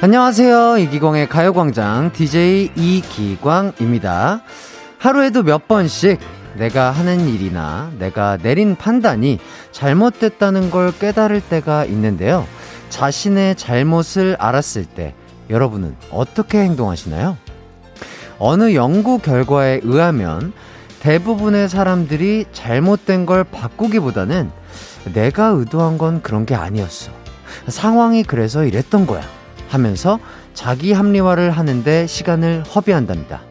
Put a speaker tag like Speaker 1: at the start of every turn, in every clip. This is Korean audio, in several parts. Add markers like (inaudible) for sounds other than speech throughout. Speaker 1: 안녕하세요. 이기광의 가요광장 DJ 이기광입니다. 하루에도 몇 번씩 내가 하는 일이나 내가 내린 판단이 잘못됐다는 걸 깨달을 때가 있는데요. 자신의 잘못을 알았을 때 여러분은 어떻게 행동하시나요? 어느 연구 결과에 의하면 대부분의 사람들이 잘못된 걸 바꾸기보다는 내가 의도한 건 그런 게 아니었어. 상황이 그래서 이랬던 거야. 하면서 자기 합리화를 하는데 시간을 허비한답니다.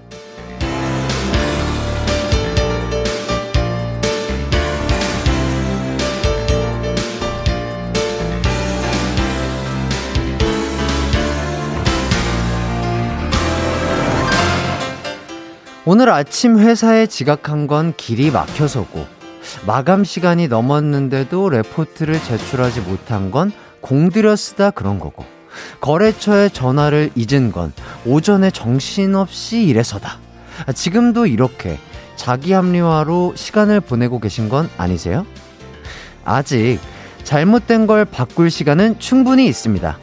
Speaker 1: 오늘 아침 회사에 지각한 건 길이 막혀서고 마감 시간이 넘었는데도 레포트를 제출하지 못한 건 공들여 쓰다 그런 거고 거래처에 전화를 잊은 건 오전에 정신없이 일해서다. 지금도 이렇게 자기 합리화로 시간을 보내고 계신 건 아니세요? 아직 잘못된 걸 바꿀 시간은 충분히 있습니다.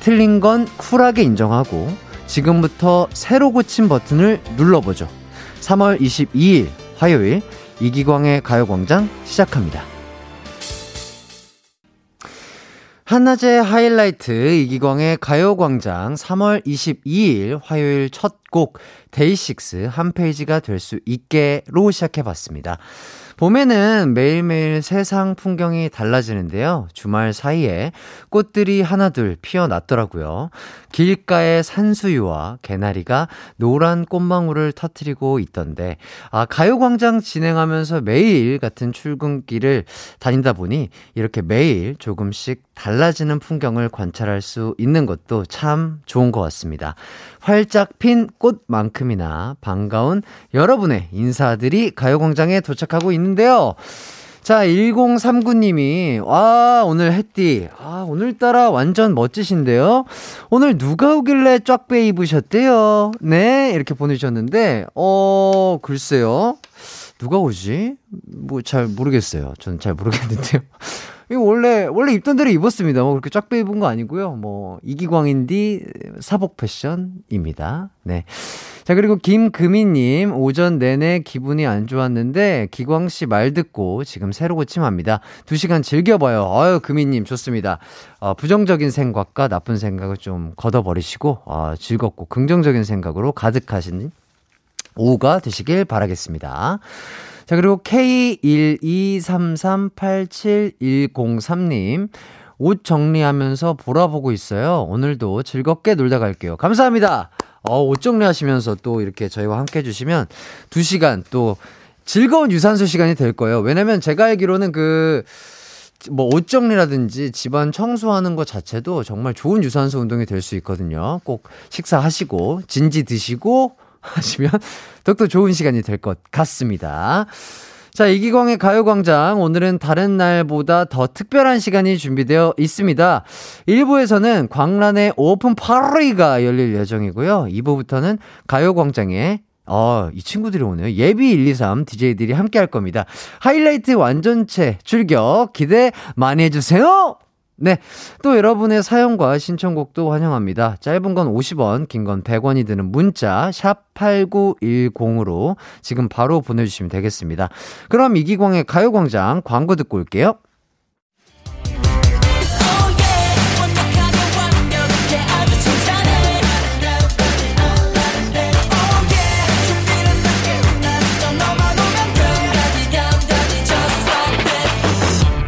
Speaker 1: 틀린 건 쿨하게 인정하고 지금부터 새로 고친 버튼을 눌러보죠. 3월 22일 화요일 이기광의 가요광장 시작합니다. 한낮의 하이라이트 이기광의 가요광장 3월 22일 화요일 첫 곡 데이식스 한 페이지가 될 수 있게로 시작해봤습니다. 봄에는 매일매일 세상 풍경이 달라지는데요. 주말 사이에 꽃들이 하나둘 피어났더라고요. 길가에 산수유와 개나리가 노란 꽃망울을 터트리고 있던데, 아, 가요광장 진행하면서 매일 같은 출근길을 다니다 보니 이렇게 매일 조금씩 달라지는 풍경을 관찰할 수 있는 것도 참 좋은 것 같습니다. 활짝 핀 꽃만큼이나 반가운 여러분의 인사들이 가요광장에 도착하고 있는 데요 자, 1039님이, 와, 오늘 햇띠. 아, 오늘따라 완전 멋지신데요? 오늘 누가 오길래 쫙 빼 입으셨대요? 네, 이렇게 보내주셨는데, 어, 글쎄요. 누가 오지? 뭐, 잘 모르겠어요. 저는 잘 모르겠는데요. (laughs) 이거 원래, 원래 입던 대로 입었습니다. 뭐, 그렇게 쫙 빼 입은 거 아니고요. 뭐, 이기광인디 사복 패션입니다. 네. 자, 그리고 김금희님, 오전 내내 기분이 안 좋았는데, 기광씨 말 듣고 지금 새로 고침합니다. 두 시간 즐겨봐요. 아유, 금희님, 좋습니다. 어, 부정적인 생각과 나쁜 생각을 좀 걷어버리시고, 어, 즐겁고 긍정적인 생각으로 가득하신 오후가 되시길 바라겠습니다. 자, 그리고 K123387103님, 옷 정리하면서 보라 보고 있어요. 오늘도 즐겁게 놀다 갈게요. 감사합니다. 어, 옷 정리하시면서 또 이렇게 저희와 함께 해주시면 두 시간 또 즐거운 유산소 시간이 될 거예요. 왜냐면 제가 알기로는 그, 뭐 옷 정리라든지 집안 청소하는 것 자체도 정말 좋은 유산소 운동이 될 수 있거든요. 꼭 식사하시고, 진지 드시고 (laughs) 하시면 더욱더 좋은 시간이 될 것 같습니다. 자, 이기광의 가요광장. 오늘은 다른 날보다 더 특별한 시간이 준비되어 있습니다. 1부에서는 광란의 오픈 파리가 열릴 예정이고요. 2부부터는 가요광장에 어, 이 친구들이 오네요. 예비 1, 2, 3 DJ들이 함께 할 겁니다. 하이라이트 완전체 출격 기대 많이 해주세요! 네. 또 여러분의 사연과 신청곡도 환영합니다. 짧은 건 50원, 긴 건 100원이 드는 문자, 샵8910으로 지금 바로 보내주시면 되겠습니다. 그럼 이기광의 가요광장 광고 듣고 올게요.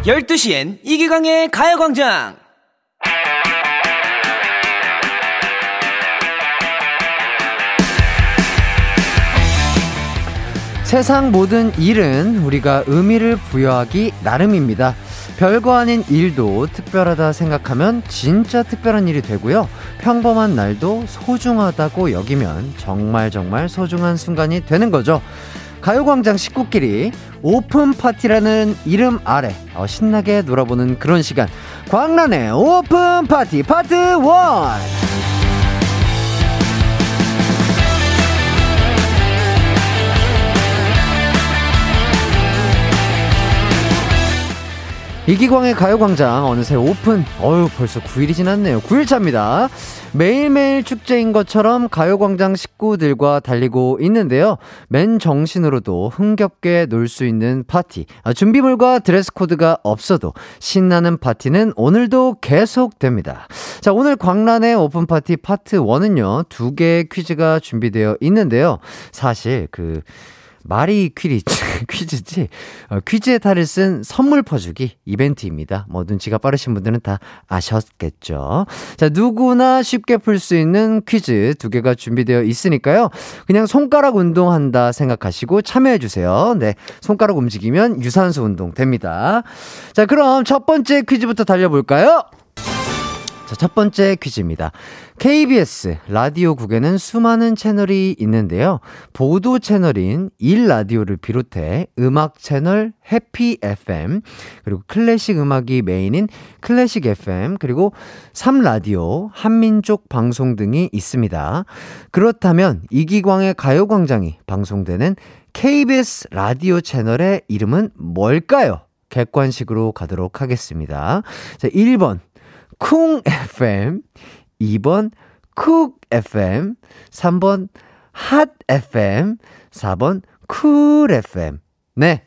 Speaker 2: 열두 시엔 이기광의 가요광장
Speaker 1: 세상 모든 일은 우리가 의미를 부여하기 나름입니다. 별거 아닌 일도 특별하다 생각하면 진짜 특별한 일이 되고요. 평범한 날도 소중하다고 여기면 정말 정말 소중한 순간이 되는 거죠. 가요광장 식구끼리 오픈 파티라는 이름 아래 어, 신나게 놀아보는 그런 시간. 광란의 오픈 파티 파트 원. 이기광의 가요광장 어느새 오픈. 어유 벌써 9일이 지났네요. 9일차입니다. 매일매일 축제인 것처럼 가요광장 식구들과 달리고 있는데요. 맨 정신으로도 흥겹게 놀 수 있는 파티. 아, 준비물과 드레스 코드가 없어도 신나는 파티는 오늘도 계속됩니다. 자, 오늘 광란의 오픈 파티 파트 1은요. 두 개의 퀴즈가 준비되어 있는데요. 사실 그 말이 퀴리, (laughs) 퀴즈지 어, 퀴즈의 탈을 쓴 선물 퍼주기 이벤트입니다. 뭐 눈치가 빠르신 분들은 다 아셨겠죠. 자 누구나 쉽게 풀 수 있는 퀴즈 두 개가 준비되어 있으니까요. 그냥 손가락 운동한다 생각하시고 참여해 주세요. 네 손가락 움직이면 유산소 운동 됩니다. 자 그럼 첫 번째 퀴즈부터 달려볼까요? 자, 첫 번째 퀴즈입니다. KBS 라디오국에는 수많은 채널이 있는데요. 보도 채널인 일라디오를 비롯해 음악 채널 해피 FM, 그리고 클래식 음악이 메인인 클래식 FM, 그리고 삼라디오, 한민족 방송 등이 있습니다. 그렇다면 이기광의 가요광장이 방송되는 KBS 라디오 채널의 이름은 뭘까요? 객관식으로 가도록 하겠습니다. 자, 1번. 쿵 FM, 2번 쿡 FM, 3번 핫 FM, 4번 쿨 FM. 네.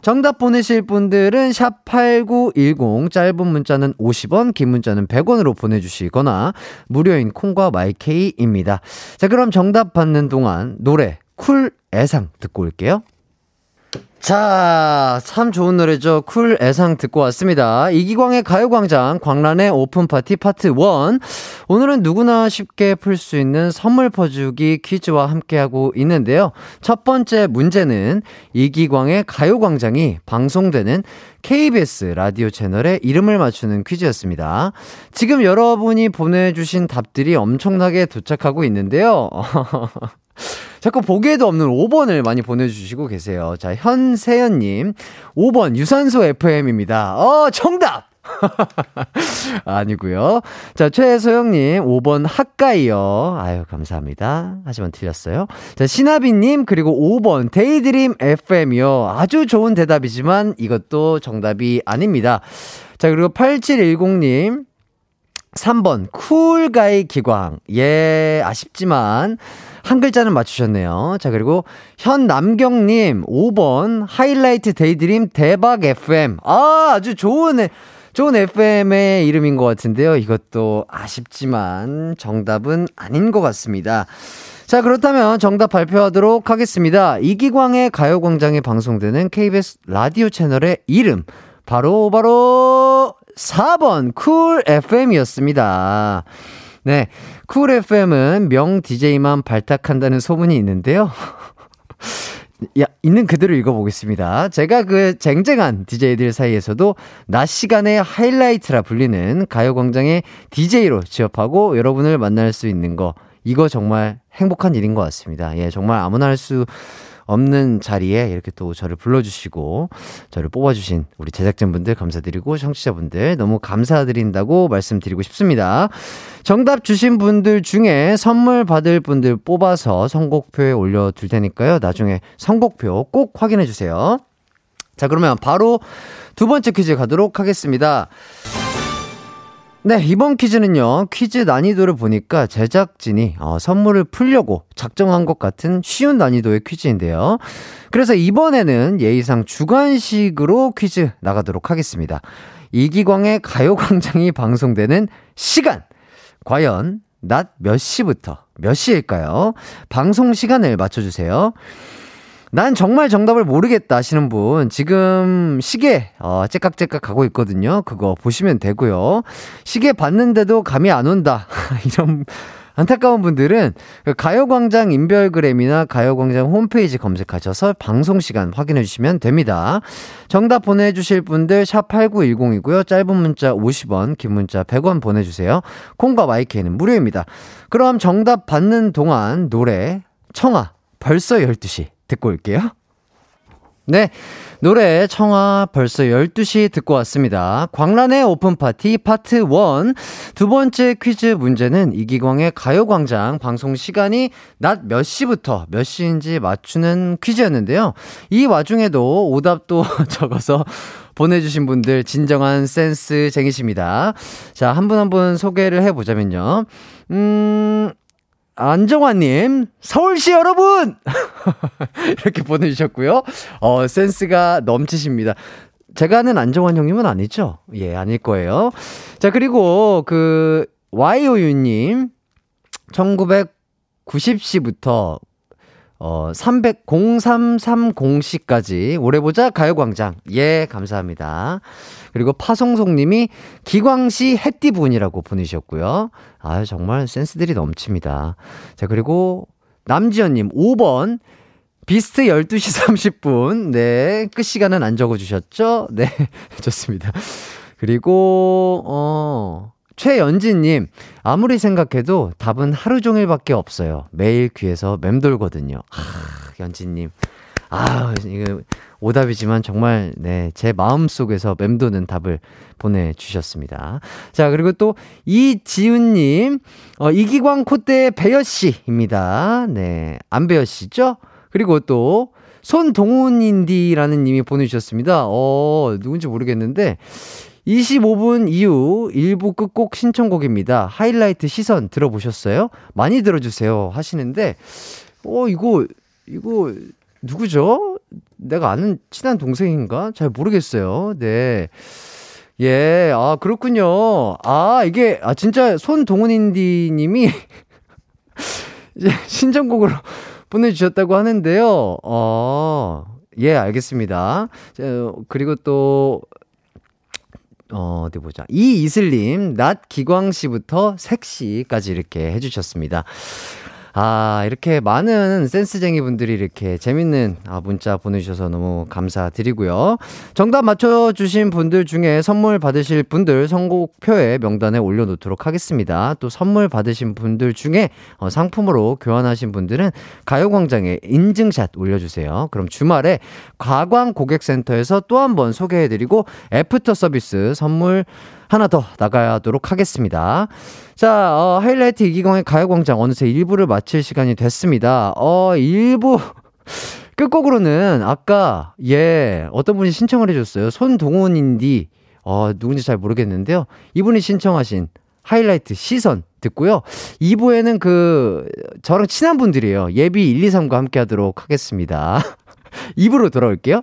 Speaker 1: 정답 보내실 분들은 샵 8910 짧은 문자는 50원, 긴 문자는 100원으로 보내주시거나 무료인 콩과 마이케이입니다. 자, 그럼 정답 받는 동안 노래 쿨 애상 듣고 올게요. 자, 참 좋은 노래죠. 쿨 애상 듣고 왔습니다. 이기광의 가요광장 광란의 오픈파티 파트 1. 오늘은 누구나 쉽게 풀 수 있는 선물 퍼주기 퀴즈와 함께하고 있는데요. 첫 번째 문제는 이기광의 가요광장이 방송되는 KBS 라디오 채널의 이름을 맞추는 퀴즈였습니다. 지금 여러분이 보내주신 답들이 엄청나게 도착하고 있는데요. (laughs) 자꾸 보기에도 없는 5번을 많이 보내주시고 계세요. 자, 현세연님. 5번, 유산소 FM입니다. 어, 정답! (laughs) 아니고요. 자, 최소영님, 5번 학가이요. 아유, 감사합니다. 하지만 틀렸어요. 자, 신하빈님, 그리고 5번 데이드림 FM이요. 아주 좋은 대답이지만 이것도 정답이 아닙니다. 자, 그리고 8710님, 3번 쿨가이 기광 예 아쉽지만 한 글자는 맞추셨네요 자 그리고 현남경님 5번 하이라이트 데이드림 대박 FM 아 아주 좋은 좋은 FM의 이름인 것 같은데요 이것도 아쉽지만 정답은 아닌 것 같습니다 자, 그렇다면 정답 발표하도록 하겠습니다. 이기광의 가요광장에 방송되는 KBS 라디오 채널의 이름. 바로, 바로, 4번 쿨 FM이었습니다. 네. 쿨 FM은 명 DJ만 발탁한다는 소문이 있는데요. (laughs) 야, 있는 그대로 읽어보겠습니다. 제가 그 쟁쟁한 DJ들 사이에서도 낮 시간의 하이라이트라 불리는 가요광장의 DJ로 취업하고 여러분을 만날 수 있는 거. 이거 정말 행복한 일인 것 같습니다. 예, 정말 아무나 할 수 없는 자리에 이렇게 또 저를 불러주시고 저를 뽑아주신 우리 제작진분들 감사드리고 청취자분들 너무 감사드린다고 말씀드리고 싶습니다. 정답 주신 분들 중에 선물 받을 분들 뽑아서 선곡표에 올려둘 테니까요. 나중에 선곡표 꼭 확인해 주세요. 자, 그러면 바로 두 번째 퀴즈 가도록 하겠습니다. 네, 이번 퀴즈는요, 퀴즈 난이도를 보니까 제작진이 어, 선물을 풀려고 작정한 것 같은 쉬운 난이도의 퀴즈인데요. 그래서 이번에는 예의상 주관식으로 퀴즈 나가도록 하겠습니다. 이기광의 가요광장이 (laughs) 방송되는 시간! 과연 낮 몇 시부터 몇 시일까요? 방송 시간을 맞춰주세요. 난 정말 정답을 모르겠다 하시는 분 지금 시계 어, 째깍째깍 가고 있거든요. 그거 보시면 되고요. 시계 봤는데도 감이 안 온다 (laughs) 이런 안타까운 분들은 그 가요광장 인별그램이나 가요광장 홈페이지 검색하셔서 방송 시간 확인해 주시면 됩니다. 정답 보내주실 분들 샵 8910이고요. 짧은 문자 50원, 긴 문자 100원 보내주세요. 콩과 마이크는 무료입니다. 그럼 정답 받는 동안 노래 청아 벌써 12시 듣고 올게요. 네. 노래 청아 벌써 12시 듣고 왔습니다. 광란의 오픈파티 파트 1. 두 번째 퀴즈 문제는 이기광의 가요광장 방송 시간이 낮 몇 시부터 몇 시인지 맞추는 퀴즈였는데요. 이 와중에도 오답도 (laughs) 적어서 보내주신 분들 진정한 센스쟁이십니다. 자, 한 분 한 분 소개를 해보자면요. 음, 안정환님, 서울시 여러분! (laughs) 이렇게 보내주셨고요. 어, 센스가 넘치십니다. 제가 아는 안정환 형님은 아니죠? 예, 아닐 거예요. 자, 그리고 그, YOU님, 1990시부터 어, 300, 0330시까지 오래 보자 가요광장. 예, 감사합니다. 그리고 파송송님이 기광시 햇띠분이라고 보내주셨고요. 아유, 정말 센스들이 넘칩니다. 자, 그리고 남지연님 5번. 비스트 12시 30분. 네, 끝 시간은 안 적어주셨죠? 네, (laughs) 좋습니다. 그리고, 어, 최연진님, 아무리 생각해도 답은 하루 종일밖에 없어요. 매일 귀에서 맴돌거든요. 아, 연진님. 아, 이거 오답이지만 정말, 네, 제 마음 속에서 맴도는 답을 보내주셨습니다. 자, 그리고 또 이지훈님, 어, 이기광 콧대의 배여씨입니다. 네, 안배여씨죠? 그리고 또, 손동훈인디라는 님이 보내주셨습니다. 어, 누군지 모르겠는데, 25분 이후 일부 끝곡 신청곡입니다. 하이라이트 시선 들어보셨어요? 많이 들어주세요 하시는데, 어, 이거, 이거, 누구죠? 내가 아는 친한 동생인가? 잘 모르겠어요. 네. 예, 아, 그렇군요. 아, 이게, 아, 진짜 손동훈인디 님이 (laughs) 신청곡으로 보내주셨다고 하는데요. 어, 예, 알겠습니다. 자, 그리고 또, 어, 어디 보자. 이이슬님, 낮 기광씨부터 색시까지 이렇게 해주셨습니다. 아, 이렇게 많은 센스쟁이 분들이 이렇게 재밌는 아, 문자 보내주셔서 너무 감사드리고요. 정답 맞춰주신 분들 중에 선물 받으실 분들 선곡표에 명단에 올려놓도록 하겠습니다. 또 선물 받으신 분들 중에 어, 상품으로 교환하신 분들은 가요광장에 인증샷 올려주세요. 그럼 주말에 가광 고객센터에서 또 한 번 소개해드리고 애프터 서비스 선물 하나 더 나가도록 하겠습니다. 자, 어, 하이라이트 이기광의 가요광장 어느새 1부를 마칠 시간이 됐습니다. 어, 1부. (laughs) 끝곡으로는 아까, 예, 어떤 분이 신청을 해줬어요. 손동훈인디, 어, 누군지 잘 모르겠는데요. 이분이 신청하신 하이라이트 시선 듣고요. 2부에는 그, 저랑 친한 분들이에요. 예비 1, 2, 3과 함께 하도록 하겠습니다. (laughs) 2부로 돌아올게요.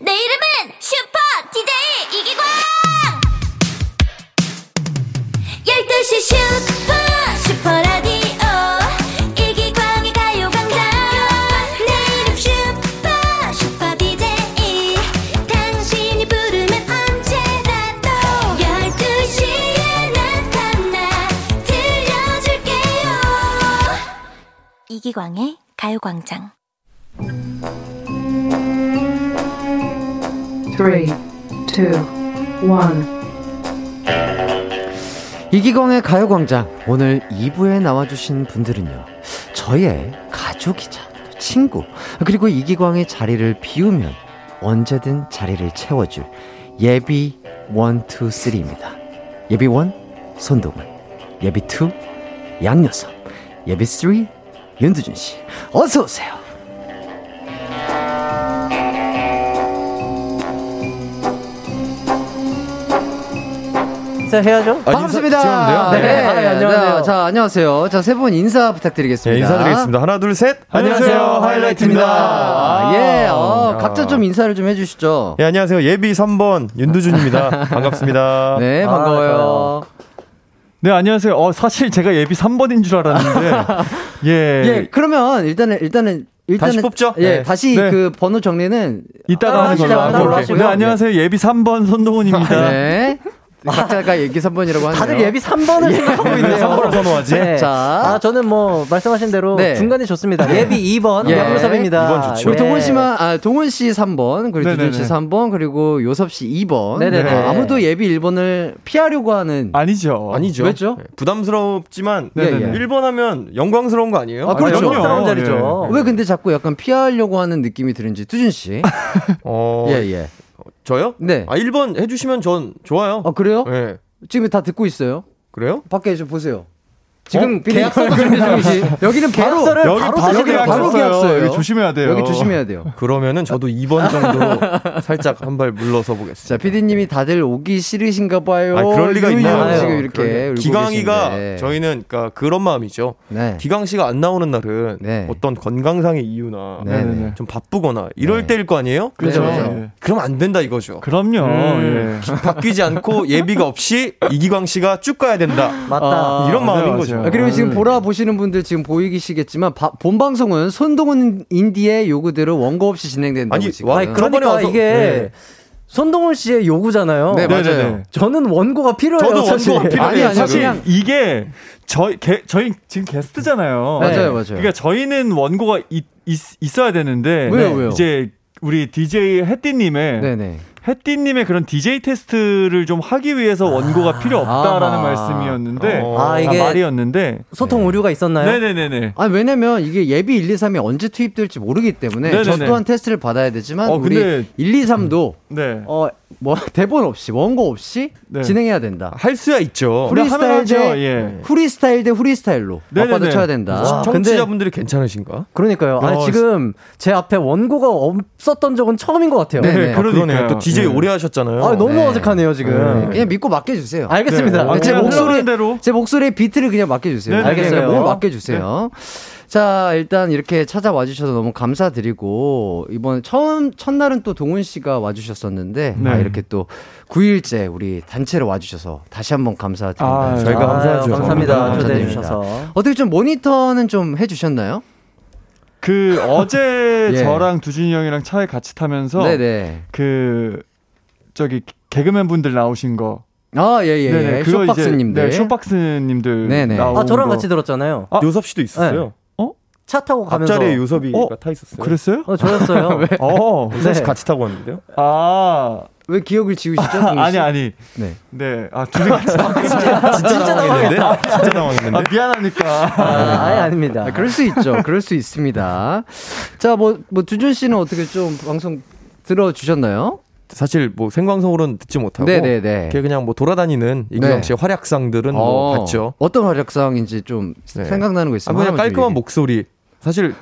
Speaker 3: 내 이름은 슈퍼 DJ 이기광 12시 슈퍼 슈퍼라디오 이기광의 가요광장 내 이름 슈퍼 슈퍼 DJ 당신이 부르면 언제라도 12시에 나타나 들려줄게요 이기광의 가요광장
Speaker 4: three, two, one.
Speaker 1: 이기광의 가요광장 오늘 2부에 나와주신 분들은요 저의 가족이자 또 친구 그리고 이기광의 자리를 비우면 언제든 자리를 채워줄 예비 1, 2, 3입니다 예비 1 손동훈 예비 2 양여섭 예비 3 윤두준씨 어서오세요
Speaker 5: 자, 해야죠.
Speaker 6: 아,
Speaker 1: 반갑습니다.
Speaker 6: 인사- 지금 돼요?
Speaker 1: 네,
Speaker 5: 네, 아, 네, 안녕하세요.
Speaker 1: 자, 자, 안녕하세요. 자, 세 분 인사 부탁드리겠습니다.
Speaker 6: 네, 인사드리겠습니다. 하나, 둘, 셋.
Speaker 1: 아,
Speaker 6: 아,
Speaker 1: 예, 어,
Speaker 6: 야.
Speaker 1: 각자 좀 인사를 좀 해주시죠.
Speaker 6: 예, 안녕하세요. 예비 3번
Speaker 1: (laughs)
Speaker 6: 윤두준입니다. 반갑습니다.
Speaker 1: 네,
Speaker 5: 아,
Speaker 1: 반가워요.
Speaker 7: 네, 안녕하세요. 어, 사실 제가 예비 3번인 줄 알았는데. 예.
Speaker 1: 예, 그러면 일단은 일단은 일단은
Speaker 6: 네. 다시 뽑죠?
Speaker 1: 예,
Speaker 6: 네.
Speaker 1: 다시
Speaker 7: 네.
Speaker 1: 그 번호 정리는
Speaker 7: 이따가 하는 걸로
Speaker 1: 아, 하시죠.
Speaker 6: 아,
Speaker 7: 하고.
Speaker 1: 따로 하시고요.
Speaker 7: 네, 안녕하세요. 예비 3번 손동훈입니다.
Speaker 1: 네. 각자가 얘기 3번이라고 하네요.
Speaker 5: 다들 예비 3번을 생각하고 있네요.
Speaker 6: 3번을 선호하지?
Speaker 5: 네.
Speaker 1: 자.
Speaker 5: 아, 저는 뭐, 말씀하신 대로
Speaker 1: 네.
Speaker 5: 중간이 좋습니다. 예비 2번,
Speaker 1: 예.
Speaker 5: 양무섭입니다.
Speaker 6: 이번 네. 좋죠.
Speaker 1: 우리 동훈 씨만 아 동훈 씨 3번 그리고
Speaker 7: 네네네.
Speaker 1: 두준 씨 3번 그리고 요섭 씨 2번
Speaker 5: 네네네.
Speaker 1: 어, 아무도 예비 1번을 피하려고 하는
Speaker 7: 아니죠.
Speaker 6: 아니죠.
Speaker 1: 왜죠?
Speaker 6: 네, 부담스럽지만
Speaker 1: 네, 네.
Speaker 6: 1번 하면 영광스러운 거 아니에요? 네,
Speaker 1: 아, 그렇죠.
Speaker 7: 그럼요.
Speaker 5: 사람 자리죠.
Speaker 1: 왜 근데 자꾸 약간 피하려고 하는 느낌이 드는지 두준 씨.
Speaker 6: 어,
Speaker 1: 예 예.
Speaker 6: 저요?
Speaker 1: 네.
Speaker 6: 아, 1번 해주시면 전 좋아요.
Speaker 1: 아 그래요?
Speaker 6: 예.
Speaker 1: 지금 다 듣고 있어요.
Speaker 6: 그래요?
Speaker 1: 밖에 좀 보세요. 지금
Speaker 5: 어?
Speaker 1: 계약서도 준비 중이시. 여기는 바로
Speaker 5: 계약서를
Speaker 1: 여기
Speaker 5: 바로
Speaker 1: 바로
Speaker 5: 쓰시는
Speaker 1: 계약-
Speaker 5: 거예요?
Speaker 1: 바로 계약서예요.
Speaker 7: 여기 조심해야 돼요.
Speaker 1: 여기 조심해야 돼요.
Speaker 6: 그러면은 저도
Speaker 1: (laughs)
Speaker 6: 2번 정도 살짝 한 발 물러서 보겠습니다.
Speaker 1: 자, 피디님이 다들 오기 싫으신가 봐요.
Speaker 6: 아, 그럴 리가
Speaker 1: 유유
Speaker 6: 있나요?
Speaker 1: 지금 이렇게 울고
Speaker 6: 기강이가
Speaker 1: 계신데.
Speaker 6: 저희는 그러니까 그런 마음이죠.
Speaker 1: 네.
Speaker 6: 기강 씨가 안 나오는 날은
Speaker 1: 네.
Speaker 6: 어떤 건강상의 이유나
Speaker 1: 네, 네.
Speaker 6: 좀 바쁘거나 이럴 때일 거 아니에요?
Speaker 1: 그렇죠.
Speaker 6: 네. 그럼 안 된다 이거죠.
Speaker 7: 그럼요.
Speaker 6: 음.
Speaker 7: 예.
Speaker 6: 바뀌지 않고 예비가 없이 이기광 씨가 쭉 가야 된다.
Speaker 5: 맞다.
Speaker 7: 아,
Speaker 6: 이런
Speaker 7: 맞아요,
Speaker 6: 마음인 거죠.
Speaker 7: 맞아요.
Speaker 1: 아, 그리고 지금 보라 보시는 분들 지금 보이시겠지만 바- 본 방송은 손동훈 인디의 요구대로 원고 없이 진행된다고
Speaker 6: 아니,
Speaker 1: 지금.
Speaker 6: 와이 그-
Speaker 5: 그러니까
Speaker 6: 와서-
Speaker 5: 이게
Speaker 6: 네.
Speaker 5: 손동훈 씨의 요구잖아요.
Speaker 1: 네, 맞아요.
Speaker 7: 네네네.
Speaker 5: 저는 원고가 필요해요.
Speaker 6: 저도 원고가
Speaker 5: 사실.
Speaker 6: 필요해요.
Speaker 1: 아니, 아니,
Speaker 7: 사실
Speaker 1: 그냥-
Speaker 7: 이게 저희 게, 저희 지금 게스트잖아요.
Speaker 1: 맞아요,
Speaker 7: 네.
Speaker 1: 맞아요.
Speaker 7: 그러니까 저희는 원고가 있, 있, 어야 되는데
Speaker 1: 왜요, 왜요?
Speaker 7: 이제 우리 DJ 해띠님의
Speaker 1: 네네.
Speaker 7: 해띠님의 그런 DJ 테스트를 좀 하기 위해서 원고가 필요 없다라는
Speaker 1: 아. 아하.
Speaker 7: 말씀이었는데
Speaker 6: 어.
Speaker 5: 아,
Speaker 7: 아,
Speaker 5: 이게
Speaker 7: 말이었는데
Speaker 5: 소통 오류가 있었나요?
Speaker 7: 네네네네.
Speaker 1: 아 왜냐면 이게 예비 1, 2, 3이 언제 투입될지 모르기 때문에
Speaker 7: 네네네.
Speaker 1: 저 또한 테스트를 받아야 되지만
Speaker 7: 어,
Speaker 1: 우리
Speaker 7: 근데-
Speaker 1: 1, 2, 3도
Speaker 7: 네.
Speaker 1: 아, 어뭐 (laughs) 대본 없이 원고 없이
Speaker 7: 네. 아,
Speaker 1: 진행해야 된다.
Speaker 6: 할 수야 있죠.
Speaker 7: 우리- 그냥 하면
Speaker 1: 프리스타일 대
Speaker 7: 하죠, 예.
Speaker 1: 프리스타일 대 프리스타일로
Speaker 7: 네네네.
Speaker 1: 맞받아 쳐야 된다.
Speaker 5: 와,
Speaker 6: 청취자분들이 괜찮으신가?
Speaker 5: 그러니까요.
Speaker 7: 야,
Speaker 5: 아니, 지금 제 앞에 원고가 없었던 적은 처음인 것 같아요.
Speaker 1: 네.
Speaker 6: 아, 그러네요.
Speaker 7: 그러니까요.
Speaker 6: 또 DJ
Speaker 7: 네.
Speaker 6: 오래 하셨잖아요.
Speaker 5: 아, 너무
Speaker 1: 네.
Speaker 5: 어색하네요, 지금. 예.
Speaker 1: 그냥 믿고 맡겨주세요.
Speaker 5: 알겠습니다.
Speaker 7: 네. 아,
Speaker 1: 제
Speaker 7: 그냥
Speaker 1: 목소리
Speaker 7: 흘러가는 대로.
Speaker 1: 제 목소리에 비트를 그냥 맡겨주세요.
Speaker 7: 네네네.
Speaker 1: 알겠어요.
Speaker 5: 알겠어요.
Speaker 1: 뭘 맡겨주세요. 자 일단 이렇게 찾아와 주셔서 너무 감사드리고 이번 처음 첫날은 또 동훈 씨가 와주셨었는데 아,
Speaker 7: 네.
Speaker 1: 이렇게 또 9일째 우리 단체로 와주셔서 다시 한번 네. 감사드립니다.
Speaker 7: 아,
Speaker 6: 저희가 감사하죠.
Speaker 5: 감사합니다.
Speaker 1: 아, 감사드립니다.
Speaker 5: 초대해 주셔서.
Speaker 1: 어떻게 좀 모니터는 좀 해주셨나요?
Speaker 7: 그 어제
Speaker 1: (laughs) 예.
Speaker 7: 저랑 두준이 형이랑 차에 같이 타면서
Speaker 1: 네네.
Speaker 7: 그 저기 개그맨 분들 나오신 거.
Speaker 1: 아 예예.
Speaker 7: 네네,
Speaker 1: 예.
Speaker 7: 그거
Speaker 1: 쇼박스님들.
Speaker 7: 이제, 네, 쇼박스님들.
Speaker 1: 네네.
Speaker 7: 나온
Speaker 5: 아, 저랑
Speaker 7: 거.
Speaker 5: 같이 들었잖아요. 네.
Speaker 7: 아,
Speaker 6: 요섭 씨도 있었어요.
Speaker 5: 차 타고 가면서.
Speaker 6: 앞자리에 요섭이가
Speaker 7: 어?
Speaker 6: 타 있었어요.
Speaker 7: 그랬어요?
Speaker 5: 어, 저였어요.
Speaker 7: 어.
Speaker 6: 요섭 씨
Speaker 5: 네.
Speaker 6: 같이 타고 왔는데요.
Speaker 7: 아.
Speaker 1: 왜 기억을
Speaker 7: (laughs)
Speaker 1: 지우시죠? 동훈 씨?
Speaker 7: 아니 아니.
Speaker 1: 네.
Speaker 7: 네. 아, 둘이 같이 타.
Speaker 6: 진짜 당황했는데. 진짜 당황했는데.
Speaker 7: 아, 미안하니까.
Speaker 5: 아, 아예 아닙니다.
Speaker 1: 아, 그럴 수 있죠. 그럴 수 있습니다. 자, 뭐, 뭐, 두준 씨는 어떻게 좀 방송 들어주셨나요?
Speaker 6: 사실 뭐 생방송으로는 듣지 못하고
Speaker 1: 네네네.
Speaker 6: 이렇게 그냥 뭐 돌아다니는 이기광
Speaker 1: 네.
Speaker 6: 씨의 활약상들은 뭐 봤죠.
Speaker 1: 어떤 활약상인지 좀
Speaker 6: 네.
Speaker 1: 생각나는 거
Speaker 6: 아,
Speaker 1: 있으면
Speaker 6: 그냥
Speaker 1: 하나만 좀
Speaker 6: 깔끔한
Speaker 1: 얘기해.
Speaker 6: 목소리. 사실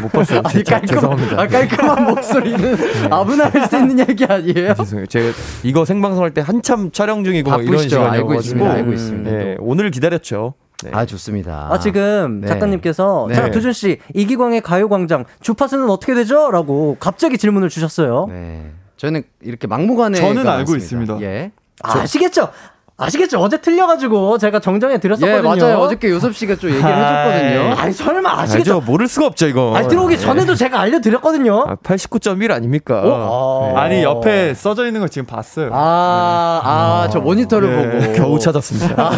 Speaker 6: 못 봤어요. 진짜 죄송합니다. 네.
Speaker 1: 아, 깔끔한
Speaker 6: (laughs)
Speaker 1: 목소리는 아브나할 수 있는 얘기 아니에요?
Speaker 6: 죄송해요. 제가 이거 생방송 할 때 한참 촬영 중이고 막 이런
Speaker 1: 바쁘시죠? 알고
Speaker 6: 시간이어가지고
Speaker 1: 있습니다. 알고 있습니다.
Speaker 6: 네, 오늘 기다렸죠. (laughs) 네.
Speaker 1: 아, 좋습니다.
Speaker 5: 아, 지금
Speaker 1: 네.
Speaker 5: 작가님께서
Speaker 1: 네.
Speaker 5: 자 두준 씨 이기광의 가요광장 주파수는 어떻게 되죠?라고 갑자기 질문을 주셨어요.
Speaker 1: 네. 저는 이렇게 막무가내.
Speaker 7: 저는 알고 있습니다.
Speaker 1: 예.
Speaker 5: 아시겠죠? 아시겠죠? 어제 틀려가지고 제가 정정해 드렸었거든요.
Speaker 1: 예, 맞아요. 어저께 요섭 씨가 좀 얘기를 해줬거든요.
Speaker 5: 아니 설마
Speaker 6: 아시죠?
Speaker 5: 아시겠죠?
Speaker 6: 모를 수가 없죠 이거.
Speaker 5: 아니 들어오기 전에도 제가 알려드렸거든요.
Speaker 6: 아, 89.1 아닙니까?
Speaker 7: 아니, 옆에 써져 있는 거 지금 봤어요.
Speaker 1: 아, 아, 저 모니터를
Speaker 7: 예.
Speaker 1: 보고.
Speaker 6: 겨우 찾았습니다.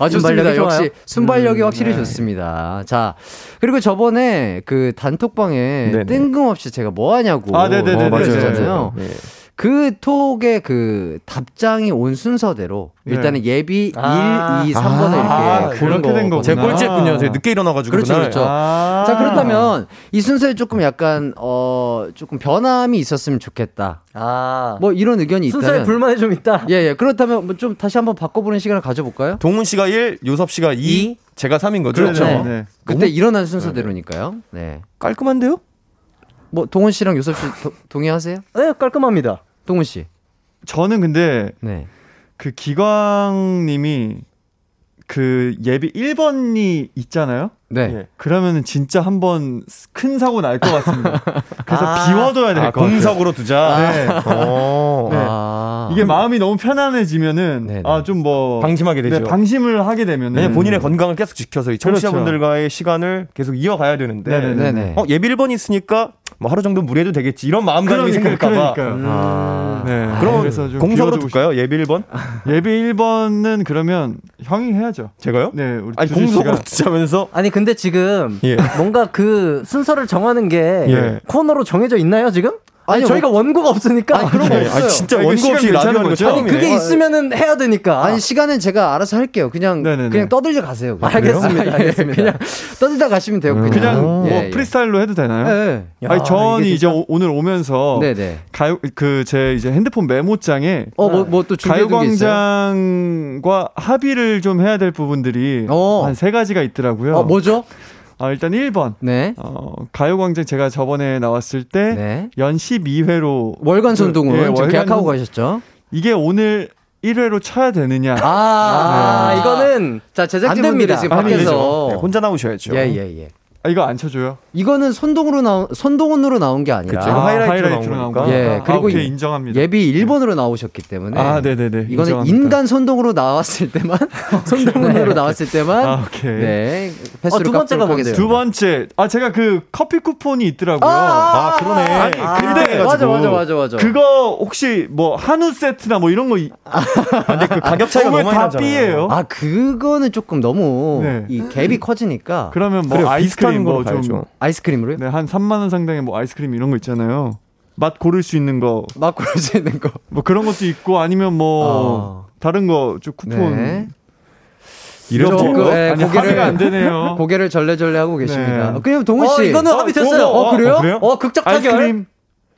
Speaker 1: 아, 좋습니다.
Speaker 5: 순발력이
Speaker 1: 역시
Speaker 5: 좋아요.
Speaker 1: 순발력이
Speaker 7: 음, 네.
Speaker 1: 확실히 좋습니다. 자, 그리고 저번에 그 단톡방에
Speaker 6: 네네.
Speaker 1: 뜬금없이 제가 뭐 하냐고
Speaker 7: 아, 네네네네.
Speaker 1: 그랬잖아요.
Speaker 6: 네.
Speaker 1: 그 톡에 그 답장이 온 순서대로
Speaker 7: 네.
Speaker 1: 일단은 예비
Speaker 5: 아.
Speaker 1: 1, 2, 3번에
Speaker 7: 아,
Speaker 1: 이렇게 고른
Speaker 7: 그렇게
Speaker 1: 거거든요.
Speaker 7: 된 거구나.
Speaker 6: 제가 꼴찌했군요. 제가 늦게 일어나가지고
Speaker 1: 그렇죠,
Speaker 6: 그날.
Speaker 1: 그렇죠.
Speaker 7: 아.
Speaker 1: 자, 그렇다면 이 순서에 조금 약간 어 조금 변함이 있었으면 좋겠다.
Speaker 5: 아
Speaker 1: 뭐 이런 의견이
Speaker 5: 순서에
Speaker 1: 있다면
Speaker 5: 불만이 좀 있다.
Speaker 1: 예, 예. 그렇다면 뭐 좀 다시 한번 바꿔보는 시간을 가져볼까요?
Speaker 6: 동훈 씨가 1, 요섭 씨가 2,
Speaker 5: 이.
Speaker 6: 제가 3인 거죠.
Speaker 7: 그렇죠.
Speaker 1: 네.
Speaker 7: 네.
Speaker 1: 그때 일어난 순서대로니까요. 네.
Speaker 6: 깔끔한데요?
Speaker 1: 뭐 동훈 씨랑 요섭 씨 도- 동의하세요?
Speaker 5: 네 깔끔합니다.
Speaker 1: 동훈 씨.
Speaker 7: 저는 근데
Speaker 1: 네.
Speaker 7: 그 기광님이 그 예비 1번이 있잖아요.
Speaker 1: 네.
Speaker 6: 예.
Speaker 7: 그러면은 진짜 한번 큰 사고 날 것 같습니다. 그래서
Speaker 5: 아.
Speaker 7: 비워둬야 될
Speaker 6: 아,
Speaker 7: 것 같아요.
Speaker 6: 공석으로 두자.
Speaker 7: 네.
Speaker 6: 어.
Speaker 7: 네.
Speaker 1: 아.
Speaker 7: 이게 마음이 너무 편안해지면은
Speaker 1: 네네.
Speaker 7: 아 좀 뭐
Speaker 6: 방심하게 되죠.
Speaker 7: 방심을 음. 하게 되면은
Speaker 6: 왜냐면 본인의 건강을 계속 지켜서 이 청취자분들과의 시간을 계속 이어가야 되는데
Speaker 7: 네네네.
Speaker 1: 네네.
Speaker 6: 어 예비 1번 있으니까 뭐 하루 정도 무리해도 되겠지 이런 마음가짐이
Speaker 7: 그러니까,
Speaker 6: 생길까봐
Speaker 7: 그러니까요.
Speaker 1: 아.
Speaker 7: 네.
Speaker 6: 그럼
Speaker 7: 그래서 좀
Speaker 6: 공석으로
Speaker 7: 비워두고
Speaker 6: 둘까요 예비 1번
Speaker 7: 싶- 예비 1번은 그러면 형이 해야죠.
Speaker 6: 제가요?
Speaker 7: 네, 우리
Speaker 6: 아니
Speaker 7: 두준 씨가
Speaker 6: 공석으로 두자면서
Speaker 5: 아니 근데 지금
Speaker 6: 예.
Speaker 5: 뭔가 그 순서를 정하는 게
Speaker 6: 예.
Speaker 5: 코너로 정해져 있나요 지금? 아니,
Speaker 1: 아니요,
Speaker 5: 저희가 원고가 없으니까.
Speaker 1: 아니, 그런 거
Speaker 6: 네,
Speaker 1: 없어요.
Speaker 6: 아 진짜
Speaker 7: 아, 이거
Speaker 6: 원고
Speaker 7: 시간
Speaker 6: 없이 라디오 하는
Speaker 7: 괜찮은
Speaker 6: 거
Speaker 7: 거죠?
Speaker 6: 처음이네.
Speaker 5: 아, 그게 있으면은 해야 되니까.
Speaker 1: 아니 시간은 제가 알아서 할게요. 그냥
Speaker 7: 네네네.
Speaker 1: 그냥 떠들려 가세요. 그냥.
Speaker 5: 알겠습니다,
Speaker 1: 예,
Speaker 5: 알겠습니다.
Speaker 1: 그냥 (laughs) 떠들다 가시면 돼요. 그냥,
Speaker 6: 아.
Speaker 7: 그냥 뭐
Speaker 1: 예, 예.
Speaker 7: 프리스타일로 해도 되나요?
Speaker 1: 예,
Speaker 6: 네.
Speaker 1: 예.
Speaker 7: 아니
Speaker 5: 야,
Speaker 7: 전이
Speaker 5: 이게
Speaker 7: 이제 오- 오늘 오면서
Speaker 1: 네네.
Speaker 7: 가요 그 제 이제 핸드폰 메모장에
Speaker 1: 어뭐 또 준비된 게 있어요?
Speaker 7: 가요광장과 합의를 좀 해야 될 부분들이
Speaker 1: 어.
Speaker 7: 한 세 가지가 있더라고요.
Speaker 1: 어 뭐죠?
Speaker 7: 아, 일단 1번
Speaker 1: 네.
Speaker 7: 어, 가요광장 제가 저번에 나왔을 때 연
Speaker 1: 네.
Speaker 7: 12회로
Speaker 6: 뭐?
Speaker 1: 월간 선동은
Speaker 7: 아, 예,
Speaker 1: 지금
Speaker 7: 월간
Speaker 1: 계약하고
Speaker 7: 선-
Speaker 1: 가셨죠?
Speaker 7: 이게 오늘 1회로 쳐야 되느냐?
Speaker 1: 아,
Speaker 5: 아, 이거는
Speaker 1: 자 제작진분들이
Speaker 5: 됩니다.
Speaker 1: 지금
Speaker 7: 안
Speaker 1: 밖에서
Speaker 6: 네, 혼자 나오셔야죠.
Speaker 1: 예예예.
Speaker 7: 아, 이거 안 쳐줘요?
Speaker 1: 이거는 선동으로 나온 선동원으로 나온 게 아니라
Speaker 6: 그쵸.
Speaker 7: 아,
Speaker 6: 하이라이트로 나온 거니까.
Speaker 1: 예,
Speaker 7: 그리고
Speaker 1: 그리고
Speaker 7: 아, 오케이,
Speaker 1: 이-
Speaker 7: 인정합니다. 네.
Speaker 1: 예비 1번으로 나오셨기 때문에
Speaker 7: 아, 네네네.
Speaker 1: 이거는
Speaker 7: 인정합니다.
Speaker 1: 인간 선동으로 나왔을
Speaker 7: (laughs)
Speaker 1: 때만 선동으로 나왔을 때만
Speaker 7: 아, 오케이.
Speaker 1: 네 패스로
Speaker 5: 어, 두 번째가 뭔데요?
Speaker 7: 두 번째. 아, 제가 그 커피 쿠폰이 있더라고요.
Speaker 6: 아 그러네.
Speaker 1: 근데 맞아 맞아 맞아 맞아.
Speaker 7: 그거 혹시 뭐 한우 세트나 뭐 이런 거 이-
Speaker 6: 근데 그 가격 차이가
Speaker 7: 너무
Speaker 6: 너무 많이
Speaker 7: 다
Speaker 6: 나잖아요.
Speaker 7: 삐예요.
Speaker 1: 아 그거는 조금 너무
Speaker 7: 네.
Speaker 1: 이 갭이 커지니까
Speaker 7: 그러면 뭐
Speaker 6: 그래요,
Speaker 7: 아이스크림
Speaker 6: 비슷한 걸로
Speaker 7: 뭐좀
Speaker 6: 가야죠.
Speaker 1: 아이스크림으로요?
Speaker 7: 네, 한 3만 원 상당의 뭐 아이스크림 이런 거 있잖아요. 맛 고를 수 있는 거 뭐
Speaker 1: 막 고르시는 거.
Speaker 7: 그런 것도 있고 아니면 뭐 다른 거좀 쿠폰 그,
Speaker 1: 네.
Speaker 6: 이런
Speaker 1: 조금,
Speaker 6: 거.
Speaker 1: 예,
Speaker 7: 아니
Speaker 1: 고개를-
Speaker 7: 합의가 안 되네요.
Speaker 1: (laughs) 고개를 절레절레 하고 계십니다.
Speaker 7: 어? 네.
Speaker 1: 그럼 동훈
Speaker 5: 어,
Speaker 1: 씨 아,
Speaker 5: 이거는 합의 됐어요.
Speaker 7: 어머,
Speaker 5: 어,
Speaker 7: 어,
Speaker 5: 그래요?
Speaker 6: 그래요?
Speaker 5: 어, 극적 타결.
Speaker 7: 아이스크림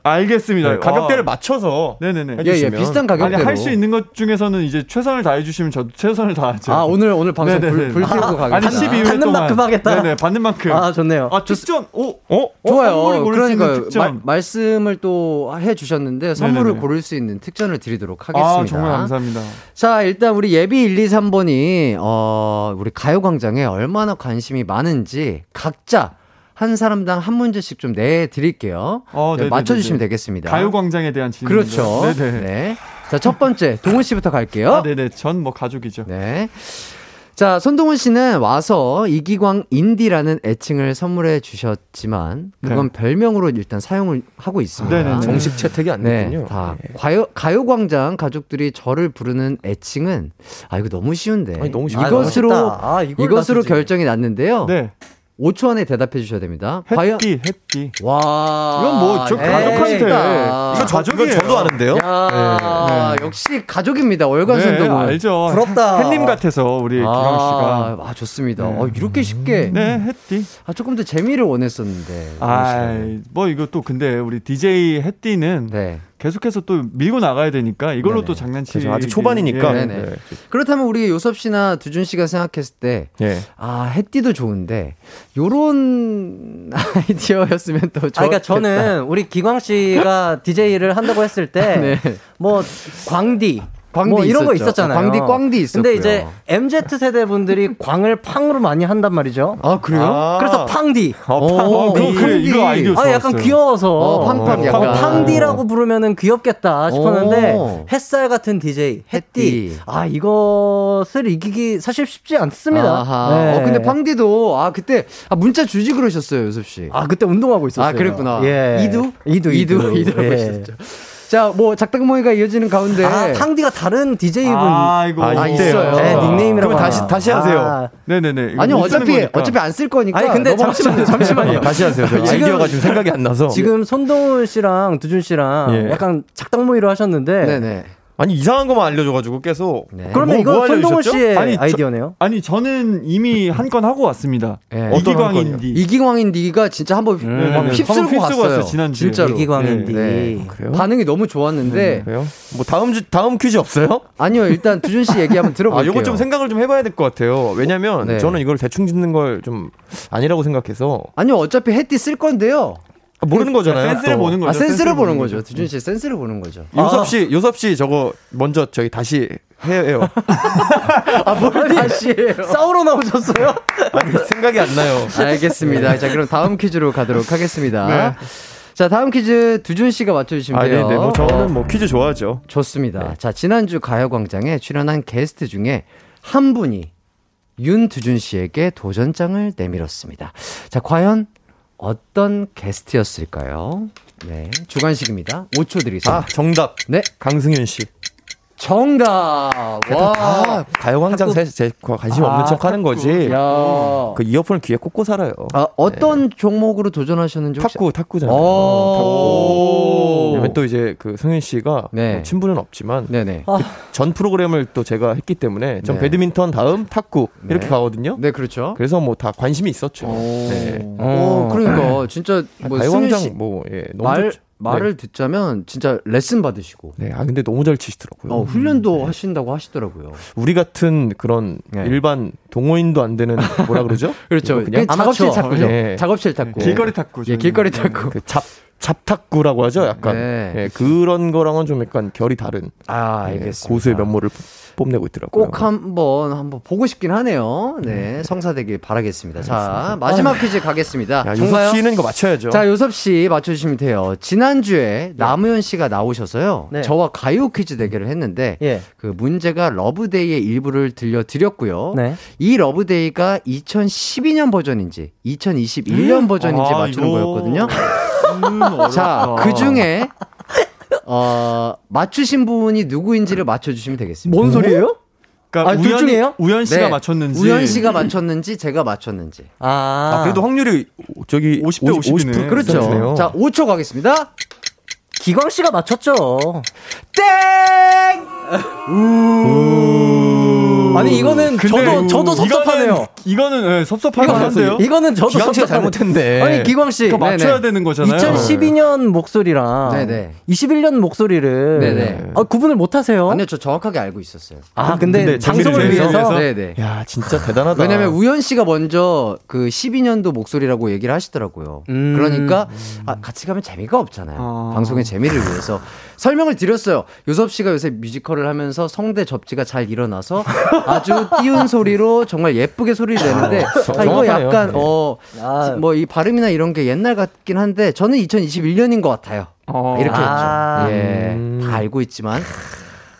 Speaker 7: 알겠습니다.
Speaker 6: 네, 가격대를 맞춰서
Speaker 7: 네네네.
Speaker 1: 예예
Speaker 6: 해주시면.
Speaker 1: 비슷한
Speaker 7: 아니
Speaker 1: 가격대로
Speaker 7: 할 수 있는 것 중에서는 이제 최선을 다해 주시면 저도 최선을 다하죠.
Speaker 1: 아 오늘 오늘 방송 불,
Speaker 7: 네네네.
Speaker 1: 불 켜고 가겠다.
Speaker 7: 아니 12회
Speaker 5: 받는
Speaker 7: 동안
Speaker 5: 만큼 하겠다.
Speaker 7: 네네 받는 만큼.
Speaker 5: 아, 좋네요.
Speaker 7: 아 특전 오
Speaker 6: 어?
Speaker 1: 좋아요.
Speaker 7: 선물을 고를 수 있는
Speaker 1: 그러니까
Speaker 7: 특전.
Speaker 1: 말씀을 또 해주셨는데 선물을
Speaker 7: 네네네.
Speaker 1: 고를 수 있는 특전을 드리도록 하겠습니다.
Speaker 7: 아 정말 감사합니다.
Speaker 1: 자, 일단 우리 예비 1, 2, 3번이 어, 우리 가요 광장에 얼마나 관심이 많은지 각자 한 사람당 한 문제씩 좀 내 드릴게요.
Speaker 7: 어, 네네네네.
Speaker 1: 맞춰 주시면 되겠습니다.
Speaker 7: 가요광장에 대한 질문.
Speaker 1: 그렇죠.
Speaker 7: 네네.
Speaker 1: 네. 자, 첫 번째 동훈 씨부터 갈게요.
Speaker 7: 아 네네 전 뭐 가족이죠.
Speaker 1: 어? 네. 자, 손동훈 씨는 와서 이기광 인디라는 애칭을 선물해 주셨지만 그건 별명으로 일단 사용을 하고 있습니다.
Speaker 7: 네. 네네네.
Speaker 6: 정식 채택이 안
Speaker 1: 네,
Speaker 6: 됐군요.
Speaker 1: 다 가요 가요광장 가족들이 저를 부르는 애칭은 아 이거 너무 쉬운데
Speaker 6: 아니, 너무 쉽다.
Speaker 1: 이것으로
Speaker 5: 아, 멋있다. 아, 이걸
Speaker 1: 이것으로
Speaker 5: 놔두지.
Speaker 1: 결정이 났는데요.
Speaker 7: 네.
Speaker 1: 5초 안에 대답해 주셔야 됩니다. 과연
Speaker 7: 햇띠 햇띠.
Speaker 1: 와 네.
Speaker 7: 이건 뭐저
Speaker 1: 에이,
Speaker 7: 가족한테.
Speaker 1: 쉽다.
Speaker 7: 이거 저-
Speaker 6: 아, 가족이
Speaker 7: 가족이에요.
Speaker 6: 저도 아는데요.
Speaker 1: 야, 역시 가족입니다. 월간
Speaker 7: 네,
Speaker 1: 선동은
Speaker 7: 알죠.
Speaker 5: 부럽다.
Speaker 7: 햇님 같아서 우리 기광 씨가.
Speaker 1: 아, 아, 좋습니다. 어, 이렇게 쉽게
Speaker 7: 네, 햇띠.
Speaker 1: 아, 조금 더 재미를 원했었는데.
Speaker 7: 아, 뭐 이거 또 근데 우리 DJ 햇띠는
Speaker 1: 네.
Speaker 7: 계속해서 또 밀고 나가야 되니까 이걸로
Speaker 1: 네네.
Speaker 7: 또 장난치. 예.
Speaker 6: 그래서 아직 초반이니까.
Speaker 1: 네, 네네. 그렇다면 우리 요섭 씨나 두준 씨가 생각했을 때
Speaker 6: 예.
Speaker 1: 아, 해띠도 좋은데 요런 (laughs) 아이디어였으면 또 좋겠다.
Speaker 5: 아, 그러니까 저는 우리 기광 씨가 DJ를 한다고 했을 때
Speaker 1: (laughs)
Speaker 5: 뭐
Speaker 1: 네.
Speaker 5: 광디
Speaker 1: 광디
Speaker 5: 뭐 이런 거
Speaker 1: 있었죠.
Speaker 5: 있었잖아요.
Speaker 1: 광디, 꽝디 있었고요.
Speaker 5: 근데 이제 MZ 세대 분들이 광을 팡으로 많이 한단 말이죠.
Speaker 1: 아, 그래요?
Speaker 6: 아.
Speaker 5: 그래서 팡디.
Speaker 1: 어,
Speaker 7: 그거
Speaker 1: 이-
Speaker 7: 그래, 이거 아이디어
Speaker 5: 아,
Speaker 7: 좋았어요.
Speaker 5: 약간 귀여워서
Speaker 1: 어, 팡팡 약간.
Speaker 5: 디라고 부르면은 귀엽겠다
Speaker 1: 오.
Speaker 5: 싶었는데 햇살 같은 DJ 햇띠
Speaker 1: 햇띠.
Speaker 5: 아 이것을 이기기 사실 쉽지 않습니다.
Speaker 1: 아하.
Speaker 5: 네.
Speaker 1: 어, 근데 팡디도 아, 그때 아, 문자 주지 그러셨어요, 요섭 씨.
Speaker 5: 아 그때 운동하고 있었어요.
Speaker 1: 아, 그랬구나.
Speaker 5: 예.
Speaker 1: 이두?
Speaker 5: 이두
Speaker 1: (laughs) 이두
Speaker 5: 이두
Speaker 1: 이두라고
Speaker 5: 예.
Speaker 1: 하셨죠. 자, 뭐 작당모의가 이어지는 가운데
Speaker 5: 아, 탕디가 다른 DJ분.
Speaker 7: 아, 이거
Speaker 1: 네. 아,
Speaker 7: 어때요?
Speaker 1: 있어요.
Speaker 5: 네, 닉네임이라고.
Speaker 6: 그러면 다시-
Speaker 5: 하나.
Speaker 6: 다시 하세요.
Speaker 5: 아,
Speaker 7: 네네네. 이거
Speaker 1: 아니
Speaker 7: 못 쓰는
Speaker 1: 어차피
Speaker 7: 거니까.
Speaker 1: 어차피 안 쓸 거니까.
Speaker 5: 아니, 근데
Speaker 1: 넘어가시면
Speaker 5: 잠시만요,
Speaker 1: 돼요.
Speaker 5: 잠시만요.
Speaker 6: 예, 다시 하세요. 저
Speaker 5: 지금-
Speaker 6: 아이디어가 지금 생각이 안 나서.
Speaker 5: 지금 손동훈 씨랑 두준 씨랑
Speaker 6: 예.
Speaker 5: 약간 작당 모의로 하셨는데.
Speaker 1: (laughs) 네네.
Speaker 6: 아니 이상한 것만 알려줘가지고 계속.
Speaker 1: 네.
Speaker 5: 그러면
Speaker 6: 뭐-
Speaker 5: 이건
Speaker 6: 뭐
Speaker 5: 손동훈
Speaker 6: 알려주셨죠?
Speaker 5: 씨의
Speaker 7: 아니, 저-
Speaker 5: 아이디어네요.
Speaker 7: 아니 저는 이미 한 건 하고 왔습니다.
Speaker 1: 예.
Speaker 6: 어떤 한
Speaker 7: 이기광
Speaker 6: 건이요?
Speaker 7: 인디.
Speaker 1: 이기광인 네가 진짜 한번 막
Speaker 7: 네네네. 한번
Speaker 1: 휩쓸고
Speaker 7: 휩쓸고
Speaker 1: 갔어요.
Speaker 7: 왔어요, 지난주에.
Speaker 1: 진짜로.
Speaker 5: 이기광인디.
Speaker 1: 네.
Speaker 6: 그래요?
Speaker 1: 반응이 너무 좋았는데
Speaker 6: 그래요? 뭐 다음 주 다음 퀴즈 없어요?
Speaker 1: 아니요 일단 두준 씨 얘기 한번
Speaker 6: 아,
Speaker 1: 들어볼게요.
Speaker 6: 요거 좀 생각을 좀 해봐야 될 것 같아요. 왜냐면
Speaker 1: 네.
Speaker 6: 저는 이걸 대충 짓는 걸 좀 아니라고 생각해서
Speaker 1: 아니요 어차피 해띠 쓸 건데요.
Speaker 6: 아, 모르는 거잖아요.
Speaker 7: 센스를
Speaker 6: 또.
Speaker 7: 보는 거죠.
Speaker 1: 아 센스를 보는 거죠. 두준 씨 센스를 보는 거죠.
Speaker 6: 요섭 씨, 요섭 씨 저거 먼저 저기 다시 해요.
Speaker 5: 아니, 싸우러 나오셨어요?
Speaker 6: 아니, (laughs) 생각이 안 나요.
Speaker 1: 알겠습니다. 자 그럼 다음 퀴즈로 가도록 하겠습니다. 자 다음 퀴즈 두준 씨가 맞춰주시면
Speaker 6: 아, 네,
Speaker 1: 돼요.
Speaker 6: 네. 뭐
Speaker 1: 어,
Speaker 6: 저는 뭐 퀴즈 좋아하죠.
Speaker 1: 좋습니다. 자, 지난주 가요광장에 출연한 게스트 중에 한 분이 윤두준 씨에게 도전장을 내밀었습니다. 자, 과연 어떤 게스트였을까요? 네, 주관식입니다. 5초 드리세요.
Speaker 6: 아, 정답.
Speaker 1: 네,
Speaker 6: 강승윤 씨.
Speaker 1: 정답. 와.
Speaker 6: 아, 가요광장 사실 제 관심 없는
Speaker 5: 아,
Speaker 6: 척 하는 거지.
Speaker 1: 야. 음.
Speaker 6: 그 이어폰을 귀에 꽂고 살아요.
Speaker 1: 아, 어떤 종목으로 도전하셨는지 혹시
Speaker 6: 탁구, 탁구잖아요.
Speaker 1: 오.
Speaker 6: 탁구. 왜냐면 또 이제 그 성현 씨가
Speaker 1: 네.
Speaker 6: 뭐 친분은 없지만
Speaker 1: 네네.
Speaker 6: 전 프로그램을 또 제가 했기 때문에 전
Speaker 1: 네.
Speaker 6: 배드민턴 다음 탁구 이렇게 가거든요.
Speaker 1: 네, 그렇죠.
Speaker 6: 그래서 뭐 다 관심이 있었죠.
Speaker 1: 그,
Speaker 6: 네.
Speaker 1: 오, 그러니까 진짜 뭐
Speaker 6: 가요광장
Speaker 1: 승윤
Speaker 6: 뭐 예, 너무
Speaker 1: 씨말
Speaker 6: 좋죠.
Speaker 1: 말을 듣자면 진짜 레슨 받으시고
Speaker 6: 네. 네, 아 근데 너무 잘 치시더라고요.
Speaker 1: 어, 훈련도 하신다고 하시더라고요.
Speaker 6: 우리 같은 그런
Speaker 1: 네.
Speaker 6: 일반 동호인도 안 되는 뭐라
Speaker 1: (laughs)
Speaker 6: 그러죠?
Speaker 1: 그렇죠.
Speaker 6: 이거 그냥
Speaker 1: 작업실
Speaker 6: 아마추어.
Speaker 1: 탁구죠.
Speaker 6: 예.
Speaker 1: 작업실 탁구.
Speaker 7: 네, 길거리 탁구.
Speaker 1: 예,
Speaker 7: 저희는.
Speaker 1: 길거리 탁구.
Speaker 6: 그 잡, 잡탁구라고 하죠, 약간.
Speaker 1: 네.
Speaker 6: 예, 그런 거랑은 좀 약간 결이 다른
Speaker 1: 아,
Speaker 6: 예,
Speaker 1: 알겠습니다.
Speaker 6: 고수의 면모를 뽐- 뽐내고 있더라고요.
Speaker 1: 꼭 한번 한번 보고 싶긴 하네요. 네, 성사되길 바라겠습니다. 자, 마지막 퀴즈 가겠습니다.
Speaker 6: 야,
Speaker 1: 정말요?
Speaker 6: 유석 씨는 이거 맞춰야죠.
Speaker 1: 자, 요섭 씨 맞춰주시면 돼요. 지난주에 남우현 씨가 나오셔서요.
Speaker 5: 네.
Speaker 1: 저와 가요 퀴즈 대결을 했는데,
Speaker 5: 예.
Speaker 1: 그 문제가 러브데이의 일부를 들려드렸고요.
Speaker 5: 네.
Speaker 1: 이 러브데이가 2012년 버전인지, 2021년 버전인지
Speaker 7: 아,
Speaker 1: 맞추는
Speaker 7: 이거.
Speaker 1: 거였거든요.
Speaker 7: 음, 어렵다.
Speaker 1: 자, 그 중에, 어, 맞추신 분이 누구인지를 맞춰주시면 되겠습니다.
Speaker 5: 뭔 소리예요?
Speaker 7: 그러니까
Speaker 5: 아, 둘
Speaker 7: 우연,
Speaker 5: 중에요?
Speaker 7: 뭐, 우연 씨가
Speaker 1: 네.
Speaker 7: 맞췄는지.
Speaker 1: 우현 씨가 맞췄는지, 제가 맞췄는지.
Speaker 5: 아,
Speaker 6: 아, 그래도 확률이 저기
Speaker 7: 50대 50 이네.
Speaker 6: 그렇죠.
Speaker 1: 그렇죠.
Speaker 6: 괜찮네요.
Speaker 1: 자, 5초 가겠습니다.
Speaker 5: 기광 씨가 맞췄죠.
Speaker 7: 그
Speaker 5: 땡! 아니 이거는 저도 저도 섭섭하네요.
Speaker 7: 이거는, 이거는 예, 섭섭할 만한데요.
Speaker 5: 이거는 저도
Speaker 6: 기광 씨가
Speaker 5: 섭섭하네요.
Speaker 6: 잘못했는데.
Speaker 5: 아니 기광 씨,
Speaker 7: 이거 맞춰야
Speaker 1: 네네.
Speaker 7: 되는 거잖아요.
Speaker 5: 2012년 목소리랑
Speaker 1: 네네.
Speaker 5: 21년 목소리를
Speaker 1: 네네.
Speaker 5: 아, 구분을 못 하세요?
Speaker 1: 아니요, 저 정확하게 알고 있었어요.
Speaker 5: 아, 근데,
Speaker 7: 근데
Speaker 5: 방송을
Speaker 7: 재미를
Speaker 5: 위해서
Speaker 7: 네, 위해서?
Speaker 1: 네네.
Speaker 6: 네, 야, 진짜 대단하다.
Speaker 1: 왜냐면 우현 씨가 먼저 그 12년도 목소리라고 얘기를 하시더라고요.
Speaker 5: 음.
Speaker 1: 그러니까 아, 같이 가면 재미가 없잖아요. 방송의 재미를 위해서 설명을 드렸어요. 요섭 씨가 요새 뮤지컬을 하면서 성대 접지가 잘 일어나서 아주
Speaker 6: (laughs)
Speaker 1: 띄운 소리로 정말 예쁘게 소리를 내는데
Speaker 6: 정-
Speaker 1: 아, 이거
Speaker 6: 정확하네요.
Speaker 1: 약간
Speaker 6: 네.
Speaker 1: 어 뭐
Speaker 5: 아.
Speaker 1: 이 발음이나 이런 게 옛날 같긴 한데 저는 2021년인 것 같아요.
Speaker 7: 어.
Speaker 1: 이렇게
Speaker 5: 아.
Speaker 1: 했죠. 예, 다 알고 있지만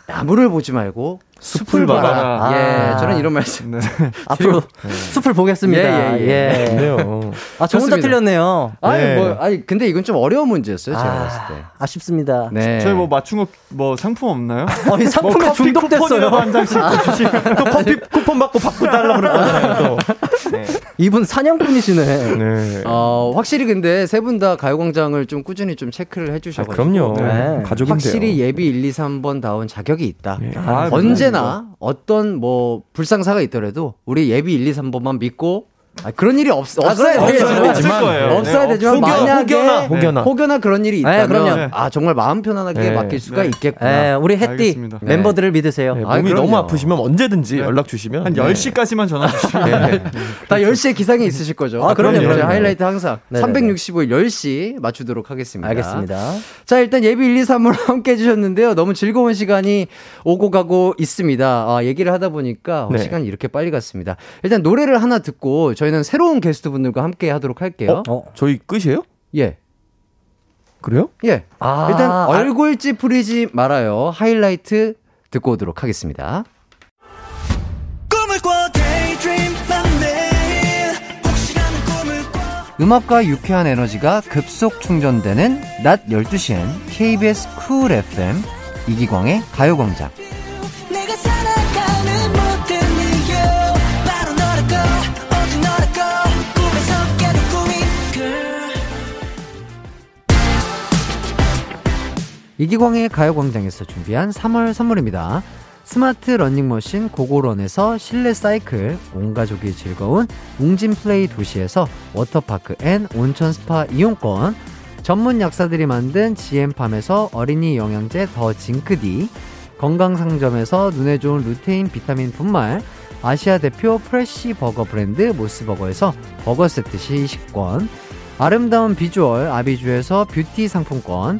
Speaker 1: 나무를 보지 말고 숲을
Speaker 7: 봐라.
Speaker 1: 봐라. 예,
Speaker 5: 아.
Speaker 1: 저는 이런 말씀.
Speaker 5: 앞으로 (laughs) 숲을 보겠습니다.
Speaker 1: 예, 예, 예.
Speaker 6: 네요.
Speaker 5: 아, 저분
Speaker 1: 좋습니다.
Speaker 5: 다 틀렸네요.
Speaker 1: 아니
Speaker 6: 네.
Speaker 1: 뭐 아니 근데 이건 좀 어려운 문제였어요
Speaker 6: 그렇죠.
Speaker 1: 제가 봤을 때.
Speaker 5: 아, 아쉽습니다.
Speaker 1: 네.
Speaker 7: 저희 뭐 맞춤 뭐 상품 없나요?
Speaker 5: 어, 이 상품에
Speaker 7: 뭐 커피 쿠폰이라도
Speaker 5: 중독됐어요.
Speaker 7: 한 장씩 주시면
Speaker 6: 또 커피 쿠폰 받고 바꾸 달라고 그럴 거잖아요.
Speaker 5: (laughs) 이분 사냥꾼이시네.
Speaker 6: 또. 네.
Speaker 1: 어, 확실히 근데 세 분 다 가요광장을 좀 꾸준히 좀 체크를
Speaker 6: 아,
Speaker 1: 해주셔가지고.
Speaker 6: 그럼요.
Speaker 5: 네.
Speaker 6: 가족인데요.
Speaker 1: 확실히 예비 1, 2, 3번 다운 자격이 있다.
Speaker 6: 예.
Speaker 5: 아,
Speaker 1: 언제나 어떤 뭐 불상사가 있더라도 우리 예비 1, 2, 3번만 믿고 아, 그런 일이 없, 없어야
Speaker 5: 없어요.
Speaker 1: 되겠지만
Speaker 5: 없을
Speaker 1: 없어야,
Speaker 7: 거예요. 네,
Speaker 1: 되지만
Speaker 6: 혹여-
Speaker 1: 만약에
Speaker 6: 혹여나, 혹여나.
Speaker 1: 그런 일이
Speaker 5: 네,
Speaker 1: 있다면
Speaker 5: 그럼요.
Speaker 1: 아 정말 마음 편안하게
Speaker 6: 네.
Speaker 1: 맡길 수가
Speaker 7: 네.
Speaker 1: 있겠구나.
Speaker 5: 예, 우리 해띠
Speaker 7: 알겠습니다.
Speaker 1: 네.
Speaker 5: 멤버들을 믿으세요.
Speaker 6: 아, 네,
Speaker 1: 아,
Speaker 6: 몸이
Speaker 1: 그럼요.
Speaker 6: 너무 아프시면 언제든지 연락 주시면
Speaker 7: 한
Speaker 6: 네.
Speaker 7: 10시까지만 전화 주시면
Speaker 1: 다 10시에 기상이 있으실 거죠.
Speaker 5: 아, 그럼요,
Speaker 1: 저희
Speaker 5: 그럼요.
Speaker 1: 하이라이트 항상
Speaker 5: 네네네.
Speaker 1: 365일 10시 맞추도록 하겠습니다.
Speaker 5: 알겠습니다.
Speaker 1: 자, 일단 예비 1, 2, 3으로 (laughs) 함께 해주셨는데요. 너무 즐거운 시간이 오고 가고 있습니다. 아, 얘기를 하다 보니까 어,
Speaker 6: 네.
Speaker 1: 시간이 이렇게 빨리 갔습니다. 일단 노래를 하나 듣고 저희는 새로운 게스트 분들과 함께 하도록 할게요.
Speaker 5: 어.
Speaker 6: 저희 끝이에요?
Speaker 1: 예.
Speaker 6: 그래요?
Speaker 1: 예.
Speaker 5: 아,
Speaker 1: 일단
Speaker 5: 아.
Speaker 1: 얼굴 찌푸리지 말아요. 하이라이트 듣고 오도록 하겠습니다. 음악과 유쾌한 에너지가 급속 충전되는 낮 12시엔 KBS 쿨 FM 이기광의 가요광장.
Speaker 8: 내가 살아가는 모든 이유 바로 너라고 오직 너라고 꿈에서 깨는 꿈이 girl
Speaker 1: 이기광의 가요광장에서 준비한 3월 선물입니다. 스마트 러닝머신 고고런에서 실내 사이클, 온 가족이 즐거운 웅진플레이 도시에서 워터파크 앤 온천 스파 이용권, 전문 약사들이 만든 지엠팜에서 어린이 영양제 더 징크디, 건강상점에서 눈에 좋은 루테인 비타민 분말, 아시아 대표 프레쉬 버거 브랜드 모스버거에서 버거 세트 시식권, 아름다운 비주얼 아비주에서 뷰티 상품권,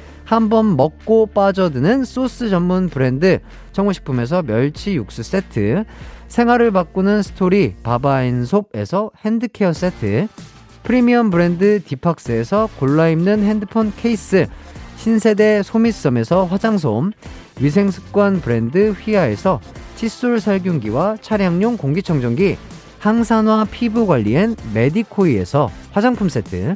Speaker 1: 한번 먹고 빠져드는 소스 전문 브랜드 청우식품에서 멸치 육수 세트 생활을 바꾸는 스토리 바바앤솝에서 핸드케어 세트 프리미엄 브랜드 디팍스에서 골라 입는 핸드폰 케이스 신세대 소미썸에서 화장솜 위생습관 브랜드 휘하에서 칫솔 살균기와 차량용 공기청정기 항산화 피부관리엔 메디코이에서 화장품 세트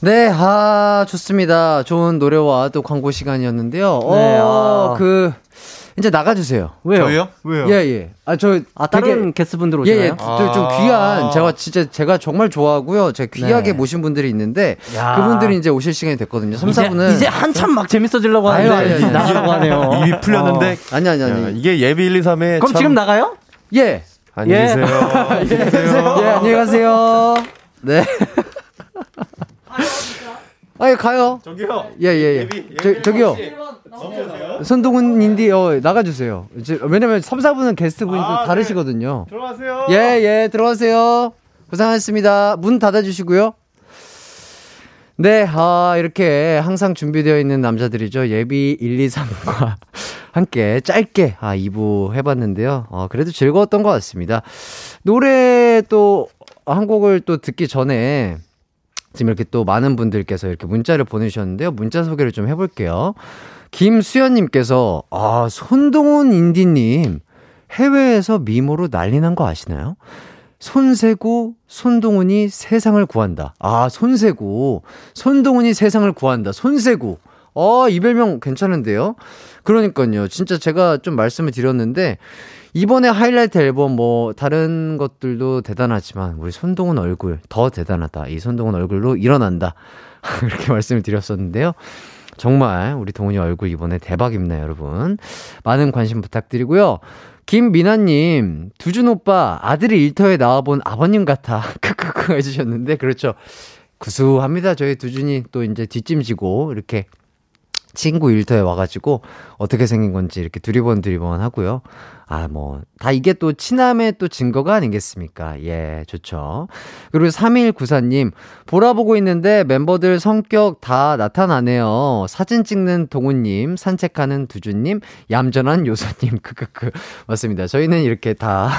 Speaker 1: 네, 아, 좋습니다. 좋은 노래와 또 광고 시간이었는데요.
Speaker 5: 네,
Speaker 1: 어,
Speaker 5: 아.
Speaker 1: 그, 이제 나가주세요.
Speaker 5: 왜요?
Speaker 6: 저희요? 왜요?
Speaker 1: 예, 예. 아, 저.
Speaker 5: 아 다른 게스트분들 오시나요?
Speaker 1: 예, 예. 저- 좀
Speaker 6: 그렇죠. 아.
Speaker 1: 귀한, 제가 진짜, 제가 정말 좋아하고요. 제가 귀하게
Speaker 5: 네.
Speaker 1: 모신 분들이 있는데,
Speaker 5: 야.
Speaker 1: 그분들이 이제 오실 시간이 됐거든요. 3, 4분은.
Speaker 5: 이제, 이제 한참 막 재밌어지려고
Speaker 1: 아유,
Speaker 5: 하는데
Speaker 1: 아유, 아유.
Speaker 5: 나가라고 하네요.
Speaker 6: 입이 풀렸는데 야,
Speaker 1: 아니, 아니, 아니.
Speaker 6: 이게 예비 1, 2, 3에
Speaker 5: 그럼 지금 나가요?
Speaker 1: 예.
Speaker 6: 안녕히
Speaker 5: 예.
Speaker 6: (laughs) 계세요.
Speaker 1: 예, 안녕히 가세요. 네.
Speaker 5: 아,
Speaker 1: 아니, 가요.
Speaker 6: 저기요.
Speaker 1: 예, 예, 예. 저, 저기요. 선동훈인데, 어, 나가주세요. 이제- 왜냐면 3, 4분은 게스트분이 또
Speaker 6: 아, 네.
Speaker 1: 다르시거든요.
Speaker 6: 들어가세요.
Speaker 1: 예, 예, 들어가세요. 고생하셨습니다. 문 닫아주시고요. 네, 아, 이렇게 항상 준비되어 있는 남자들이죠. 예비 1, 2, 3과 (laughs) 함께 짧게 아, 2부 해봤는데요. 어, 그래도 즐거웠던 것 같습니다. 노래 또 한 곡을 또 듣기 전에 지금 이렇게 또 많은 분들께서 이렇게 문자를 보내주셨는데요. 문자 소개를 좀 해볼게요. 김수연님께서, 아, 손동훈 인디님, 해외에서 미모로 난리 난 거 아시나요? 손세구, 손동훈이 세상을 구한다. 아, 손세구. 손동훈이 세상을 구한다. 손세구. 어, 이 별명 괜찮은데요? 그러니까요. 진짜 제가 좀 말씀을 드렸는데, 이번에 하이라이트 앨범 뭐, 다른 것들도 대단하지만, 우리 손동훈 얼굴 더 대단하다. 이 손동훈 얼굴로 일어난다. (laughs) 이렇게 말씀을 드렸었는데요. 정말 우리 동훈이 얼굴 이번에 대박입니다, 여러분. 많은 관심 부탁드리고요. 김미나님, 두준 오빠 아들이 일터에 나와본 아버님 같아. (laughs) 크크크 해주셨는데, 그렇죠. 구수합니다. 저희 두준이 또 이제 뒷짐지고 이렇게 친구 일터에 와가지고 어떻게 생긴 건지 이렇게 두리번 두리번 하고요. 아, 뭐, 다 이게 또 친함의 또 증거가 아니겠습니까? 예, 좋죠. 그리고 3194님, 보라 보고 있는데 멤버들 성격 다 나타나네요. 사진 찍는 동훈님, 산책하는 두준님, 얌전한 요소님, (laughs) 크크크. 맞습니다. 저희는 이렇게 다.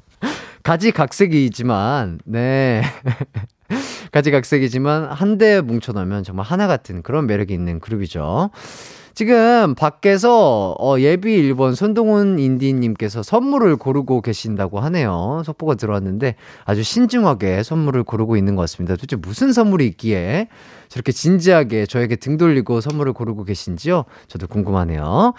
Speaker 1: (laughs) 가지각색이지만, 네. (laughs) 가지각색이지만 한 대 뭉쳐놓으면 정말 하나 같은 그런 매력이 있는 그룹이죠. 지금 밖에서 어, 예비 1번 손동훈 인디님께서 선물을 고르고 계신다고 하네요. 속보가 들어왔는데 아주 신중하게 선물을 고르고 있는 것 같습니다. 도대체 무슨 선물이 있기에 저렇게 진지하게 저에게 등 돌리고 선물을 고르고 계신지요? 저도 궁금하네요.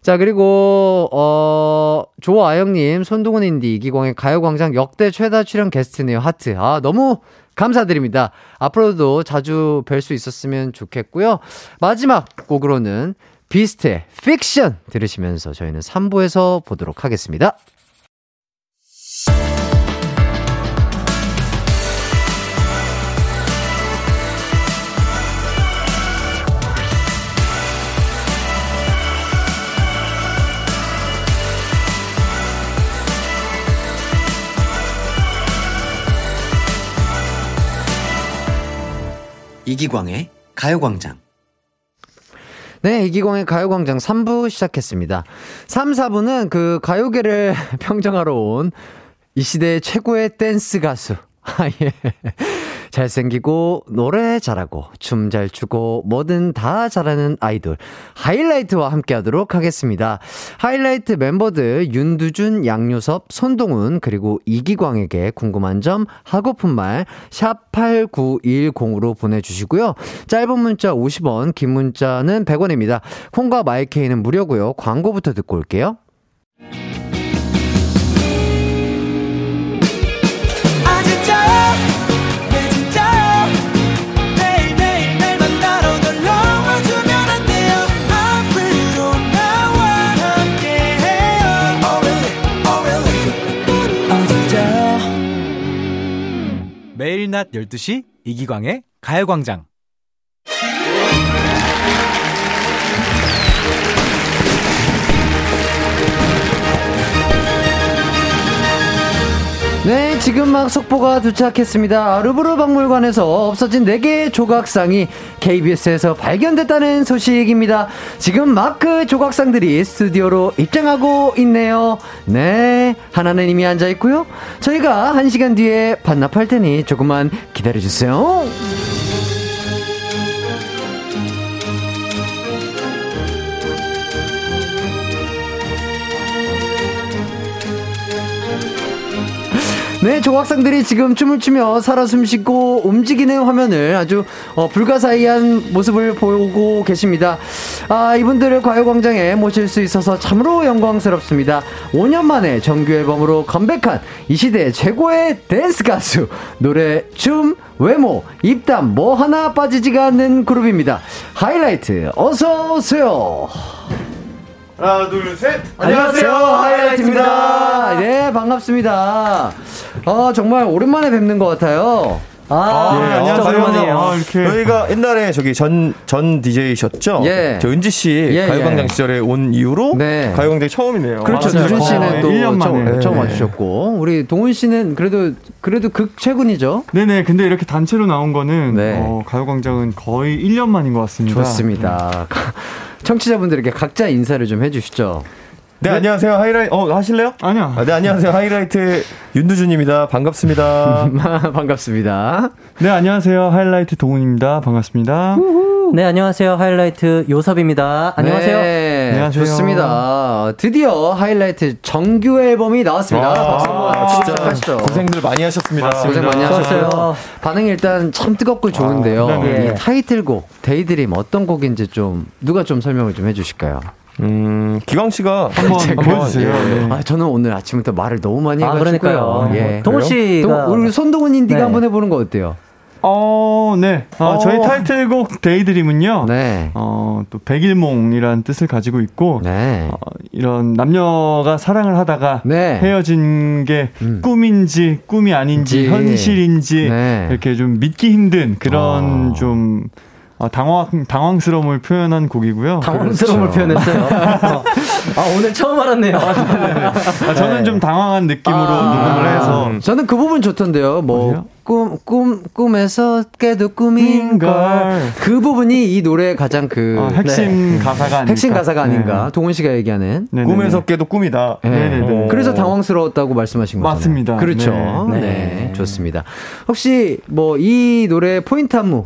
Speaker 1: 자, 그리고, 어, 조아영님, 손동훈 인디, 이기광의 가요광장 역대 최다 출연 게스트네요. 하트. 아, 너무 감사드립니다. 앞으로도 자주 뵐 수 있었으면 좋겠고요. 마지막 곡으로는 비스트의 픽션 들으시면서 저희는 3부에서 보도록 하겠습니다. 이기광의 가요광장. 네, 이기광의 가요광장 3부 시작했습니다. 3, 4부는 그 가요계를 (laughs) 평정하러 온 이 시대의 최고의 댄스 가수. (laughs) 아, 예. 잘생기고, 노래 잘하고, 춤 잘 추고, 뭐든 다 잘하는 아이돌. 하이라이트와 함께 하도록 하겠습니다. 하이라이트 멤버들, 윤두준, 양요섭, 손동훈, 그리고 이기광에게 궁금한 점, 하고픈 말, 샵8910으로 보내주시고요. 짧은 문자 50원, 긴 문자는 100원입니다. 콩과 마이케이는 무료고요. 광고부터 듣고 올게요.
Speaker 8: 아 진짜요 네 진짜요
Speaker 9: 화요일 낮 12시 이기광의 가요광장.
Speaker 1: 네, 지금 막 속보가 도착했습니다. 루브르 박물관에서 없어진 4개의 조각상이 KBS에서 발견됐다는 소식입니다. 지금 막 그 조각상들이 스튜디오로 입장하고 있네요. 네, 하나는 이미 앉아있고요. 저희가 1시간 뒤에 반납할 테니 조금만 기다려주세요. 네, 조각상들이 지금 춤을 추며 살아 숨쉬고 움직이는 화면을 아주 어, 불가사의한 모습을 보고 계십니다. 아, 이분들을 과요광장에 모실 수 있어서 참으로 영광스럽습니다. 5년 만에 정규 앨범으로 컴백한 이 시대 최고의 댄스 가수, 노래, 춤, 외모, 입담 뭐 하나 빠지지가 않는 그룹입니다. 하이라이트 어서 오세요.
Speaker 6: 하나 둘 셋.
Speaker 1: 안녕하세요, 하이라이트입니다. 네, 반갑습니다. 아, 정말 오랜만에 뵙는 것 같아요.
Speaker 5: 아,
Speaker 6: 예,
Speaker 5: 진짜
Speaker 6: 안녕하세요.
Speaker 5: 오랜만이에요.
Speaker 7: 아, 이렇게.
Speaker 6: 저희가 옛날에 저기 전, 전 DJ셨죠?
Speaker 1: 예.
Speaker 6: 저 은지 씨
Speaker 1: 예,
Speaker 6: 가요광장
Speaker 1: 예.
Speaker 6: 시절에 온 이후로
Speaker 1: 네.
Speaker 6: 가요광장 처음이네요.
Speaker 1: 그렇죠.
Speaker 7: 맞아요.
Speaker 1: 유준 씨는
Speaker 7: 어,
Speaker 1: 또
Speaker 7: 일년
Speaker 1: 처음,
Speaker 7: 만에.
Speaker 1: 처음
Speaker 7: 네.
Speaker 1: 와주셨고, 우리 동훈 씨는 그래도, 그래도 극 최근이죠?
Speaker 7: 네네. 근데 이렇게 단체로 나온 거는
Speaker 1: 네.
Speaker 7: 어, 가요광장은 거의 1년 만인 것 같습니다.
Speaker 1: 좋습니다. (laughs) 청취자분들에게 각자 인사를 좀 (laughs) 해주시죠.
Speaker 6: 네, 안녕하세요. 하이라이트 어 하실래요?
Speaker 7: 아니야.
Speaker 6: 아, 네, 안녕하세요. 하이라이트 윤두준입니다.
Speaker 1: (laughs)
Speaker 6: 반갑습니다.
Speaker 1: 반갑습니다.
Speaker 7: 네 안녕하세요. 하이라이트 동훈입니다. 반갑습니다.
Speaker 5: 네, 안녕하세요. 하이라이트 요섭입니다. 안녕하세요.
Speaker 1: 네,
Speaker 7: 안녕하세요.
Speaker 1: 좋습니다. 드디어 하이라이트 정규 앨범이 나왔습니다. 박수
Speaker 6: 아,
Speaker 1: 한번 시작하시죠.
Speaker 6: 고생들 많이 하셨습니다.
Speaker 1: 고생 많이 하셨어요.
Speaker 5: 수고하셨어요. 아, 네,
Speaker 1: 반응이 일단 참 뜨겁고 좋은데요. 이 타이틀곡 데이드림 어떤 곡인지 좀 누가 좀 설명을 좀 해주실까요?
Speaker 6: 음, 기광 씨가
Speaker 7: 한번
Speaker 6: 제가-
Speaker 7: 보여주세요. 네.
Speaker 1: 아 저는 오늘 아침부터 말을 너무 많이
Speaker 5: 아,
Speaker 1: 해가지고요.
Speaker 5: 그러니까요.
Speaker 1: 예.
Speaker 5: 동훈 씨가
Speaker 1: 동- 우리 손동훈 인디가
Speaker 5: 네.
Speaker 1: 한번 해보는 거 어때요?
Speaker 7: 어, 네. 어,
Speaker 1: 어.
Speaker 7: 저희 타이틀곡
Speaker 5: 아.
Speaker 7: 데이드림은요.
Speaker 1: 네.
Speaker 7: 어, 또 백일몽이라는 뜻을 가지고 있고
Speaker 1: 네.
Speaker 7: 어, 이런 남녀가 사랑을 하다가
Speaker 1: 네.
Speaker 7: 헤어진 게
Speaker 1: 음.
Speaker 7: 꿈인지 꿈이 아닌지
Speaker 1: 인지.
Speaker 7: 현실인지
Speaker 1: 네.
Speaker 7: 이렇게 좀 믿기 힘든 그런
Speaker 1: 아.
Speaker 7: 좀 아, 당황 당황스러움을 표현한 곡이고요.
Speaker 5: 당황스러움을
Speaker 1: 그렇죠.
Speaker 5: 표현했어요.
Speaker 1: (laughs)
Speaker 5: 어. 아, 오늘 처음 알았네요.
Speaker 7: 아, 저는 좀 당황한 느낌으로 녹음을 해서
Speaker 1: 저는 그 부분 좋던데요. 뭐
Speaker 7: 뭐예요?
Speaker 1: 꿈, 꿈, 꿈에서 깨도 꿈인 걸.
Speaker 7: 걸.
Speaker 1: 그 부분이 이 노래의 가장 그
Speaker 5: 아,
Speaker 7: 어,
Speaker 1: 네.
Speaker 7: 핵심 가사가 아닌가.
Speaker 1: 핵심 가사가
Speaker 6: 네.
Speaker 1: 아닌가. 동훈 씨가 얘기하는.
Speaker 7: 네. 네네네.
Speaker 6: 꿈에서 깨도 꿈이다.
Speaker 1: 예.
Speaker 7: 네네네.
Speaker 1: 그래서 당황스러웠다고 말씀하신 거잖아요.
Speaker 7: 맞습니다.
Speaker 1: 그렇죠. 네.
Speaker 7: 네.
Speaker 1: 좋습니다. 혹시 뭐 이 노래 포인트 안무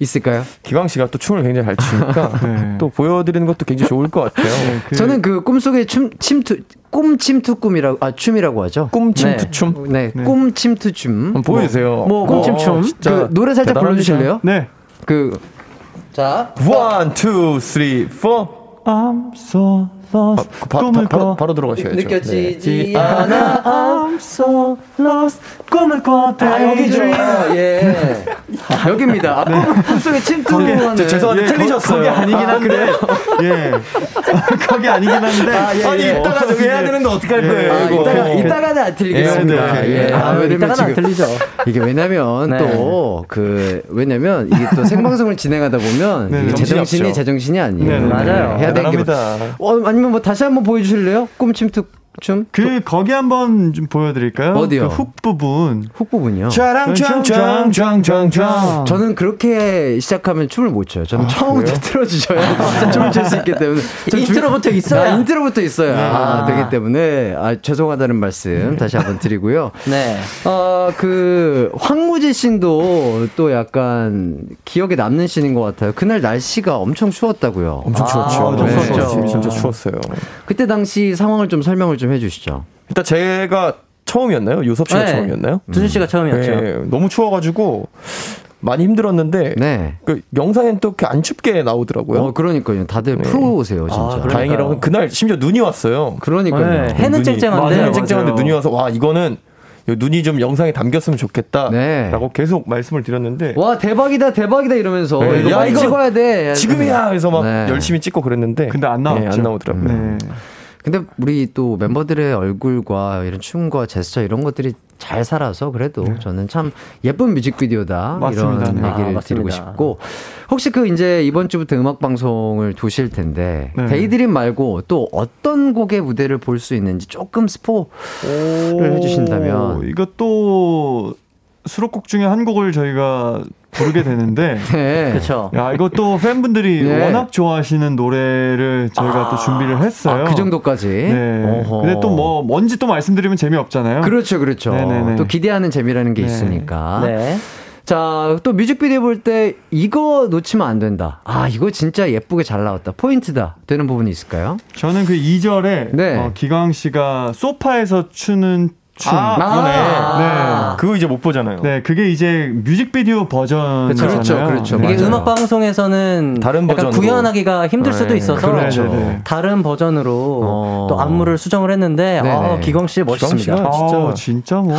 Speaker 1: 있을까요?
Speaker 6: 기광 씨가 또 춤을 굉장히 잘
Speaker 1: (laughs)
Speaker 6: 추니까
Speaker 7: 네.
Speaker 6: 또 보여드리는 것도 굉장히 좋을 것 같아요.
Speaker 7: 그-
Speaker 1: 저는 그 꿈속의 춤 침투 꿈 침투 꿈이라고 아 춤이라고 하죠.
Speaker 6: 꿈 침투 춤.
Speaker 1: 네,
Speaker 7: 네.
Speaker 1: 꿈 침투 춤.
Speaker 6: 한번 보여주세요.
Speaker 1: 뭐
Speaker 6: 어,
Speaker 1: 꿈침춤.
Speaker 6: 진짜
Speaker 1: 그 노래 살짝 불러
Speaker 6: 대단합니다.
Speaker 1: 주실래요?
Speaker 7: 네.
Speaker 1: 그 자,
Speaker 6: One, two, three, four. 그
Speaker 7: I'm so lost.
Speaker 6: 바, 바,
Speaker 7: 꿈을
Speaker 6: 바로,
Speaker 7: 꿔.
Speaker 6: 바로 들어가셔야죠.
Speaker 1: 느껴지지
Speaker 6: 그렇죠. 네.
Speaker 1: 않아.
Speaker 7: I'm so lost. 꿈을 꿔.
Speaker 1: 아, 여기죠. (laughs) (laughs) 예. 여기입니다.
Speaker 6: 네.
Speaker 1: 아, 꿈- 꿈속의 침투하는
Speaker 5: 예.
Speaker 6: 저 죄송한데 틀리셨어요.
Speaker 7: 예, 거기 아니긴 한데. 예. (laughs) 거기 아니긴 한데.
Speaker 1: 아, 예,
Speaker 6: 아니
Speaker 1: 예.
Speaker 6: 이따가 저기 해야 되는데 어떻게 할 거예요?
Speaker 1: 아,
Speaker 6: 이거.
Speaker 1: 이따가
Speaker 7: 뭐.
Speaker 1: 이따가는 안 틀리겠습니다.
Speaker 6: 예, 네, 오케이.
Speaker 1: 아,
Speaker 5: 아,
Speaker 1: 왜냐면
Speaker 5: 이따가는 안
Speaker 1: 지금
Speaker 5: 들리죠.
Speaker 1: 이게 왜냐면
Speaker 5: 네.
Speaker 1: 또 그 왜냐면 이게 또 생방송을 진행하다 보면
Speaker 7: 네,
Speaker 1: 이게
Speaker 7: 정신이
Speaker 1: 제정신이
Speaker 6: 없죠.
Speaker 1: 제정신이 아니에요.
Speaker 7: 네, 네,
Speaker 5: 맞아요.
Speaker 1: 해야 되는 게 뭐-
Speaker 6: 대단합니다.
Speaker 1: 어, 아니면 뭐 다시 한번 보여주실래요? 꿈침투 춤?
Speaker 7: 그 거기 한번 좀 보여드릴까요?
Speaker 1: 어디요?
Speaker 7: 그 훅 부분.
Speaker 1: 훅 부분이요.
Speaker 5: 어.
Speaker 6: 촤랑촤촤촤촤.
Speaker 1: 저는 그렇게 시작하면 춤을 못 춰요.
Speaker 5: 아,
Speaker 1: 저는 처음부터 틀어주셔야 춤을 출 수 있기 때문에. 저 주-
Speaker 5: 인트로부터 있어야?
Speaker 1: 아, 인트로부터 있어야
Speaker 5: 아.
Speaker 1: 되기 때문에 아, 죄송하다는 말씀 다시 한번 드리고요.
Speaker 5: 네.
Speaker 1: 어, 그, 황무지 씬도 또 약간 기억에 남는 씬인 것 같아요. 그날 날씨가 엄청 아, 추웠다고요.
Speaker 6: 엄청 추웠죠.
Speaker 5: 엄청
Speaker 6: 네.
Speaker 5: 추웠죠.
Speaker 6: 진짜 추웠어요.
Speaker 1: 그때 당시 상황을 좀 설명을 좀 해주시죠.
Speaker 6: 일단 제가 처음이었나요? 요섭 씨가
Speaker 5: 네.
Speaker 6: 처음이었나요?
Speaker 5: 두준 씨가 처음이었죠.
Speaker 6: 네, 너무 추워가지고 많이 힘들었는데
Speaker 1: 네.
Speaker 6: 그 영상엔 또 이렇게 안 춥게 나오더라고요.
Speaker 1: 어, 그러니까요.
Speaker 5: 네.
Speaker 1: 다들 프로세요, 진짜.
Speaker 5: 그러니까요.
Speaker 6: 다행이라고 그날 심지어 눈이 왔어요.
Speaker 1: 그러니까요.
Speaker 5: 네. 해는
Speaker 6: 눈이-
Speaker 5: 쨍쨍한데.
Speaker 6: 해는 쨍쨍한데
Speaker 7: 맞아요.
Speaker 6: 눈이 와서 와 이거는 이 눈이 좀 영상에 담겼으면 좋겠다라고
Speaker 1: 네.
Speaker 6: 계속 말씀을
Speaker 5: 뭐,
Speaker 6: 드렸는데
Speaker 1: 와, 대박이다, 대박이다 이러면서.
Speaker 6: 네.
Speaker 1: 이거
Speaker 6: 야,
Speaker 1: 빨리
Speaker 6: 이거
Speaker 1: 찍어야
Speaker 5: 네,
Speaker 1: 돼.
Speaker 6: 지금이야 그래서 막
Speaker 1: 네.
Speaker 6: 열심히 찍고 그랬는데
Speaker 7: 근데 안
Speaker 6: 예,
Speaker 7: 나왔죠.
Speaker 6: 안 나오더라고요.
Speaker 7: 네.
Speaker 1: 근데 우리 또 멤버들의 얼굴과 이런 춤과 제스처 이런 것들이 잘 살아서 그래도 저는 참 예쁜 뮤직비디오다
Speaker 7: 네. 맞습니다.
Speaker 1: 이런
Speaker 7: 네.
Speaker 5: 아,
Speaker 1: 얘기를
Speaker 5: 맞습니다.
Speaker 1: 드리고 싶고 혹시 그 이제 이번 주부터 음악 방송을 두실 텐데
Speaker 7: 네.
Speaker 1: 데이드림 말고 또 어떤 곡의 무대를 볼 수 있는지 조금 스포를 해주신다면
Speaker 7: 이것도 수록곡 중에 한 곡을 저희가 부르게
Speaker 1: (laughs)
Speaker 7: 되는데
Speaker 1: 네.
Speaker 5: 그렇죠.
Speaker 7: 야 이것도 팬분들이
Speaker 1: 네.
Speaker 7: 워낙 좋아하시는 노래를 저희가 또 준비를
Speaker 1: 아,
Speaker 7: 했어요.
Speaker 1: 그 정도까지.
Speaker 7: 네.
Speaker 1: 어허.
Speaker 7: 근데 또 뭐 뭔지 또 말씀드리면 재미없잖아요.
Speaker 1: 그렇죠, 그렇죠.
Speaker 7: 네네네.
Speaker 1: 또 기대하는 재미라는 게
Speaker 7: 네.
Speaker 1: 있으니까.
Speaker 5: 네.
Speaker 1: 자, 또 뮤직비디오 볼 때 이거 놓치면 안 된다. 아, 이거 진짜 예쁘게 잘 나왔다. 포인트다. 되는 부분이 있을까요?
Speaker 7: 저는 그 2절에
Speaker 1: 네.
Speaker 7: 기광 씨가 소파에서 추는 춤.
Speaker 6: 아,
Speaker 1: 아.
Speaker 6: 그거 이제 못 보잖아요.
Speaker 7: 네, 그게 이제 뮤직비디오 버전이잖아요.
Speaker 1: 그렇죠, 그렇죠.
Speaker 7: 네.
Speaker 5: 이게
Speaker 1: 맞아요.
Speaker 5: 음악 방송에서는
Speaker 6: 다른
Speaker 5: 약간
Speaker 6: 버전으로.
Speaker 5: 구현하기가 힘들 수도
Speaker 1: 네,
Speaker 5: 있어서
Speaker 1: 그렇죠.
Speaker 7: 네네네.
Speaker 5: 다른 버전으로
Speaker 1: 어.
Speaker 5: 또 안무를 수정을 했는데 아,
Speaker 1: 네네.
Speaker 5: 기광 씨 멋있습니다. 예.
Speaker 7: 아, 진짜,
Speaker 6: 진짜.
Speaker 7: 뭐.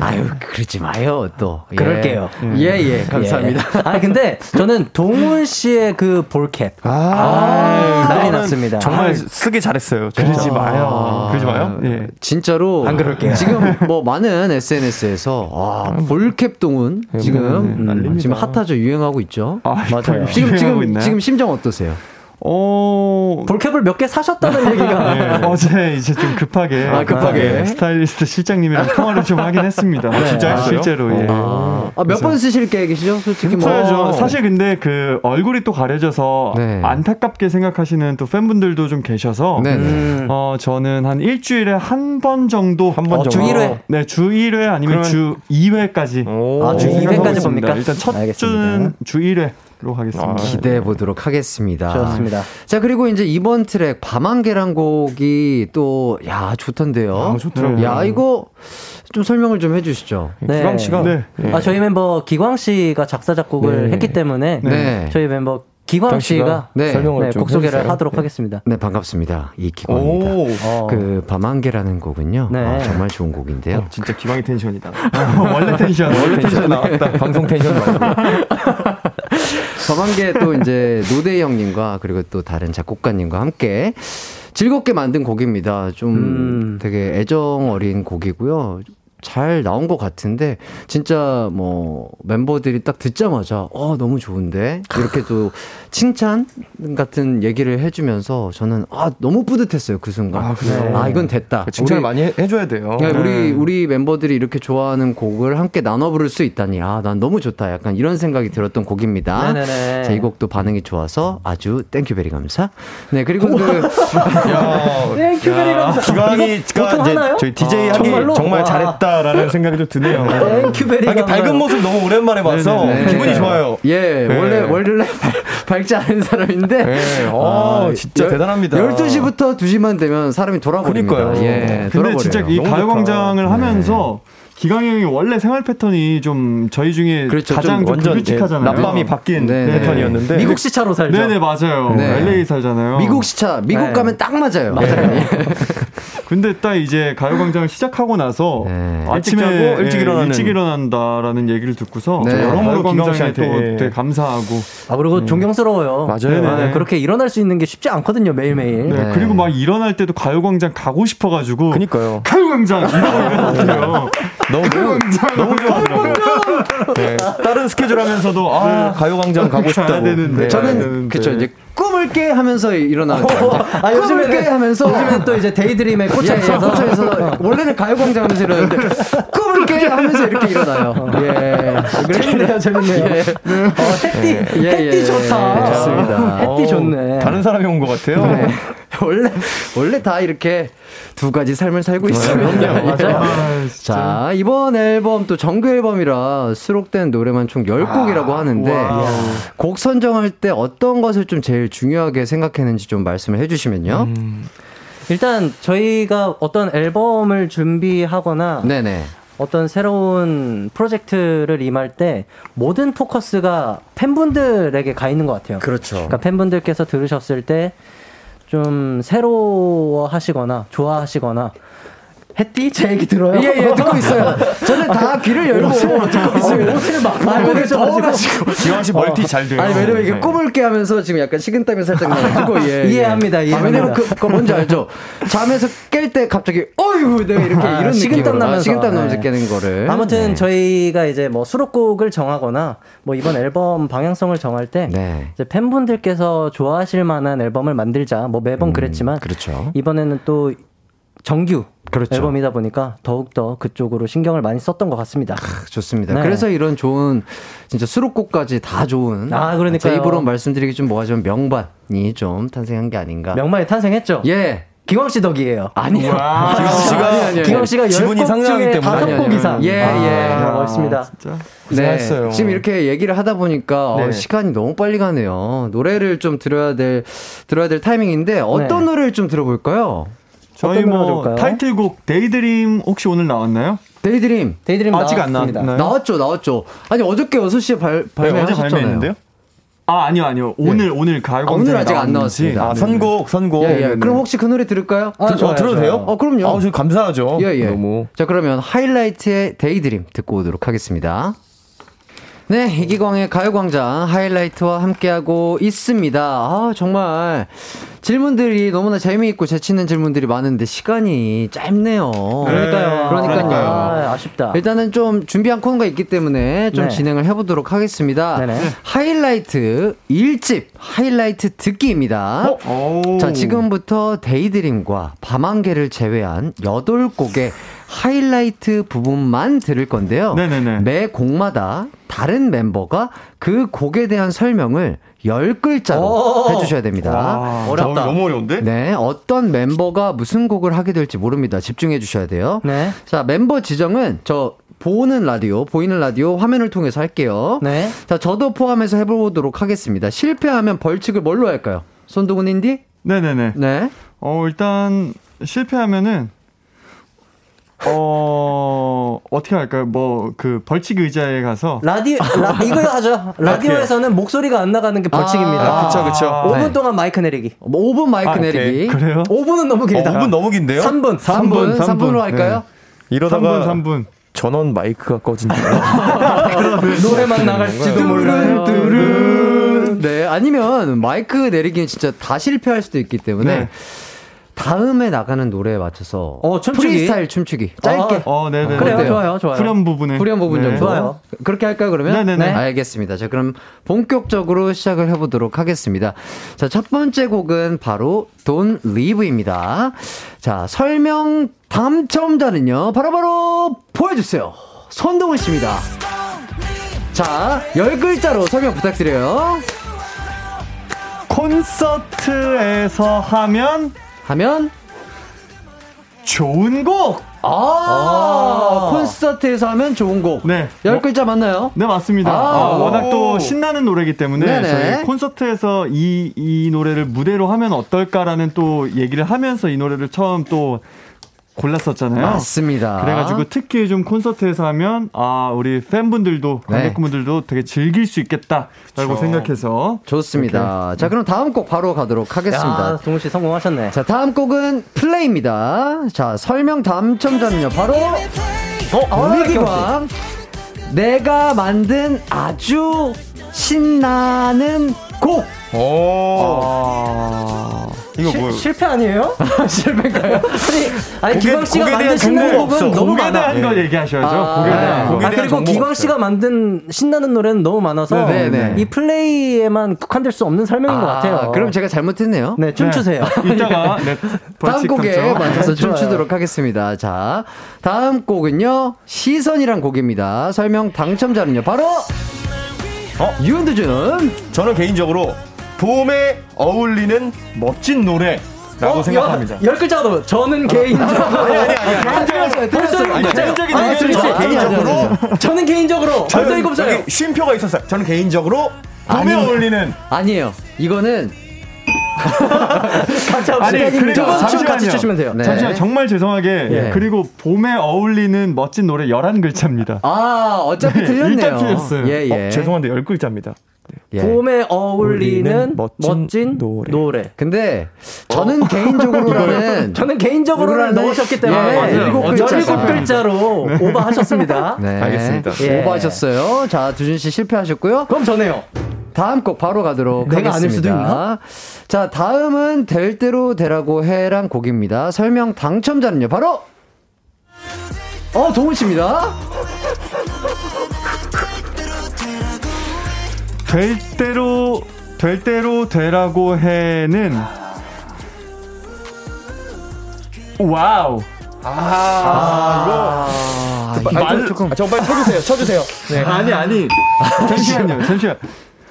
Speaker 1: 아유, 그러지 마요, 또. 예.
Speaker 5: 그럴게요.
Speaker 1: 예, 예. 감사합니다.
Speaker 5: (laughs) 예. 아 근데 저는 동훈 씨의 그 볼캡
Speaker 6: 아,
Speaker 5: 난리
Speaker 6: 그거는
Speaker 5: 났습니다.
Speaker 6: 정말
Speaker 7: 네.
Speaker 5: 아이.
Speaker 6: 쓰기 잘했어요. 그러지
Speaker 1: 아.
Speaker 6: 마요. 그러지 마요? 예.
Speaker 1: 진짜로 안 그럴게요. 지금 뭐 많은 SNS에서 아, 볼캡 동은 지금 음, 지금 핫하죠 유행하고 있죠.
Speaker 7: 아,
Speaker 5: 맞아요.
Speaker 1: 지금
Speaker 7: 유행하고
Speaker 1: 지금
Speaker 7: 있나요?
Speaker 1: 지금 심정 어떠세요?
Speaker 7: 어.
Speaker 5: 볼캡을 몇 개 사셨다는
Speaker 7: (laughs)
Speaker 5: 얘기가
Speaker 7: 네, 어제 이제 좀 급하게
Speaker 1: 아, 급하게.
Speaker 7: 네, 스타일리스트 실장님이랑 통화를 좀 하긴 했습니다.
Speaker 6: 진짜 했어요?
Speaker 7: 실제로 예.
Speaker 1: 아, 몇 번 쓰실 계획이시죠? 솔직히 뭐
Speaker 7: 써야죠. 사실 근데 그 얼굴이 또 가려져서
Speaker 1: 네.
Speaker 7: 안타깝게 생각하시는 또 팬분들도 좀 계셔서
Speaker 1: 네.
Speaker 5: 음.
Speaker 1: 네.
Speaker 7: 어 저는 한 일주일에 한 번 정도 한번
Speaker 5: 어, 주 정도? 일회?
Speaker 7: 네, 주 1회 아니면 주 2회까지.
Speaker 6: 오.
Speaker 5: 아, 주
Speaker 6: 오.
Speaker 5: 2회까지
Speaker 7: 생각하고
Speaker 5: 봅니까?
Speaker 7: 있습니다. 일단 첫
Speaker 5: 알겠습니다.
Speaker 7: 주는 주 1회로 하겠습니다.
Speaker 6: 아,
Speaker 1: 기대해 보도록 하겠습니다.
Speaker 5: 아, 좋습니다.
Speaker 1: 자 그리고 이제 이번 트랙 밤안개란 곡이 또 야 좋던데요.
Speaker 6: 아, 좋더라고요.
Speaker 1: 야 이거 좀 설명을 좀 해주시죠.
Speaker 5: 네.
Speaker 6: 기광 씨가
Speaker 7: 네. (laughs)
Speaker 5: 아 저희 멤버 기광 씨가 작사 작곡을 했기 때문에
Speaker 1: 네.
Speaker 5: 저희 멤버 기광 씨가
Speaker 1: 네.
Speaker 5: 네, 곡 소개를 하도록 하겠습니다.
Speaker 1: 네 반갑습니다. 이 기광입니다.
Speaker 6: 오.
Speaker 5: 어.
Speaker 1: 그 밤안개라는 곡은요.
Speaker 5: 네.
Speaker 1: 아, 정말 좋은 곡인데요.
Speaker 6: 진짜 기광이 텐션이다.
Speaker 7: 원래 텐션. 네. 원래 텐션 나왔다. 방송
Speaker 5: (laughs)
Speaker 7: 텐션 나왔다.
Speaker 1: 밤안개
Speaker 6: (laughs)
Speaker 1: 또 이제 노대 형님과 그리고 또 다른 작곡가님과 함께 즐겁게 만든 곡입니다. 좀
Speaker 5: 음.
Speaker 1: 되게 애정 어린 곡이고요. 잘 나온 것 같은데 진짜 뭐 멤버들이 딱 듣자마자 어 너무 좋은데 이렇게 또 칭찬 같은 얘기를 해주면서 저는 아 너무 뿌듯했어요 그 순간 아, 이건 됐다
Speaker 6: 칭찬을
Speaker 1: 우리-
Speaker 6: 많이 해- 해줘야 돼요.
Speaker 1: 야, 우리 우리 멤버들이 이렇게 좋아하는 곡을 함께 나눠 부를 수 있다니 아 난 너무 좋다 약간 이런 생각이 들었던 곡입니다.
Speaker 5: 네네네.
Speaker 1: 자, 이 곡도 반응이 좋아서 아주 땡큐베리 감사. 네 그리고 그
Speaker 5: 네, 큐베리 감사.
Speaker 6: 아, 기광이
Speaker 5: 이거 보통 하나요?
Speaker 6: 저희 DJ 하기
Speaker 5: 정말로?
Speaker 6: 정말,
Speaker 5: 와.
Speaker 6: 잘했다라는 생각이 좀 드네요.
Speaker 5: 네, 큐베리
Speaker 6: 아, 이게
Speaker 5: 감사.
Speaker 6: 밝은 모습 너무 오랜만에 봐서
Speaker 1: 네네네.
Speaker 6: 기분이 좋아요.
Speaker 1: 예
Speaker 6: 네.
Speaker 1: 원래 원래 (laughs) 밝지 않은 사람인데.
Speaker 6: 네, 어, 진짜 대단합니다.
Speaker 1: 12시부터 2시만 되면 사람이 돌아버립니다.
Speaker 6: 그러니까요.
Speaker 1: 예,
Speaker 7: 근데
Speaker 1: 돌아버려요. 네.
Speaker 7: 진짜 이
Speaker 6: 너무 좋다.
Speaker 7: 가요광장을 하면서 기광이 형이 원래 생활 패턴이 좀 저희 중에
Speaker 1: 그렇죠.
Speaker 7: 가장
Speaker 1: 좀
Speaker 7: 좀
Speaker 6: 완전 예,
Speaker 7: 불규칙하잖아요.
Speaker 6: 낮밤이 바뀐
Speaker 1: 네, 네.
Speaker 6: 패턴이었는데
Speaker 5: 미국 시차로 살죠.
Speaker 7: 네네 맞아요.
Speaker 1: 네.
Speaker 7: LA 살잖아요.
Speaker 1: 미국 시차 미국
Speaker 5: 네.
Speaker 1: 가면 딱 맞아요. 예.
Speaker 7: 근데 딱 이제 가요광장을 시작하고 나서
Speaker 1: 네.
Speaker 6: 일찍
Speaker 7: 아침에
Speaker 6: 자고 일찍
Speaker 7: 예,
Speaker 6: 일어나는.
Speaker 7: 일찍 일어난다라는 얘기를 듣고서
Speaker 1: 네.
Speaker 7: 여러모로
Speaker 6: 가요광장에
Speaker 7: 기광 씨한테
Speaker 6: 또,
Speaker 7: 또
Speaker 6: 예.
Speaker 7: 되게 감사하고
Speaker 5: 아 그리고 존경스러워요.
Speaker 6: 맞아요.
Speaker 5: 네, 그렇게 일어날 수 있는 게 쉽지 않거든요 매일 매일.
Speaker 7: 네,
Speaker 1: 네.
Speaker 7: 그리고 막 일어날 때도 가요광장 가고 싶어가지고
Speaker 6: 그니까요.
Speaker 7: 가요광장 이러면 어때요?
Speaker 6: 네. 너무 너무 좋아요. 네. 다른 스케줄 하면서도 아 가요광장 가고
Speaker 7: 가야
Speaker 6: 싶다고.
Speaker 7: 네. 되는데.
Speaker 6: 네.
Speaker 1: 저는
Speaker 7: 되는데.
Speaker 1: 그쵸 이제 꿈을 깨 하면서 일어나는 거예요.
Speaker 5: 아 요즘에
Speaker 1: 꿈을 깨 하면서
Speaker 5: 요즘에 또 이제 데이드림에 꽂혀
Speaker 1: 예, 예,
Speaker 5: (laughs) 있어서
Speaker 1: 호텔에서 원래는 가요광장 하면서 이러는데 꿈을 깨 하면서 이렇게 일어나요. 예.
Speaker 5: 재밌네요 재밌네요. 어, 택디
Speaker 1: 예, 예,
Speaker 5: 택디
Speaker 1: 예,
Speaker 5: 좋다.
Speaker 1: 좋습니다.
Speaker 5: 택디 좋네.
Speaker 6: 다른 사람이 온 것 같아요.
Speaker 7: 어.
Speaker 1: (laughs) 네. 원래 원래 다 이렇게 두 가지 삶을 살고 있습니다. 예.
Speaker 7: 아,
Speaker 1: 자, 이번 앨범 또 정규 앨범이라 수록된 노래만 총 10곡이라고 하는데 예. 곡 선정할 때 어떤 것을 좀 제일 중요하게 생각했는지 좀 말씀을 해 주시면요.
Speaker 5: 일단 저희가 어떤 앨범을 준비하거나
Speaker 1: 네, 네.
Speaker 5: 어떤 새로운 프로젝트를 임할 때 모든 포커스가 팬분들에게 가 있는 것 같아요.
Speaker 1: 그렇죠.
Speaker 5: 그러니까 팬분들께서 들으셨을 때 좀 새로워하시거나 좋아하시거나 해띠 제 얘기 들어요.
Speaker 1: 예, 예, 듣고
Speaker 5: (laughs)
Speaker 1: 있어요. 저는 다 귀를 열고 듣고 어, 있습니다.
Speaker 5: 옷을 막 말고 계셔가지고 (laughs)
Speaker 6: 기왕 씨 멀티 잘 돼요.
Speaker 1: 어. 아니, 왜냐면 이게
Speaker 6: 네.
Speaker 1: 꿈을 깨 하면서 지금 약간 식은땀이 살짝 (laughs) 나가지고, 예. 예.
Speaker 5: 이해합니다,
Speaker 1: 아,
Speaker 5: 이해합니다.
Speaker 1: 왜냐면 그, 그거 뭔지 알죠? 잠에서 깰 때 갑자기, 어이구, 내가 이렇게
Speaker 5: 아,
Speaker 1: 이런
Speaker 5: 식은땀
Speaker 1: 느낌으로. 아,
Speaker 5: 나면서.
Speaker 1: 식은땀 나면서
Speaker 5: 네.
Speaker 1: 깨는 거를.
Speaker 5: 아무튼
Speaker 1: 네.
Speaker 5: 저희가 이제 뭐 수록곡을 정하거나 뭐 이번 앨범 방향성을 정할 때
Speaker 1: 네.
Speaker 5: 이제 팬분들께서 좋아하실 만한 앨범을 만들자 뭐 매번 그랬지만
Speaker 1: 그렇죠.
Speaker 5: 이번에는 또 정규
Speaker 1: 그렇죠.
Speaker 5: 앨범이다 보니까 더욱더 그쪽으로 신경을 많이 썼던 것 같습니다.
Speaker 1: 좋습니다.
Speaker 5: 네.
Speaker 1: 그래서 이런 좋은 진짜 수록곡까지 다 좋은
Speaker 5: 아, 그러니까요.
Speaker 1: 제 입으로 말씀드리기 좀 뭐하지만 명반이 좀 탄생한 게 아닌가.
Speaker 5: 명반이 탄생했죠?
Speaker 1: 예.
Speaker 5: 기광 씨 덕이에요.
Speaker 1: 아니요.
Speaker 6: 기광 씨가
Speaker 1: 아니, 아니, 아니.
Speaker 5: 기광 씨가
Speaker 6: 지분이
Speaker 5: 10곡
Speaker 6: 상당하기
Speaker 5: 중에
Speaker 6: 때문에.
Speaker 5: 다섯
Speaker 6: 아니,
Speaker 5: 곡
Speaker 1: 아니.
Speaker 5: 이상.
Speaker 1: 예, 예.
Speaker 5: 아, 멋있습니다.
Speaker 6: 진짜
Speaker 1: 네.
Speaker 6: 고생했어요.
Speaker 1: 지금 이렇게 얘기를 하다 보니까 어,
Speaker 6: 네.
Speaker 1: 시간이 너무 빨리 가네요. 노래를 좀 들어야 될 들어야 될 타이밍인데 어떤
Speaker 5: 네.
Speaker 1: 노래를 좀 들어볼까요?
Speaker 7: 저희
Speaker 5: 어떤 노래
Speaker 7: 뭐
Speaker 5: 좋을까요?
Speaker 7: 타이틀곡 데이드림 혹시 오늘 나왔나요?
Speaker 1: 데이드림
Speaker 5: 데이드림
Speaker 7: 아직 안
Speaker 5: 나왔습니다.
Speaker 7: 나왔나요?
Speaker 1: 나왔죠, 나왔죠. 아니 어저께 6시에 발
Speaker 7: 네, 어제
Speaker 1: 발매하셨잖아요.
Speaker 7: 발매했는데요? 아 아니요 아니요 오늘 오늘 가요
Speaker 1: 아, 오늘
Speaker 7: 광장에
Speaker 1: 아직 안
Speaker 7: 나왔는지.
Speaker 1: 나왔습니다.
Speaker 6: 아 선곡 선곡.
Speaker 1: 예, 예. 그럼 혹시 그 노래 들을까요?
Speaker 6: 아,
Speaker 5: 좋아요,
Speaker 6: 들어도
Speaker 5: 좋아요.
Speaker 6: 돼요?
Speaker 1: 어, 그럼요.
Speaker 6: 아우 저 감사하죠.
Speaker 1: 예, 예.
Speaker 6: 그렇죠. 너무.
Speaker 1: 자, 그러면 하이라이트의 데이드림 듣고 오도록 하겠습니다. 네, 이기광의 가요광장 하이라이트와 함께하고 있습니다. 아, 정말 질문들이 너무나 재미있고 재치있는 질문들이 많은데 시간이 짧네요.
Speaker 5: 그러니까요.
Speaker 1: 그러니까요. 예.
Speaker 5: 아, 아쉽다.
Speaker 1: 일단은 좀 준비한 코너가 있기 때문에 좀
Speaker 5: 네.
Speaker 1: 진행을 해보도록 하겠습니다.
Speaker 5: 네네.
Speaker 1: 하이라이트 1집 하이라이트 듣기입니다.
Speaker 5: 어?
Speaker 1: 자, 지금부터 데이드림과 밤안개를 제외한 8곡의 하이라이트 부분만 들을 건데요.
Speaker 7: 네네네.
Speaker 1: 매 곡마다 다른 멤버가 그 곡에 대한 설명을 10글자로 해주셔야 됩니다.
Speaker 7: 아,
Speaker 6: 어렵다. 너무 어려운데?
Speaker 1: 네, 어떤 멤버가 무슨 곡을 하게 될지 모릅니다. 집중해 주셔야 돼요.
Speaker 5: 네.
Speaker 1: 자, 멤버 지정은 저 보는 라디오, 보이는 라디오 화면을 통해서 할게요.
Speaker 5: 네.
Speaker 1: 자, 저도 포함해서 해보도록 하겠습니다. 실패하면 벌칙을 뭘로 할까요? 손동훈 인디?
Speaker 7: 네네네.
Speaker 1: 네.
Speaker 7: 어 일단 실패하면은 어 어떻게 할까요? 뭐 그 벌칙 의자에 가서
Speaker 5: 라디오 라, 이거 하죠. 라디오에서는 목소리가 안 나가는 게 벌칙입니다.
Speaker 1: 아, 그쵸,
Speaker 6: 그쵸.
Speaker 5: 5분
Speaker 1: 네.
Speaker 5: 동안 마이크 내리기.
Speaker 1: 5분 마이크
Speaker 6: 아, 오케이.
Speaker 1: 내리기.
Speaker 7: 그래요?
Speaker 5: 5분은 너무
Speaker 6: 어,
Speaker 5: 길다.
Speaker 6: 5분 너무 긴데요?
Speaker 5: 3분.
Speaker 1: 3분, 3분, 으로 할까요?
Speaker 6: 이러다가
Speaker 7: 3분 3분.
Speaker 6: 전원 마이크가 꺼진다.
Speaker 5: 노래만 나갈지도 몰라요.
Speaker 1: 네, 아니면 마이크 내리기는 진짜 다 실패할 수도 있기 때문에
Speaker 7: 네.
Speaker 1: 다음에 나가는 노래에 맞춰서
Speaker 5: 어, 춤추기?
Speaker 1: 프리스타일 춤추기 짧게
Speaker 7: 어 네네.
Speaker 5: 그래요.
Speaker 1: 어때요?
Speaker 5: 좋아요. 좋아요.
Speaker 7: 후렴 부분에
Speaker 1: 후렴 부분
Speaker 7: 네.
Speaker 1: 정도
Speaker 5: 좋아요.
Speaker 1: 그렇게 할까요 그러면?
Speaker 7: 네네네.
Speaker 1: 알겠습니다. 자 그럼 본격적으로 시작을 해보도록 하겠습니다. 자 첫 번째 곡은 바로 Don't Leave입니다. 자 설명 당첨자는요 바로 바로 보여주세요. 손동훈 씨입니다. 자, 열 글자로 설명 부탁드려요.
Speaker 7: 콘서트에서 하면
Speaker 1: 하면
Speaker 7: 좋은 곡.
Speaker 1: 아, 콘서트에서 하면 좋은 곡.
Speaker 7: 네.
Speaker 1: 열
Speaker 7: 뭐-
Speaker 1: 글자 맞나요?
Speaker 7: 네 맞습니다.
Speaker 1: 아,
Speaker 7: 어, 워낙
Speaker 6: 오.
Speaker 7: 또 신나는 노래이기 때문에
Speaker 1: 네네.
Speaker 7: 저희 콘서트에서 이 이 노래를 무대로 하면 어떨까라는 또 얘기를 하면서 이 노래를 처음 또 골랐었잖아요.
Speaker 1: 맞습니다.
Speaker 7: 네. 그래가지고 특히 좀 콘서트에서 하면 아 우리 팬분들도
Speaker 1: 네.
Speaker 7: 관객분들도 되게 즐길 수 있겠다라고 생각해서
Speaker 1: 좋습니다. 자, 그럼 다음 곡 바로 가도록 하겠습니다.
Speaker 5: 야, 아, 동훈 씨 성공하셨네.
Speaker 1: 자, 다음 곡은 플레이입니다. 자, 설명 당첨자는요. 바로 어, 유미기광. 내가 만든 아주 신나는 곡.
Speaker 6: 이거 뭐
Speaker 5: 실패 아니에요?
Speaker 1: 실패인가요?
Speaker 5: 아니 기광 씨가
Speaker 6: 곡에 대한
Speaker 5: 만든 신나는
Speaker 6: 정보가
Speaker 5: 곡은
Speaker 6: 없어.
Speaker 5: 너무
Speaker 7: 곡에
Speaker 5: 많아.
Speaker 7: 대한 거 얘기하셔야죠.
Speaker 1: 아,
Speaker 7: 곡에
Speaker 1: 네.
Speaker 7: 대한 거.
Speaker 5: 아
Speaker 6: 대한
Speaker 5: 그리고
Speaker 6: 정보가
Speaker 5: 기광
Speaker 6: 없어요.
Speaker 5: 씨가 만든 신나는 노래는 너무 많아서
Speaker 1: 네, 네, 네.
Speaker 5: 이 플레이에만 국한될 수 없는 설명인 것 같아요.
Speaker 1: 그럼 제가 잘못했네요.
Speaker 5: 네 춤추세요.
Speaker 7: 이따가 네,
Speaker 1: (laughs) 다음
Speaker 7: 벌칙
Speaker 1: 곡에
Speaker 7: 감점.
Speaker 1: 맞춰서
Speaker 7: (laughs)
Speaker 5: 네, 좋아요.
Speaker 1: 춤추도록 하겠습니다. 자, 다음 곡은요. 시선이란 곡입니다. 설명 당첨자는요. 바로 유현두준.
Speaker 6: 저는 개인적으로 봄에 어울리는 멋진
Speaker 7: 어?
Speaker 6: 노래라고 생각합니다.
Speaker 5: (laughs) 열 글자로 저는 개인적으로 아니 아니 틀렸어요 틀렸어요
Speaker 6: 아니,
Speaker 5: 개인적인 네.
Speaker 6: 아니, 저는 개인적으로
Speaker 5: 저는 개인적으로 벌써 일곱 살
Speaker 6: 여기 쉼표가 있었어요. 저는 개인적으로
Speaker 1: 아니.
Speaker 6: 봄에 어울리는
Speaker 1: 아니에요. 이거는
Speaker 7: 아니, 그래요.
Speaker 5: 두번춤 같이
Speaker 7: 잠시만요.
Speaker 5: 추시면 돼요
Speaker 1: 네.
Speaker 7: 잠시만 정말 죄송하게
Speaker 1: 예.
Speaker 7: 그리고 봄에 어울리는 멋진 노래 11글자입니다.
Speaker 1: 아, 어차피 틀렸네요.
Speaker 7: (laughs) 일단 틀렸어요.
Speaker 1: 예, 예.
Speaker 7: 어, 죄송한데 10글자입니다.
Speaker 1: 예.
Speaker 5: 봄에 어울리는
Speaker 6: 어울리는
Speaker 5: 멋진,
Speaker 6: 멋진
Speaker 5: 노래.
Speaker 6: 노래.
Speaker 1: 근데 저는 개인적으로는
Speaker 5: 저는 개인적으로는
Speaker 1: 이거는
Speaker 5: 넣으셨기 때문에
Speaker 1: 예, 맞아요.
Speaker 5: 일곱
Speaker 1: 어쩔 수 없어요.
Speaker 5: 글자. 로 오버하셨습니다.
Speaker 1: (laughs) 네.
Speaker 6: 알겠습니다.
Speaker 5: 예.
Speaker 1: 오버하셨어요. 자, 두준 씨 실패하셨고요.
Speaker 5: 그럼 전해요.
Speaker 1: 다음 곡 바로 가도록
Speaker 5: 내가
Speaker 1: 하겠습니다.
Speaker 5: 아닐 수도 있나?
Speaker 1: 자, 다음은 될 대로 되라고 해란 곡입니다. 설명 당첨자는요. 바로 어, 동훈 씨입니다.
Speaker 7: 될 대로 될 대로 되라고 해는 와우
Speaker 1: 아, 이거 조금
Speaker 6: 아, 저 빨리 쳐주세요. 쳐주세요. 네.
Speaker 7: (laughs) 아니 아니 잠시만요 잠시만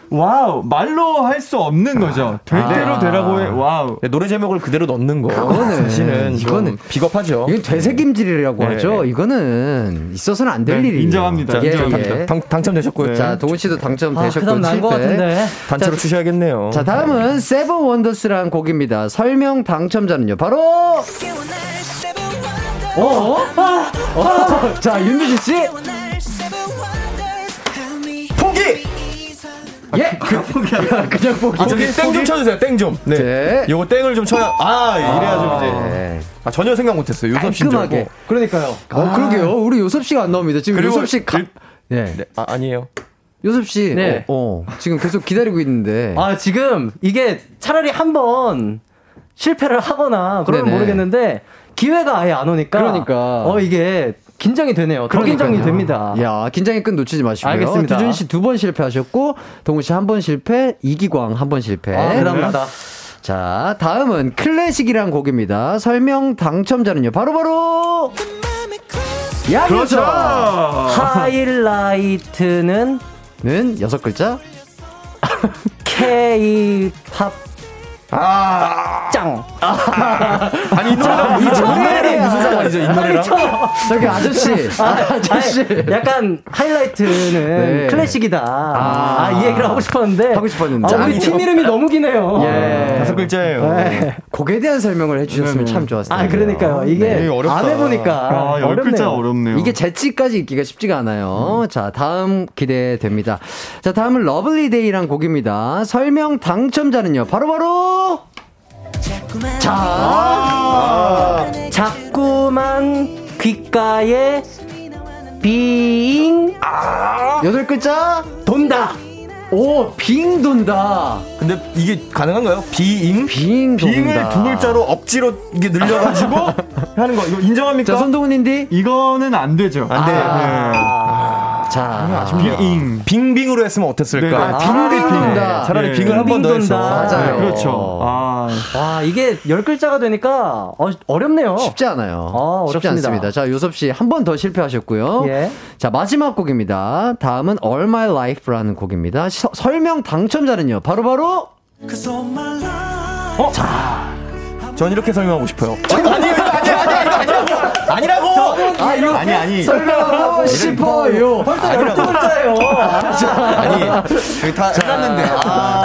Speaker 7: 와우 말로 할 수 없는 거죠 될
Speaker 6: 아.
Speaker 7: 대로 되라고 해 와우
Speaker 6: 네, 노래 제목을 그대로 넣는 거. 그거는 사실은
Speaker 1: 이거는-
Speaker 6: 이거는 비겁하죠.
Speaker 1: 이건 되새김질이라고
Speaker 6: 어, 네.
Speaker 1: 하죠. 이거는 있어서는 안 될
Speaker 7: 네,
Speaker 1: 일이에요.
Speaker 7: 인정합니다.
Speaker 1: 예,
Speaker 7: 인정합니다.
Speaker 1: 예.
Speaker 6: 당, 네. 당첨되셨고요.
Speaker 1: 자, 동훈 씨도
Speaker 5: 아,
Speaker 1: 당첨되셨고
Speaker 5: 그다음 난것
Speaker 1: 실패.
Speaker 5: 같은데.
Speaker 6: 단체로 주셔야겠네요.
Speaker 1: 자, 다음은 세븐 원더스라는 곡입니다. 설명 당첨자는요. 바로
Speaker 5: 어? 아,
Speaker 1: 어, 자, 윤두진 씨.
Speaker 6: 포기.
Speaker 1: 예. 그냥 포기하라. 그냥 포기.
Speaker 6: 아, 저기 땡 좀 쳐주세요. 땡 좀. 네.
Speaker 1: 네.
Speaker 6: 요거 땡을 좀 쳐야. 아 이래야 좀 이제.
Speaker 1: 네.
Speaker 6: 아 전혀 생각 못했어요. 요섭 씨인 줄 알고.
Speaker 1: 깔끔하게.
Speaker 5: 그러니까요.
Speaker 1: 어, 그러게요. 우리 요섭 씨가 안 나옵니다. 지금
Speaker 6: 그리고
Speaker 1: 요섭 씨 가.
Speaker 6: 일-
Speaker 1: 네.
Speaker 6: 네, 아 아니에요.
Speaker 1: 요섭 씨.
Speaker 5: 네.
Speaker 1: 어, 어, 지금 계속 기다리고 있는데.
Speaker 5: 아, 지금 이게 차라리 한 번 실패를 하거나 그러면
Speaker 1: 네네.
Speaker 5: 모르겠는데 기회가 아예 안 오니까
Speaker 1: 그러니까.
Speaker 5: 어 이게 긴장이 되네요. 더
Speaker 1: 그러니까요.
Speaker 5: 긴장이
Speaker 1: 예.
Speaker 5: 됩니다.
Speaker 1: 야, 긴장의 끈 놓치지 마시고요.
Speaker 5: 알겠습니다.
Speaker 1: 두준 씨 두 번 실패하셨고, 동훈 씨 한 번 실패, 이기광 한 번 실패.
Speaker 5: 아, 그다음마다
Speaker 1: 자, 다음은 클래식이란 곡입니다. 설명 당첨자는요. 바로바로
Speaker 7: 그렇죠
Speaker 1: 양효정은
Speaker 5: 하이라이트는
Speaker 1: 여섯 글자.
Speaker 5: K-팝 짱.
Speaker 7: 그렇죠.
Speaker 6: 아니 이 뭐- 노래랑 이 노래랑 무슨
Speaker 1: 아,
Speaker 6: 상관이죠? 이 노래랑.
Speaker 1: 네. 저기 아저씨. 아, 아저씨.
Speaker 5: 아니, 약간 하이라이트는
Speaker 1: 네.
Speaker 5: 클래식이다. 아, 이 얘기를 하고 싶었는데.
Speaker 1: 하고 싶었는데.
Speaker 5: 아, 우리 팀 이름이 너무 기네요. 아, 네.
Speaker 1: 예.
Speaker 7: 다섯
Speaker 6: 네.
Speaker 7: 글자예요
Speaker 1: (laughs) 곡에 대한 설명을 해주셨으면
Speaker 7: 네, 네.
Speaker 1: 참 좋았을 텐데.
Speaker 5: 아, 그러니까요. 이게
Speaker 6: 네, 어렵다.
Speaker 5: 안 해보니까.
Speaker 7: 아, 열
Speaker 5: 어렵네요.
Speaker 7: 글자 어렵네요
Speaker 1: 이게 재치까지 읽기가 쉽지가 않아요. 자, 다음 기대됩니다. 자, 다음은 러블리데이란 곡입니다. 설명 당첨자는요. 바로바로
Speaker 5: 자꾸만 귓가에 빙
Speaker 1: 여덟 글자.
Speaker 5: 돈다.
Speaker 1: 오, 빙 돈다.
Speaker 6: 근데 이게 가능한가요? 비잉?
Speaker 1: 빙 돈다.
Speaker 6: 빙을 두 글자로 억지로 이게 늘려가지고
Speaker 7: 어?
Speaker 6: 하는 거 이거 인정합니까?
Speaker 1: 자, 손동훈 인디.
Speaker 7: 이거는 안 되죠 네.
Speaker 6: 안 돼요. 아,
Speaker 1: 자,
Speaker 7: 빙
Speaker 6: (laughs) 빙빙으로 했으면
Speaker 7: 네,
Speaker 6: 어땠을까?
Speaker 7: 아,
Speaker 1: 빙빙 돈다.
Speaker 6: 차라리
Speaker 7: 예.
Speaker 6: 빙을 한 번 더 해서
Speaker 5: 빙빙돈다.
Speaker 1: 맞아요.
Speaker 7: 네, 그렇죠 아
Speaker 5: 와, 이게 열 글자가 되니까 어, 어렵네요.
Speaker 1: 쉽지 않아요.
Speaker 5: 아,
Speaker 1: 쉽지
Speaker 5: 어렵습니다.
Speaker 1: 않습니다. 자, 요섭 씨 한 번 더 실패하셨고요.
Speaker 5: 예.
Speaker 1: 자, 마지막 곡입니다. 다음은 All My Life라는 곡입니다. 시- 설명 당첨자는요. 바로바로
Speaker 6: 어? 전 이렇게 설명하고
Speaker 1: (laughs)
Speaker 6: 싶어요. 아니 이거 아니 아니 아니 아니라고 아니라고
Speaker 1: 아, 이거
Speaker 6: 아니 아니
Speaker 1: 설명하고 싶어요.
Speaker 5: 벌써 열 글자예요.
Speaker 6: 아니 저기 다 해놨는데 아,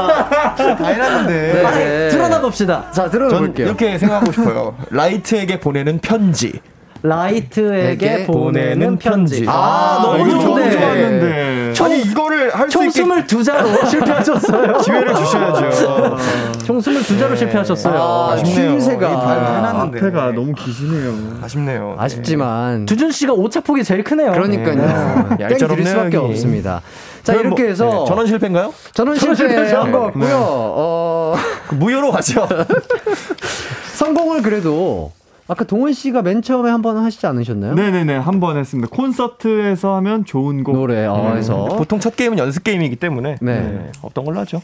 Speaker 6: 다 해놨는데
Speaker 5: 아니,
Speaker 1: 네.
Speaker 5: 드러나 봅시다.
Speaker 1: 자,
Speaker 6: 전
Speaker 1: 들어볼게요.
Speaker 6: 이렇게 생각하고 싶어요. 라이트에게 보내는 편지.
Speaker 5: 라이트에게
Speaker 1: 내게
Speaker 5: 보내는 편지.
Speaker 6: 아,
Speaker 7: 아,
Speaker 6: 너무
Speaker 7: 이거
Speaker 6: 좋은데.
Speaker 7: 너무
Speaker 6: 네.
Speaker 7: 좋았는데
Speaker 6: 아니 이거를 할 수
Speaker 5: 총
Speaker 6: 있게 (laughs)
Speaker 5: 22자로 실패하셨어요.
Speaker 7: 기회를 주셔야죠
Speaker 5: 총
Speaker 1: 네.
Speaker 5: 22자로 실패하셨어요.
Speaker 1: 아,
Speaker 6: 아쉽네요.
Speaker 1: 주임새가.
Speaker 6: 이다 해놨는데. 네,
Speaker 7: 앞에가 너무 기시네요
Speaker 6: 아쉽네요. 네.
Speaker 1: 아쉽지만.
Speaker 5: 두준 씨가 오차폭이 제일 크네요.
Speaker 1: 그러니까요.
Speaker 6: 네.
Speaker 1: 땡 드릴
Speaker 6: 얄짤없네요,
Speaker 1: 수밖에
Speaker 6: 형님.
Speaker 1: 없습니다. 자,
Speaker 6: 그럼
Speaker 1: 이렇게
Speaker 6: 뭐,
Speaker 1: 해서
Speaker 6: 네, 전원 실패인가요?
Speaker 1: 저는 네, 실패한
Speaker 5: 실패한
Speaker 1: 것
Speaker 5: 거
Speaker 7: 네.
Speaker 1: 같고요. 어,
Speaker 6: 그 무효로 가죠.
Speaker 1: 성공을 그래도 아까 동원 씨가 맨 처음에 한 번 하시지 않으셨나요?
Speaker 7: 네네네 한 번 했습니다 콘서트에서 하면 좋은 곡
Speaker 1: 노래 어,
Speaker 7: 음.
Speaker 1: 해서
Speaker 6: (laughs) 보통 첫 게임은 연습 게임이기 때문에
Speaker 1: 네.
Speaker 6: 네, 없던 걸로 하죠.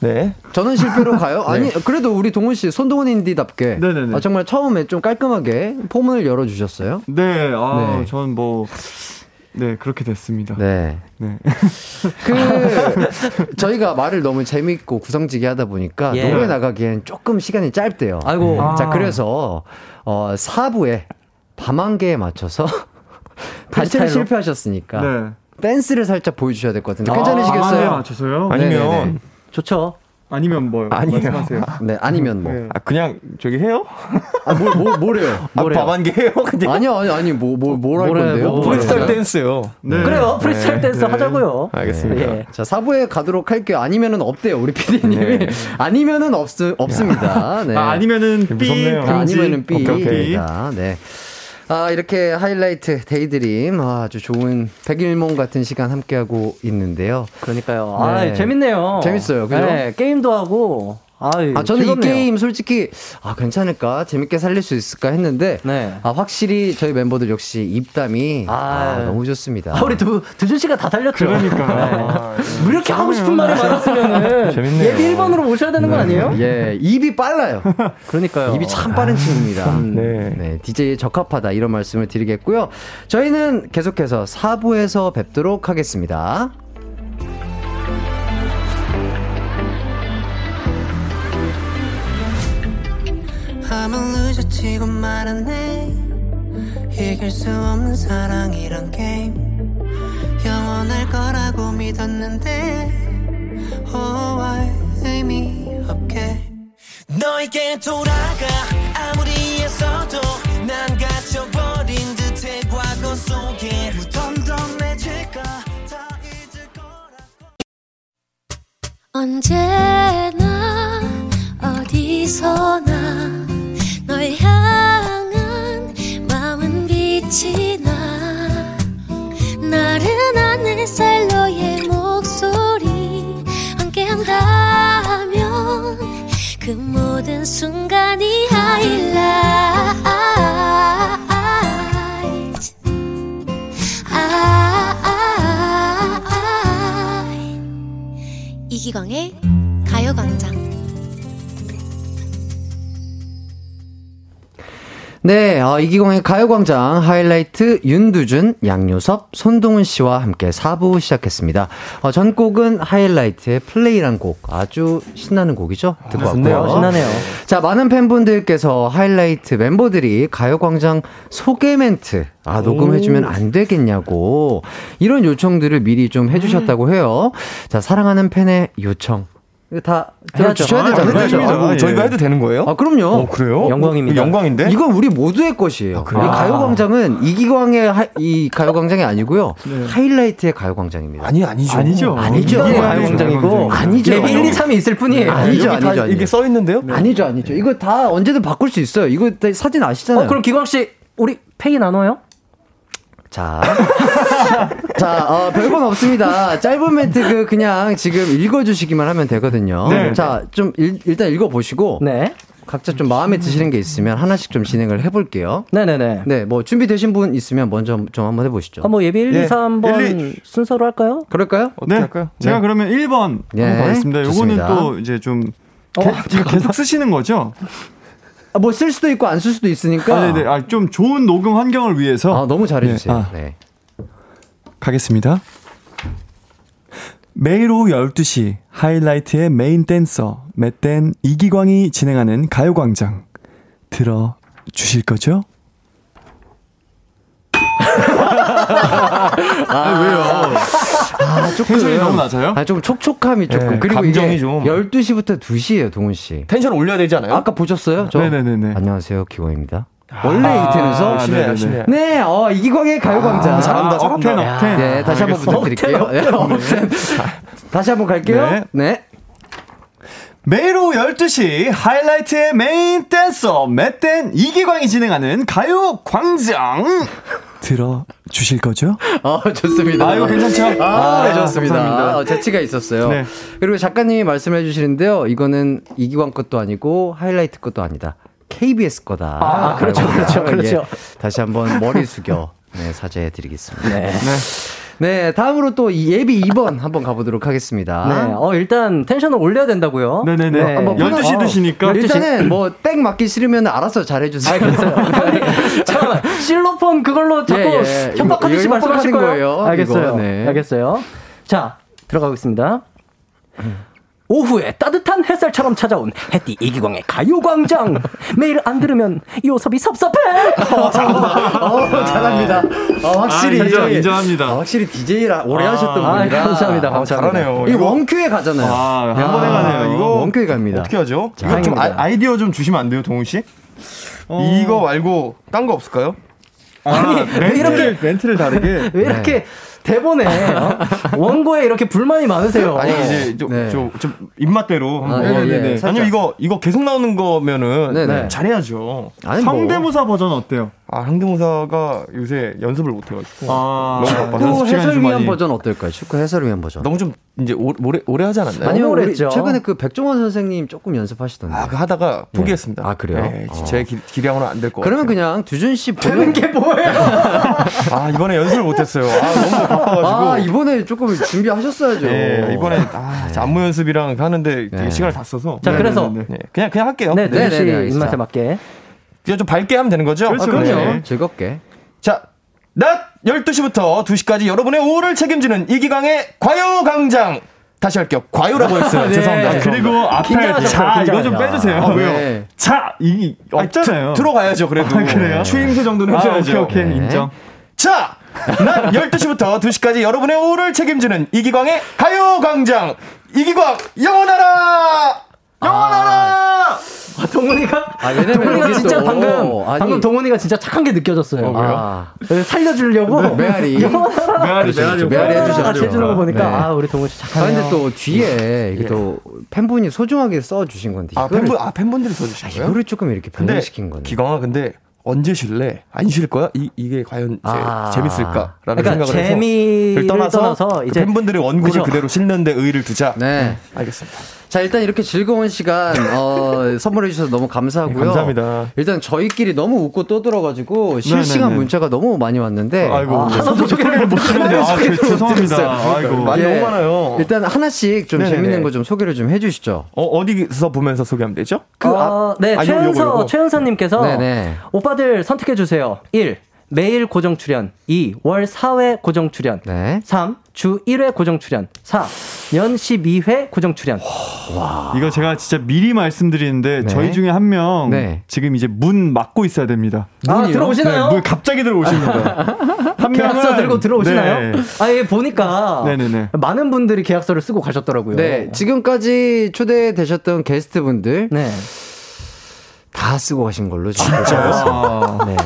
Speaker 6: 네.
Speaker 1: 저는 실패로
Speaker 7: (laughs)
Speaker 1: 가요. 아니 그래도 우리 동훈 씨 손동훈 인디답게
Speaker 7: 네. 네네네.
Speaker 1: 아, 정말 처음에 좀 깔끔하게 포문을 열어주셨어요.
Speaker 7: 네, 아,
Speaker 1: 네.
Speaker 7: 전 뭐, 네, 그렇게 됐습니다.
Speaker 1: 네.
Speaker 7: 네.
Speaker 1: 그 저희가 말을 너무 재밌고 구성지게 하다 보니까
Speaker 5: 예.
Speaker 1: 노래 나가기엔 조금 시간이 짧대요.
Speaker 5: 아이고.
Speaker 1: 네. 자 그래서 어 4부에 밤한개에 맞춰서 단체를
Speaker 5: 그 프리스타일로?
Speaker 1: 실패하셨으니까
Speaker 7: 네.
Speaker 1: 댄스를 살짝 보여주셔야 될 것 같은데
Speaker 7: 아, 네,
Speaker 1: 괜찮으시겠어요?
Speaker 7: 맞춰서요?
Speaker 6: 아니면
Speaker 1: 네네네.
Speaker 5: 좋죠.
Speaker 7: 아니면 뭐요?
Speaker 6: 아니에요.
Speaker 7: 말씀하세요.
Speaker 1: 네 아니면 뭐
Speaker 7: 네.
Speaker 6: 아, 그냥 저기 해요?
Speaker 5: 아, 뭘, 뭐, 뭐래요?
Speaker 6: 아,
Speaker 5: 뭐래요?
Speaker 6: 밥안개예요 그냥.
Speaker 1: 아니요, 아니요, 아니, 뭐, 뭐, 뭘 할
Speaker 5: 뭐래,
Speaker 1: 건데요?
Speaker 5: 뭐.
Speaker 6: 프리스타일 댄스요.
Speaker 7: 네. 아,
Speaker 5: 그래요. 프리스타일 댄스 하자고요.
Speaker 6: 알겠습니다.
Speaker 5: 예.
Speaker 1: 자, 사부에 가도록 할게요. 아니면은 없대요, 우리 PD님.
Speaker 6: 네.
Speaker 1: (laughs) 아니면은 없, 없습니다. 네.
Speaker 7: 아, 아니면은 B
Speaker 6: 무섭네요.
Speaker 1: 아,
Speaker 7: 금지.
Speaker 1: 아니면은 B.
Speaker 7: 오케이, 오케이.
Speaker 1: 가 네. 아, 이렇게 하이라이트 데이드림. 아, 아주 좋은 백일몽 같은 시간 함께하고 있는데요.
Speaker 5: 그러니까요. 아,
Speaker 1: 네.
Speaker 5: 재밌네요.
Speaker 1: 재밌어요, 그죠?
Speaker 5: 네, 게임도 하고. 아유,
Speaker 1: 아, 저는
Speaker 5: 즐겁네요.
Speaker 1: 이 게임 솔직히, 아, 괜찮을까? 재밌게 살릴 수 있을까? 했는데,
Speaker 5: 네.
Speaker 1: 아, 확실히 저희 멤버들 역시 입담이 아,
Speaker 5: 아,
Speaker 1: 너무 좋습니다.
Speaker 5: 아, 우리 두, 두준 씨가 다 살렸죠.
Speaker 7: 그러니까.
Speaker 5: 뭐 이렇게 하고 싶은 말이 많았으면은
Speaker 6: 재밌네요.
Speaker 5: 예비 1번으로 모셔야 되는 거 아니에요?
Speaker 1: 예, 입이 빨라요.
Speaker 5: (laughs) 그러니까요.
Speaker 1: 입이 참 빠른 친구입니다.
Speaker 6: 네.
Speaker 1: 네, DJ에 적합하다 이런 말씀을 드리겠고요. 저희는 계속해서 4부에서 뵙도록 하겠습니다.
Speaker 8: I'm a loser 치고 말았네 이길 수 없는 사랑이란 게임 영원할 거라고 믿었는데 oh, why 의미 없게 너에게 돌아가 아무리 애써도 난 갇혀버린 듯해 과거 속에 무덤덤해질까 다 잊을 거라
Speaker 3: 언제나 어디서나 널 향한 마음은 빛이 나 나른한 햇살 너의 목소리 함께한다면 그 모든 순간이 아, 하이라이트 아, 하이라이트 이기광의 가요광장.
Speaker 1: 네, 어, 이기광의 가요광장 하이라이트 윤두준, 양요섭, 손동훈 씨와 함께 4부 시작했습니다. 어, 전곡은 하이라이트의 플레이란 곡, 아주 신나는 곡이죠? 듣고
Speaker 5: 좋네요.
Speaker 1: 왔고요.
Speaker 5: 신나네요.
Speaker 1: 자, 많은 팬분들께서 하이라이트 멤버들이 가요광장 소개 멘트, 아, 녹음해주면 안 되겠냐고, 이런 요청들을 미리 좀 해주셨다고 해요. 자, 사랑하는 팬의 요청. 이거 다 들어주셔야
Speaker 7: 해야죠.
Speaker 1: 되잖아요.
Speaker 7: 아, 해야죠.
Speaker 1: 그렇죠?
Speaker 6: 아이고, 네, 저희가 해도 되는 거예요?
Speaker 1: 아, 그럼요.
Speaker 6: 어, 그래요?
Speaker 5: 영광입니다.
Speaker 6: 영광인데?
Speaker 1: 이건 우리 모두의 것이에요. 이 가요광장은 이기광의 하- 이 가요광장이 아니고요. 하이라이트의 가요광장입니다.
Speaker 6: 아니, 어, 아니죠. 네.
Speaker 7: 아니죠.
Speaker 1: 아니죠.
Speaker 7: 이게
Speaker 5: 가요광장이고
Speaker 1: 아니죠.
Speaker 5: 예비 1, 2, 3이 있을 뿐이에요.
Speaker 1: 아니죠,
Speaker 6: 여기 다
Speaker 1: 아니죠,
Speaker 6: 이게
Speaker 1: 아니죠.
Speaker 6: 써 네. 있는데요?
Speaker 1: 아니죠, 아니죠. 이거 다 언제든 바꿀 수 있어요. 이거 다 사진 아시잖아요.
Speaker 5: 어, 그럼 기광 씨 우리 페이 나눠요?
Speaker 1: 자, (laughs) 자, 어, 별건 없습니다. 짧은 멘트 그 그냥 지금 읽어주시기만 하면 되거든요.
Speaker 7: 네.
Speaker 1: 자, 좀 일, 일단 읽어보시고
Speaker 5: 네.
Speaker 1: 각자 좀 마음에 드시는 게 있으면 하나씩 좀 진행을 해볼게요.
Speaker 5: 네, 네, 네.
Speaker 1: 네, 뭐 준비되신 분 있으면 먼저 좀 한번 해보시죠.
Speaker 5: 아, 뭐 예비 1,
Speaker 6: 예.
Speaker 5: 2, 3번
Speaker 6: 일,
Speaker 5: 순서로 할까요?
Speaker 1: 그럴까요?
Speaker 6: 어떻게
Speaker 7: 네.
Speaker 6: 할까요?
Speaker 7: 제가
Speaker 6: 네.
Speaker 7: 그러면 1번
Speaker 1: 예,
Speaker 7: 한번 가겠습니다. 요거는
Speaker 1: 좋습니다.
Speaker 7: 또 이제 좀 게- 지금 계속 쓰시는 거죠?
Speaker 1: 아, 뭐 쓸 수도 있고 안 쓸 수도 있으니까.
Speaker 7: 아, 네네. 아, 좀 좋은 녹음 환경을 위해서
Speaker 1: 그러니까 아, 너무 잘해주세요. 네.
Speaker 6: 가겠습니다.
Speaker 7: 매일 오후 12시 하이라이트의 메인 댄서 맷댄 이기광이 진행하는 가요광장 들어 주실 거죠? 아, 왜요?
Speaker 1: 아, 조금.
Speaker 7: 텐션이 너무 낮아요?
Speaker 1: 아, 좀 촉촉함이 조금.
Speaker 6: 네,
Speaker 1: 그리고
Speaker 6: 감정이
Speaker 1: 이게
Speaker 6: 좀. 네?
Speaker 1: 12시부터 2시예요, 동훈 씨.
Speaker 6: 텐션 올려야 되지 않아요?
Speaker 1: 아까 보셨어요? 저?
Speaker 7: 네네네네.
Speaker 1: 안녕하세요, 기광입니다. 원래 이태는서
Speaker 7: 아,
Speaker 6: 심해요,
Speaker 7: 네네네.
Speaker 6: 심해요.
Speaker 1: 네, 어, 이기광의 가요광장.
Speaker 6: 아, 잘한다,
Speaker 7: 아,
Speaker 6: 잘한다.
Speaker 7: 억텐, 억텐.
Speaker 1: 네, 다시 한번 부탁드릴게요. 네, (laughs) 아무튼 다시 한번 갈게요. 네.
Speaker 7: 네. 매일 오후 12시 하이라이트의 메인 댄서 맷댄 이기광이 진행하는 가요광장 들어 주실 거죠?
Speaker 1: 어, 좋습니다.
Speaker 7: 아, 이거 괜찮죠?
Speaker 1: 아, 네, 좋습니다.
Speaker 7: 감사합니다.
Speaker 1: 어, 재치가 있었어요.
Speaker 7: 네.
Speaker 1: 그리고 작가님이 말씀해 주시는데요. 이거는 이기광 것도 아니고 하이라이트 것도 아니다. KBS 거다.
Speaker 5: 아, 그렇죠, 그렇죠,
Speaker 1: (laughs)
Speaker 5: 그렇죠.
Speaker 1: 예, 다시 한번 머리 숙여 네, 사죄해 드리겠습니다. 네. 다음으로 또 예비 2번 한번 가보도록 하겠습니다.
Speaker 5: 네. 어, 일단 텐션을 올려야 된다고요.
Speaker 7: 네네네.
Speaker 5: 네.
Speaker 1: 아? 한번
Speaker 7: 12시 드시니까.
Speaker 1: 일단은 뭐 땡 맞기 싫으면 알아서 잘해주세요.
Speaker 5: 잠깐만. 실로폰 그걸로 자꾸
Speaker 1: 예, 예.
Speaker 5: 협박하듯이
Speaker 1: 이거 협박하는
Speaker 5: 말씀하실 거예요?
Speaker 1: 거예요,
Speaker 5: 알겠어요.
Speaker 1: 이거. 네.
Speaker 5: 알겠어요. 자, 들어가겠습니다. 오후에 따뜻한 햇살처럼 찾아온 해띠 이기광의
Speaker 1: (laughs)
Speaker 5: 가요광장. 매일 안 들으면 요섭이 섭섭해.
Speaker 1: (laughs) 아, 어, 잘합니다. 어, 확실히
Speaker 7: 아, 인정,
Speaker 1: 저기-
Speaker 7: 인정합니다.
Speaker 1: 아, 확실히 DJ라 오래 하셨던
Speaker 5: 아,
Speaker 1: 분이라.
Speaker 5: 감사합니다.
Speaker 6: 아,
Speaker 5: 감사합니다.
Speaker 6: 잘하네요.
Speaker 1: 이
Speaker 6: 이거
Speaker 1: 원큐에 가잖아요.
Speaker 7: 아, 한 번에 가네요. 이거
Speaker 1: 원큐에 갑니다.
Speaker 6: 어떻게 하죠? 이거 좀
Speaker 5: 다행입니다.
Speaker 6: 아, 이디어좀 주시면 안 돼요, 동훈 씨? 이거 말고 딴 거 없을까요?
Speaker 5: 아니,
Speaker 7: 네,
Speaker 5: 왜 이렇게
Speaker 7: 멘트를 다르게.
Speaker 1: 네.
Speaker 5: 왜 이렇게 대본에
Speaker 1: (laughs)
Speaker 5: 어? 원고에 이렇게 불만이
Speaker 6: (laughs)
Speaker 5: 많으세요?
Speaker 6: 아니 이제 좀,
Speaker 1: 네.
Speaker 6: 좀, 좀 입맛대로 한번. 어, 네.
Speaker 1: 아, 예, 예, 예.
Speaker 6: 아니면
Speaker 1: 살짝.
Speaker 6: 이거 이거 계속 나오는 거면은
Speaker 1: 네, 네.
Speaker 6: 잘해야죠.
Speaker 1: 아니, 뭐.
Speaker 7: 성대모사 버전 어때요?
Speaker 6: 아 상대모사가 요새 연습을 못 해가지고
Speaker 7: 아,
Speaker 6: 너무 바빠서
Speaker 1: 축구
Speaker 6: 연습 시간이 좀
Speaker 1: 그 해설 위한
Speaker 6: 많이-
Speaker 1: 버전 어떨까요? 축구 해설 위한 버전.
Speaker 6: 너무 좀 이제 오- 오래 오래 하지 않았나요?
Speaker 1: 아니면
Speaker 5: 오래
Speaker 1: 우리
Speaker 5: 했죠.
Speaker 1: 최근에 그 백종원 선생님 조금 연습하시던데.
Speaker 6: 아, 그 하다가 포기했습니다.
Speaker 1: 아, 그래요?
Speaker 6: 네,
Speaker 1: 어.
Speaker 6: 제 기, 기량으로 안 될 것 같아요.
Speaker 1: 그러면 그냥 두준 씨
Speaker 5: 되는
Speaker 1: 보는
Speaker 5: 게 뭐예요?
Speaker 6: 아, 이번에 연습을 못했어요. 아, 너무 바빠가지고.
Speaker 1: 아 이번에 조금 준비하셨어야죠.
Speaker 6: 예, 이번에 아, 안무 연습이랑 하는데 되게
Speaker 1: 네.
Speaker 6: 시간을 다 써서.
Speaker 5: 자, 그래서.
Speaker 6: 네, 그냥 그냥 할게요.
Speaker 5: 네,
Speaker 1: 네,
Speaker 5: 네,
Speaker 1: 네,
Speaker 5: 씨
Speaker 1: 네, 알겠습니다.
Speaker 5: 입맛에 맞게.
Speaker 6: 그냥 좀 밝게 하면 되는 거죠?
Speaker 1: 아,
Speaker 6: 네.
Speaker 1: 그럼요. 즐겁게.
Speaker 6: 자, 낮 12시부터 2시까지 여러분의 우울을 책임지는 이기광의 과요광장. 다시 할게요. 과요라고 했어요. 죄송합니다.
Speaker 5: 네.
Speaker 6: 죄송합니다.
Speaker 7: 그리고 앞에
Speaker 5: 긴장하지
Speaker 7: 자
Speaker 5: 마세요,
Speaker 7: 이거 좀
Speaker 5: 긴장하지 마.
Speaker 7: 빼주세요. 네.
Speaker 1: 아, 왜요?
Speaker 7: 자, 이 없잖아요.
Speaker 6: 들어가야죠, 그래도. 네.
Speaker 7: 아, 그래요?
Speaker 6: 추임새 정도는
Speaker 7: 아,
Speaker 6: 해줘야죠.
Speaker 7: 오케이 오케이
Speaker 1: 네.
Speaker 7: 인정.
Speaker 6: 자, 낮 12시부터 2시까지 여러분의 우울을 책임지는 이기광의 가요광장. 이기광, 영원하라! 영원하라!
Speaker 5: 아, 동훈이가
Speaker 1: 아, 왜냐면
Speaker 5: 동훈이가
Speaker 1: 여기
Speaker 5: 진짜
Speaker 1: 또-
Speaker 5: 방금
Speaker 1: 아니.
Speaker 5: 방금 동훈이가 진짜 착한 게 느껴졌어요.
Speaker 1: 아,
Speaker 5: 네, 살려주려고
Speaker 1: 메아리.
Speaker 7: 메아리
Speaker 1: 그렇죠.
Speaker 7: 메아리
Speaker 1: 메아리
Speaker 5: 해주셔
Speaker 1: 해주셔야죠.
Speaker 5: 같이 해주는 거 보니까
Speaker 1: 네.
Speaker 5: 아 우리 동훈 씨
Speaker 1: 아,
Speaker 5: 착하네요.
Speaker 1: 근데 또 뒤에 이게 또 팬분이 소중하게 써주신 건데.
Speaker 6: 음. 예. 아,
Speaker 1: 이거를-
Speaker 6: 팬분, 아, 팬분들이
Speaker 1: 아,
Speaker 6: 써주신 거예요?
Speaker 1: 이거를 조금 이렇게
Speaker 6: 근데,
Speaker 1: 변형시킨 건데.
Speaker 6: 기광아, 근데 언제 쉴래? 안 쉴 거야? 이, 이게 과연 이제
Speaker 1: 아.
Speaker 6: 재밌을까라는
Speaker 5: 그러니까
Speaker 6: 생각을 해서.
Speaker 5: 재미를
Speaker 6: 그걸
Speaker 5: 떠나서,
Speaker 6: 떠나서, 그
Speaker 5: 이제
Speaker 6: 팬분들의 원고를
Speaker 5: 그죠.
Speaker 6: 그대로 싣는데 의의를 두자.
Speaker 1: 네.
Speaker 6: 알겠습니다.
Speaker 1: 자, 일단 이렇게 즐거운 시간, 어, (laughs) 선물해주셔서 너무 감사하고요.
Speaker 6: 네, 감사합니다.
Speaker 1: 일단 저희끼리 너무 웃고 떠들어가지고 실시간
Speaker 7: 네, 네.
Speaker 1: 문자가 너무 많이 왔는데.
Speaker 6: 아이고.
Speaker 5: 하나도 소개를 못
Speaker 7: 근데 아, 그, 죄송합니다. 아이고.
Speaker 6: 많이
Speaker 1: 예.
Speaker 6: 너무 많아요.
Speaker 1: 일단 하나씩 좀
Speaker 6: 네, 네,
Speaker 1: 재밌는
Speaker 6: 네.
Speaker 1: 거 좀 소개를 좀 해주시죠.
Speaker 6: 어, 어디서 보면서 소개하면 되죠?
Speaker 5: 그,
Speaker 6: 아,
Speaker 5: 어, 네,
Speaker 6: 아, 요거, 요거,
Speaker 5: 최은서,
Speaker 6: 요거.
Speaker 5: 최은서님께서
Speaker 1: 네네.
Speaker 5: 오빠들 선택해주세요. 1. 매일 고정 출연. 2. 월 4회 고정 출연.
Speaker 1: 네.
Speaker 5: 3. 주 1회 고정 출연. 4. 연 12회 고정 출연.
Speaker 7: 이거 제가 진짜 미리 말씀드리는데 저희 중에 한 명
Speaker 1: 네.
Speaker 7: 지금 이제 문 막고 있어야 됩니다.
Speaker 5: 아, 들어오시나요?
Speaker 7: 네, 문 갑자기 들어오십니다. 한
Speaker 5: 계약서
Speaker 7: 명은-
Speaker 5: 들고 들어오시나요?
Speaker 7: 네.
Speaker 5: 아, 예, 보니까
Speaker 7: 네네네.
Speaker 5: 많은 분들이 계약서를 쓰고 가셨더라고요.
Speaker 1: 네, 지금까지 초대되셨던 게스트분들
Speaker 5: 네.
Speaker 1: 다 쓰고 가신 걸로 지금
Speaker 7: 아,
Speaker 1: 네.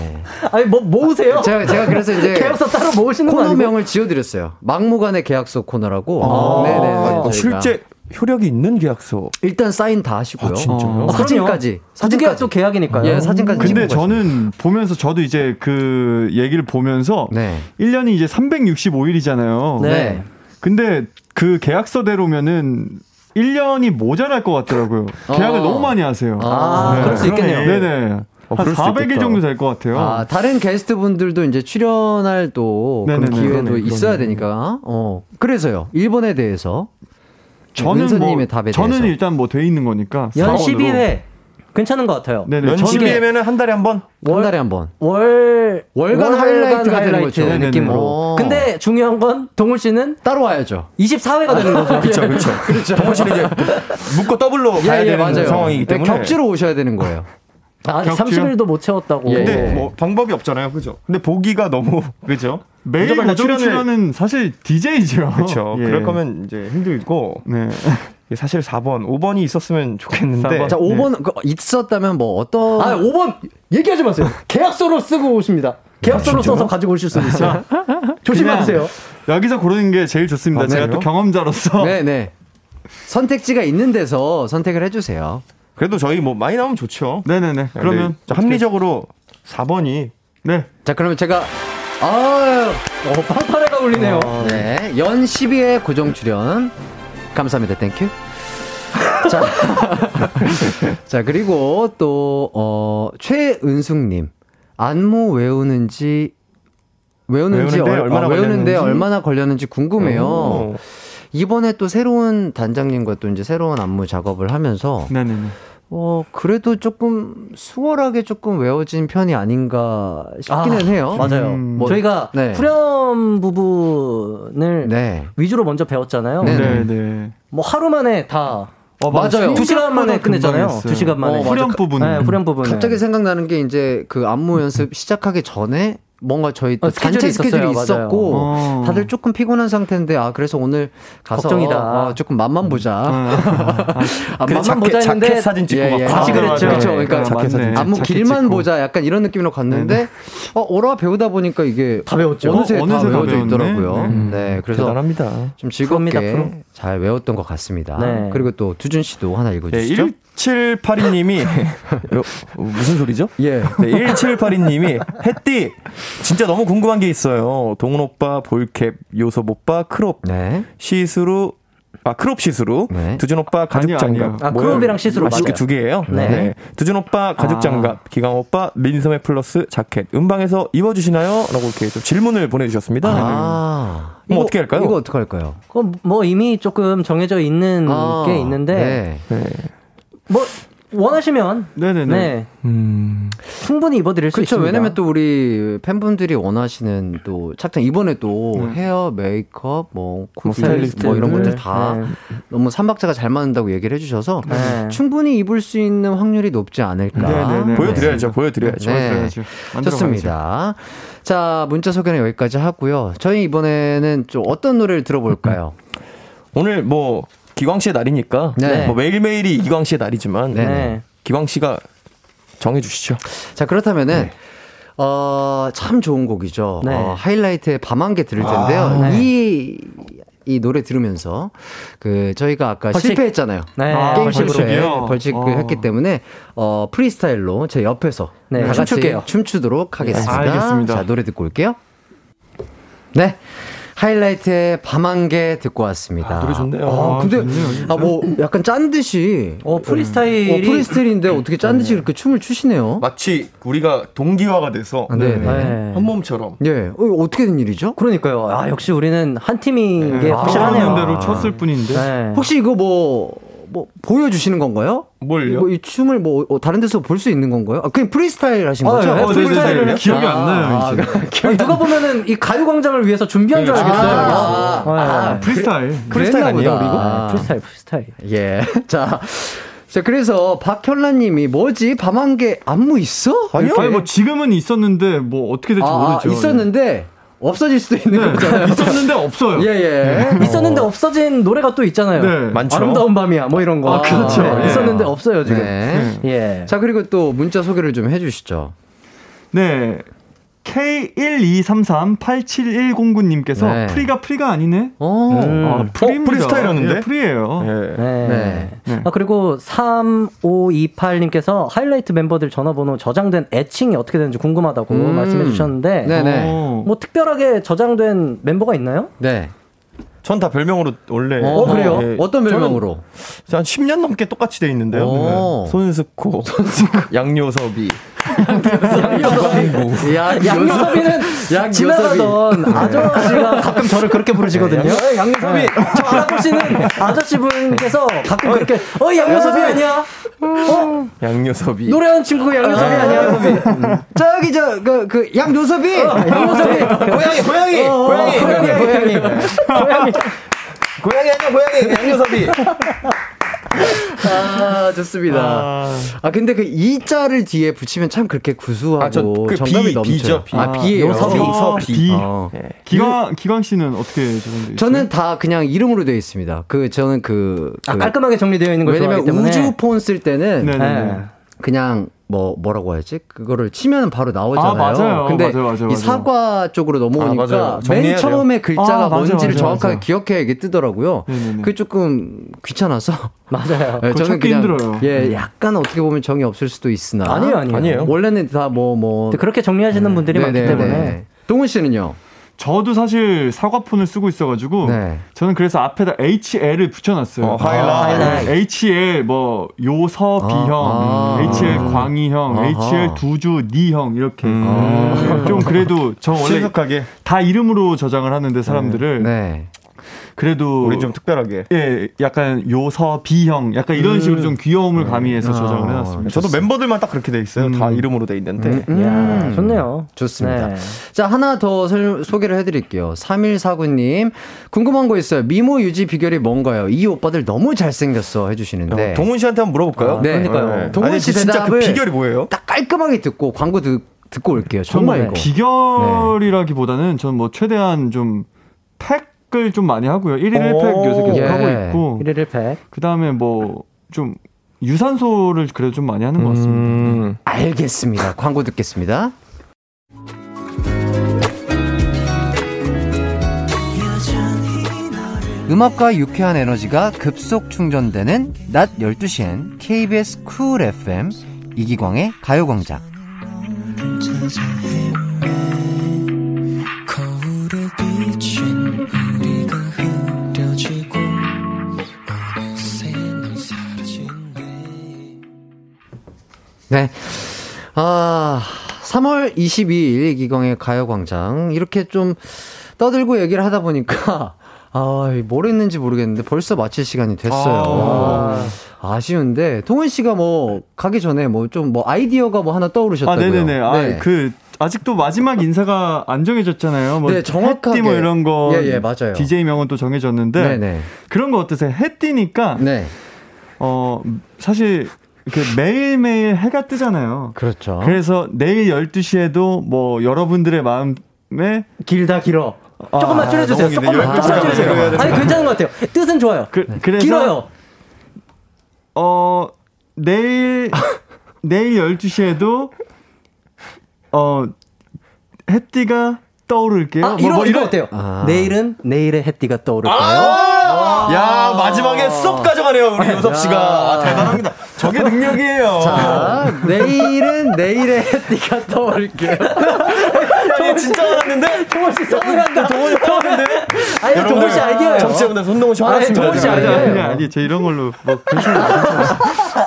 Speaker 5: 아니, 뭐, 모으세요?
Speaker 1: 제가 제가 그래서 이제
Speaker 5: 계약서 따로 모으시는 거 아니고?
Speaker 1: 코너명을 지어드렸어요. 막무가내 계약서 코너라고.
Speaker 7: 아.
Speaker 1: 네네네.
Speaker 6: 어,
Speaker 1: 저희가.
Speaker 6: 실제 효력이 있는 계약서.
Speaker 1: 일단 사인 다 하시고요.
Speaker 7: 진짜요?
Speaker 1: 어, 사진까지.
Speaker 5: 아, 사진까지 또 계약이니까요.
Speaker 1: 예, 사진까지.
Speaker 7: 근데
Speaker 1: 찍고 가시면.
Speaker 7: 저는 보면서 저도 이제 그 얘기를 보면서
Speaker 1: 네.
Speaker 7: 1년이 이제 365일이잖아요.
Speaker 5: 네.
Speaker 7: 근데 그 계약서대로면은 1년이 모자랄 것 같더라고요. 계약을
Speaker 1: 어.
Speaker 7: 너무 많이 하세요.
Speaker 5: 아,
Speaker 1: 네.
Speaker 5: 그럴 수 있겠네요.
Speaker 7: 네네.
Speaker 6: 어,
Speaker 7: 한
Speaker 6: 그럴 수
Speaker 7: 400일
Speaker 6: 있겠다.
Speaker 7: 정도 될 것 같아요.
Speaker 1: 아, 다른 게스트 분들도 이제 출연할 또 그런
Speaker 7: 네네네.
Speaker 1: 기회도
Speaker 7: 그러네,
Speaker 1: 있어야 되니까. 어. 그래서 일본에 대해서 네,
Speaker 7: 저는 뭐
Speaker 1: 은서님의 답에
Speaker 7: 저는
Speaker 1: 대해서.
Speaker 7: 일단 뭐 돼 있는 거니까
Speaker 5: 연
Speaker 7: 사원으로.
Speaker 5: 12회. 괜찮은 것 같아요.
Speaker 7: 네네.
Speaker 6: 연
Speaker 7: 저는-
Speaker 6: 12회면은 한 달에 한 번?
Speaker 1: 한 달에 한 번.
Speaker 5: 월
Speaker 1: 월간 하이라이트가 되는 거죠.
Speaker 7: 네네네.
Speaker 5: 느낌으로.
Speaker 1: 어.
Speaker 5: 근데 중요한 건 동훈 씨는
Speaker 1: 따로 와야죠.
Speaker 5: 24회가
Speaker 7: (laughs)
Speaker 5: 되는 거죠.
Speaker 6: 그렇죠, (laughs) 그렇죠. 동호 씨는 이제 묶고 더블로
Speaker 1: 예,
Speaker 6: 가야 되는 상황이기 때문에.
Speaker 1: 네, 격지로 오셔야 되는 거예요.
Speaker 5: 아,
Speaker 7: 격주?
Speaker 5: 30일도 못 채웠다고.
Speaker 1: 예.
Speaker 6: 근데 뭐 방법이 없잖아요, 그죠? 근데 보기가 너무 (laughs) 그죠?
Speaker 7: 매일
Speaker 6: 무조건 다
Speaker 7: 고정 출연은 사실 DJ죠. (laughs) 예.
Speaker 6: 그렇죠. 그럴 거면 이제 힘들고
Speaker 7: 네.
Speaker 6: 사실 4번, 5번이 있었으면
Speaker 1: (laughs)
Speaker 6: 좋겠는데.
Speaker 1: 자, 5번 그 있었다면 뭐 어떤
Speaker 5: 아, 5번 얘기하지 마세요. 계약서로 쓰고 오십니다. 계약서로 써서 가지고 오실 수도
Speaker 7: (laughs)
Speaker 5: 있어요. 조심하세요.
Speaker 7: (laughs) 여기서 고르는 게 제일 좋습니다.
Speaker 1: 아,
Speaker 7: 제가
Speaker 1: 그래요?
Speaker 7: 또 경험자로서
Speaker 1: 네, 네. 선택지가 있는 데서 선택을 해 주세요.
Speaker 6: 그래도 저희 뭐 많이 나오면 좋죠.
Speaker 7: (laughs) 네네네. 그러면
Speaker 6: 근데 합리적으로 4번이
Speaker 7: 네.
Speaker 1: 자, 그러면 제가 아유
Speaker 5: 어, 빵파레가 울리네요.
Speaker 6: 어,
Speaker 1: 네, 연 12회 고정 출연 감사합니다. 땡큐. (laughs) 자, 자 그리고 또 어, 최은숙님 안무 외우는지 외우는지
Speaker 6: 외우는데
Speaker 1: 얼,
Speaker 6: 얼마나
Speaker 1: 아, 외우는데
Speaker 6: 걸렸는지?
Speaker 1: 얼마나 걸렸는지 궁금해요. 이번에 또 새로운 단장님과 또 이제 새로운 안무 작업을 하면서
Speaker 7: 네네네.
Speaker 1: 어 그래도 조금 수월하게 조금 외워진 편이 아닌가 싶기는
Speaker 5: 아,
Speaker 1: 해요.
Speaker 5: 맞아요.
Speaker 7: 음,
Speaker 1: 뭐,
Speaker 5: 저희가
Speaker 1: 네.
Speaker 5: 후렴 부분을
Speaker 1: 네.
Speaker 5: 위주로 먼저 배웠잖아요.
Speaker 1: 네.
Speaker 7: 네네. 네.
Speaker 5: 뭐 하루 만에 다
Speaker 7: 어,
Speaker 1: 맞아요.
Speaker 5: 두 시간 만에 끝냈잖아요.
Speaker 7: 금방
Speaker 5: 두 시간 만에. 그
Speaker 1: 어, 맞아.
Speaker 7: 후렴 부분.
Speaker 5: 네, 후렴 부분.
Speaker 1: 갑자기 생각나는 게 이제 그 안무 연습 시작하기 전에 뭔가 저희 또
Speaker 5: 어, 스케줄이
Speaker 1: 단체 음. 스케줄이
Speaker 5: 있었어요.
Speaker 1: 있었고
Speaker 7: 맞아요. 어.
Speaker 1: 뭐, 다들 조금 피곤한 상태인데 아 그래서 오늘 가서
Speaker 5: 걱정이다.
Speaker 1: 아, 조금 맛만 보자. 아,
Speaker 6: 그래,
Speaker 5: 맘만
Speaker 6: 자켓,
Speaker 5: 보자 했는데
Speaker 6: 자켓 사진 찍고 막
Speaker 5: 아,
Speaker 6: 과식을
Speaker 5: 그랬죠.
Speaker 6: 했죠.
Speaker 1: 예, 그렇죠.
Speaker 5: 네,
Speaker 1: 그러니까
Speaker 7: 아, 맞네.
Speaker 1: 자켓 안무
Speaker 7: 자켓
Speaker 1: 길만
Speaker 7: 찍고.
Speaker 1: 보자 약간 이런 느낌으로 갔는데 어 오라 배우다 보니까 이게
Speaker 5: 다 배웠죠.
Speaker 1: 어느새,
Speaker 7: 어, 어느새
Speaker 1: 다
Speaker 7: 다
Speaker 1: 외워져
Speaker 7: 배웠네.
Speaker 1: 있더라고요.
Speaker 7: 네.
Speaker 1: 네, 그래서
Speaker 7: 대단합니다.
Speaker 1: 좀 즐겁게
Speaker 5: 프로입니다, 프로.
Speaker 1: 잘 외웠던 것 같습니다.
Speaker 5: 네.
Speaker 1: 그리고 또 두준 씨도 하나
Speaker 6: 네,
Speaker 1: 읽어주시죠.
Speaker 6: (laughs) 1782님이 어, 무슨 소리죠?
Speaker 1: 예.
Speaker 6: 네, 1782님이 햇띠 진짜 너무 궁금한 게 있어요. 동훈 오빠 볼캡, 요섭 오빠 크롭
Speaker 1: 네.
Speaker 6: 시스루 아 크롭 시스루
Speaker 1: 네.
Speaker 6: 두준 오빠
Speaker 7: 아니요,
Speaker 6: 가죽
Speaker 7: 아니요.
Speaker 6: 장갑
Speaker 5: 아,
Speaker 6: 뭐예요?
Speaker 5: 크롭이랑 시스루
Speaker 6: 아, 시스
Speaker 5: 맞아요.
Speaker 6: 두 개예요.
Speaker 5: 네.
Speaker 6: 네. 두준 오빠 가죽
Speaker 7: 아.
Speaker 6: 장갑, 기강 오빠 민소매 플러스 자켓 음방에서 입어주시나요?라고 이렇게 좀 질문을 보내주셨습니다.
Speaker 1: 아.
Speaker 6: 뭐 어떻게 할까요?
Speaker 1: 이거 어떻게 할까요?
Speaker 5: 그건 뭐 이미 조금 정해져 있는
Speaker 1: 아,
Speaker 5: 게 음, 있는데
Speaker 1: 네.
Speaker 5: 뭐 원하시면
Speaker 7: (laughs) 네네네.
Speaker 5: 네,
Speaker 7: 음.
Speaker 5: 충분히 입어드릴 수
Speaker 1: 그렇죠.
Speaker 5: 있습니다.
Speaker 1: 왜냐면 또 우리 팬분들이 원하시는 또 착장 이번에 또 헤어, 메이크업, 뭐 코스타일리스트 뭐 이런 것들 다
Speaker 5: 네.
Speaker 1: 너무 삼박자가 잘 맞는다고 얘기를 해주셔서
Speaker 5: 네.
Speaker 1: 충분히 입을 수 있는 확률이 높지 않을까.
Speaker 7: 네네네.
Speaker 6: 보여드려야죠, 보여드려야죠.
Speaker 1: 네.
Speaker 7: 보여드려야죠. 만들어가야죠.
Speaker 1: 좋습니다. 자 문자 소개는 여기까지 하고요. 저희 이번에는 좀 어떤 노래를 들어볼까요?
Speaker 6: 오늘 뭐 기광 씨의 날이니까
Speaker 1: 네.
Speaker 6: 뭐 매일매일이 기광 씨의 날이지만
Speaker 1: 네.
Speaker 5: 네.
Speaker 6: 기광 씨가 정해주시죠.
Speaker 1: 자 그렇다면은 어, 참 좋은 곡이죠.
Speaker 5: 네.
Speaker 1: 어, 하이라이트의 밤 한 개 들을 텐데요.
Speaker 5: 네.
Speaker 1: 이, 이 노래 들으면서 그 저희가 아까
Speaker 5: 벌칙.
Speaker 1: 실패했잖아요.
Speaker 5: 네.
Speaker 7: 아,
Speaker 1: 게임
Speaker 7: 벌칙.
Speaker 1: 실패
Speaker 7: 벌칙이요?
Speaker 1: 벌칙을
Speaker 7: 어.
Speaker 1: 했기 때문에 어, 프리스타일로 제 옆에서
Speaker 5: 네,
Speaker 1: 다 같이
Speaker 5: 춤출게요. 네.
Speaker 1: 춤추도록 하겠습니다.
Speaker 7: 알겠습니다.
Speaker 1: 자 노래 듣고 올게요. 네. 하이라이트의 밤 한 개 듣고 왔습니다.
Speaker 6: 아, 노래 좋네요.
Speaker 1: 아, 근데,
Speaker 7: 좋네요, 진짜.
Speaker 1: 아, 뭐, 약간 짠 듯이.
Speaker 5: 어 프리스타일이 네.
Speaker 1: 어, 프리스타일인데 어떻게 짠 듯이 이렇게 춤을 추시네요.
Speaker 6: 마치 우리가 동기화가 돼서
Speaker 1: 아, 네. 네.
Speaker 5: 네.
Speaker 6: 한 몸처럼
Speaker 1: 예, 어, 어떻게 된 일이죠?
Speaker 5: 그러니까요. 아 역시 우리는 한 팀인 게
Speaker 7: 네,
Speaker 5: 확실하네요.
Speaker 7: 떠오르는 대로 쳤을 뿐인데.
Speaker 5: 네.
Speaker 1: 혹시 이거 뭐, 뭐, 보여주시는 건가요?
Speaker 6: 뭘요?
Speaker 1: 뭐이 춤을 뭐, 어, 다른 데서 볼 수 있는 건가요? 아, 그냥 프리스타일 하신 거죠?
Speaker 5: 네,
Speaker 7: 어,
Speaker 5: 프리스타일을
Speaker 7: 네네네.
Speaker 5: 했다.
Speaker 7: 기억이
Speaker 1: 아,
Speaker 7: 안 나요, 이제.
Speaker 5: 아니, 누가 보면은 이 가요광장을 위해서 준비한 줄 알겠어요.
Speaker 1: 아,
Speaker 5: 네.
Speaker 7: 프리스타일.
Speaker 1: 프리스타일 아니에요,
Speaker 5: 아,
Speaker 1: 우리
Speaker 5: 프리스타일 프리스타일.
Speaker 1: 이거? 예. (laughs) 자. 자, 그래서 박현란 님이 뭐지? 밤 한 개 안무 있어?
Speaker 7: 아니,
Speaker 1: 이렇게.
Speaker 7: 뭐 지금은 있었는데 뭐 어떻게 될지
Speaker 1: 아, 아,
Speaker 7: 모르죠.
Speaker 1: 있었는데 없어질 수도 있는
Speaker 7: 네.
Speaker 1: 거잖아요.
Speaker 7: (laughs) 있었는데 없어요.
Speaker 1: (laughs) 예,
Speaker 5: 네.
Speaker 1: 예.
Speaker 5: 있었는데 없어진 노래가 또 있잖아요.
Speaker 7: 네.
Speaker 6: 많죠.
Speaker 5: 아름다운 밤이야 뭐 이런 거.
Speaker 7: 아, 그렇죠.
Speaker 5: 네.
Speaker 7: 예.
Speaker 5: 있었는데 없어요 지금.
Speaker 1: 네.
Speaker 5: 예.
Speaker 1: 자, 그리고 또 문자 소개를 좀 해 주시죠.
Speaker 7: 네. K123387109님께서
Speaker 1: 네.
Speaker 7: 프리가 프리가 아니네.
Speaker 1: 어.
Speaker 7: 아, 프리입니다.
Speaker 6: 프리스타일이었는데?
Speaker 7: 예, 프리예요.
Speaker 6: 예.
Speaker 5: 네.
Speaker 1: 네.
Speaker 7: 네.
Speaker 5: 아, 그리고 3528님께서 하이라이트 멤버들 전화번호 저장된 애칭이 어떻게 되는지 궁금하다고
Speaker 1: 음.
Speaker 5: 말씀해 주셨는데,
Speaker 1: 네, 네.
Speaker 7: 어.
Speaker 5: 뭐 특별하게 저장된 멤버가 있나요?
Speaker 1: 네.
Speaker 6: 전 다 별명으로 원래
Speaker 1: 어, 그래요?
Speaker 6: 예.
Speaker 1: 어떤
Speaker 6: 저는
Speaker 1: 별명으로?
Speaker 6: 한 10년 넘게 똑같이 돼 있는데요.
Speaker 1: 오.
Speaker 6: 네. 손스코, 양요섭이,
Speaker 5: 양요섭이.
Speaker 1: 야,
Speaker 5: 양요섭이는
Speaker 1: 양
Speaker 5: 지나가던 아저씨가 가끔 저를 그렇게 부르시거든요. 양요섭이. 저 알아보시는 아저씨분께서 가끔 그렇게, 어, 양요섭이 아니야? 어,
Speaker 6: 양요섭이.
Speaker 5: 노래하는 친구가 양요섭이 아니야?
Speaker 1: 저기 저 그 그 양요섭이
Speaker 5: 양요섭이.
Speaker 1: (laughs)
Speaker 6: 고양이, 고양이,
Speaker 5: 어, 어,
Speaker 6: 고양이, 고양이,
Speaker 5: 고양이, 고양이. 고양이.
Speaker 6: 고양이 아니야, 고양이, 양요섭이.
Speaker 1: 아 좋습니다. 아, 근데 그 이자를 뒤에 붙이면 참 그렇게 구수하고
Speaker 6: 아, 저 그
Speaker 1: 정감이
Speaker 6: 비,
Speaker 1: 넘쳐요.
Speaker 6: 비죠, 비.
Speaker 1: 아 비예요.
Speaker 6: 요섭이. 비.
Speaker 7: 비. 네.
Speaker 1: 어.
Speaker 7: 기광 기광 씨는 어떻게 적용돼 있어요?
Speaker 1: 저는 다 그냥 이름으로 되어 있습니다. 그 저는 그,
Speaker 5: 아,
Speaker 1: 그
Speaker 5: 깔끔하게 정리되어 있는 걸
Speaker 1: 왜냐면
Speaker 5: 좋아하기 때문에.
Speaker 1: 우주 폰 쓸 때는
Speaker 7: 네, 네, 네.
Speaker 5: 네.
Speaker 1: 그냥 뭐 뭐라고 해야지 그거를 치면 바로 나오잖아요.
Speaker 7: 아, 맞아요.
Speaker 1: 근데
Speaker 7: 맞아요, 맞아요,
Speaker 1: 이
Speaker 7: 맞아요.
Speaker 1: 사과 쪽으로
Speaker 6: 아,
Speaker 1: 넘어오니까
Speaker 6: 맞아요.
Speaker 1: 맨
Speaker 6: 정리해야
Speaker 1: 처음에 글자가
Speaker 7: 아, 맞아요,
Speaker 1: 뭔지를
Speaker 7: 맞아요,
Speaker 1: 정확하게
Speaker 7: 맞아요.
Speaker 1: 기억해야 이게 뜨더라고요.
Speaker 7: 네, 네.
Speaker 1: 그게 조금 귀찮아서
Speaker 5: 음.
Speaker 1: (laughs)
Speaker 5: 맞아요. 음.
Speaker 1: 예,
Speaker 7: 그거 찾기 힘들어요.
Speaker 1: 예, 약간 어떻게 보면 정이 없을 수도 있으나
Speaker 5: 아니에요, 아니에요.
Speaker 6: 아니에요.
Speaker 1: 원래는 다 뭐 뭐.
Speaker 5: 근데 그렇게 정리하시는 분들이
Speaker 1: 네,
Speaker 5: 많기
Speaker 1: 네,
Speaker 5: 때문에.
Speaker 1: 네. 동훈 씨는요?
Speaker 7: 저도 사실 사과폰을 쓰고 있어가지고
Speaker 1: 네.
Speaker 7: 저는 그래서 앞에다 HL을 붙여놨어요.
Speaker 6: 어, 하이라이트.
Speaker 7: 네.
Speaker 5: 하이라이트.
Speaker 7: HL 뭐 요서비형,
Speaker 1: 아, 아.
Speaker 7: HL 광희형,
Speaker 1: 아하. 음.
Speaker 7: HL 두주 니형 이렇게 네, 좀 그래도 저 원래
Speaker 6: 친숙하게,
Speaker 7: 다 이름으로 저장을 하는데 사람들을
Speaker 1: 네.
Speaker 7: 그래도
Speaker 6: 우리 좀 특별하게.
Speaker 7: 예 약간 요서비형 약간 이런 식으로 좀 귀여움을 가미해서 저장을 해놨습니다.
Speaker 6: 저도 멤버들만 딱 그렇게 돼 있어요. 다 이름으로 돼 있는데.
Speaker 1: 음.
Speaker 5: 네. 이야, 음, 좋네요.
Speaker 1: 좋습니다.
Speaker 5: 네.
Speaker 1: 자, 하나 더 설- 소개를 해드릴게요. 3149님, 궁금한 거 있어요. 미모 유지 비결이 뭔가요? 이 오빠들 너무 잘생겼어. 해주시는데.
Speaker 6: 어, 동훈 씨한테 한번 물어볼까요?
Speaker 1: 네.
Speaker 6: 네.
Speaker 1: 동훈
Speaker 6: 아니,
Speaker 1: 씨
Speaker 6: 진짜 그
Speaker 1: 대답을
Speaker 6: 비결이 뭐예요?
Speaker 1: 딱 깔끔하게 듣고 광고 듣 듣고 올게요. 정말 이거.
Speaker 7: 비결이라기보다는 저는 뭐 최대한 좀 팩을 좀 많이 하고요. 1일 1팩 요새 계속
Speaker 1: 예.
Speaker 7: 하고 있고
Speaker 5: 1일 1팩.
Speaker 7: 그다음에 뭐 좀 유산소를 그래도 좀 많이 하는 것 같습니다.
Speaker 6: 음.
Speaker 1: 알겠습니다. 광고 듣겠습니다. 음악과 유쾌한 에너지가 급속 충전되는 낮 12시엔 KBS 쿨 FM 이기광의 가요광장.
Speaker 8: 거울에 비친 우리가 흐려지고 어느새 넌 사라진네
Speaker 1: 네. 아, 3월 22일 이기광의 가요광장. 이렇게 좀 떠들고 얘기를 하다 보니까, (laughs) 아, 뭘 했는지 모르겠는데 벌써 마칠 시간이 됐어요. 아. 쉬운데 동훈 씨가 뭐, 가기 전에 뭐 좀 뭐 아이디어가 뭐 하나
Speaker 7: 아,
Speaker 1: 떠오르셨다고요?
Speaker 7: 네네네. 아,
Speaker 1: 네.
Speaker 7: 그 아직도 마지막 인사가 안 정해졌잖아요. 뭐
Speaker 1: 네, 정확하게.
Speaker 7: 해띠 뭐 이런 거
Speaker 1: 예, 예, 맞아요.
Speaker 7: DJ 명은 또 정해졌는데
Speaker 1: 네네.
Speaker 7: 그런 거 어떠세요? 해띠니까
Speaker 1: 네.
Speaker 7: 어 사실 이렇게 매일매일 해가 뜨잖아요.
Speaker 1: 그렇죠.
Speaker 7: 그래서 내일 12시에도 뭐 여러분들의 마음에 아,
Speaker 5: 길다 길어. 조금만 줄여주세요.
Speaker 6: 너무 기네.
Speaker 5: 조금만, 조금만
Speaker 6: 열두 시간
Speaker 5: 줄여주세요. 아니 괜찮은 것 같아요. 뜻은 좋아요.
Speaker 7: 그,
Speaker 1: 네.
Speaker 7: 그래서
Speaker 5: 길어요.
Speaker 7: 어 내일 (laughs) 내일 12시에도 어 해띠가 떠오를게요.
Speaker 5: 아,
Speaker 7: 뭐,
Speaker 5: 이런
Speaker 7: 뭐
Speaker 5: 이거 어때요?
Speaker 1: 아.
Speaker 5: 내일은 내일의 해띠가 떠오를까요?
Speaker 6: 아! 야, 마지막에 쏙 가져가네요, 우리 요섭 씨가. 아, 대단합니다. 저게 능력이에요. 아,
Speaker 1: 자, 아, 내일은 내일의 띠가 떠올게요.
Speaker 6: 아니, 진짜 알았는데?
Speaker 5: 동원 씨 서운한다. 동원 씨 아니 동원 씨 아이디어예요.
Speaker 6: 정치자분들 손동훈 씨
Speaker 5: 아니,
Speaker 6: 화났습니다.
Speaker 5: 동훈 씨
Speaker 7: 아니
Speaker 6: 지금.
Speaker 5: 아니에요.
Speaker 7: 아니 아니 저 이런 걸로 뭐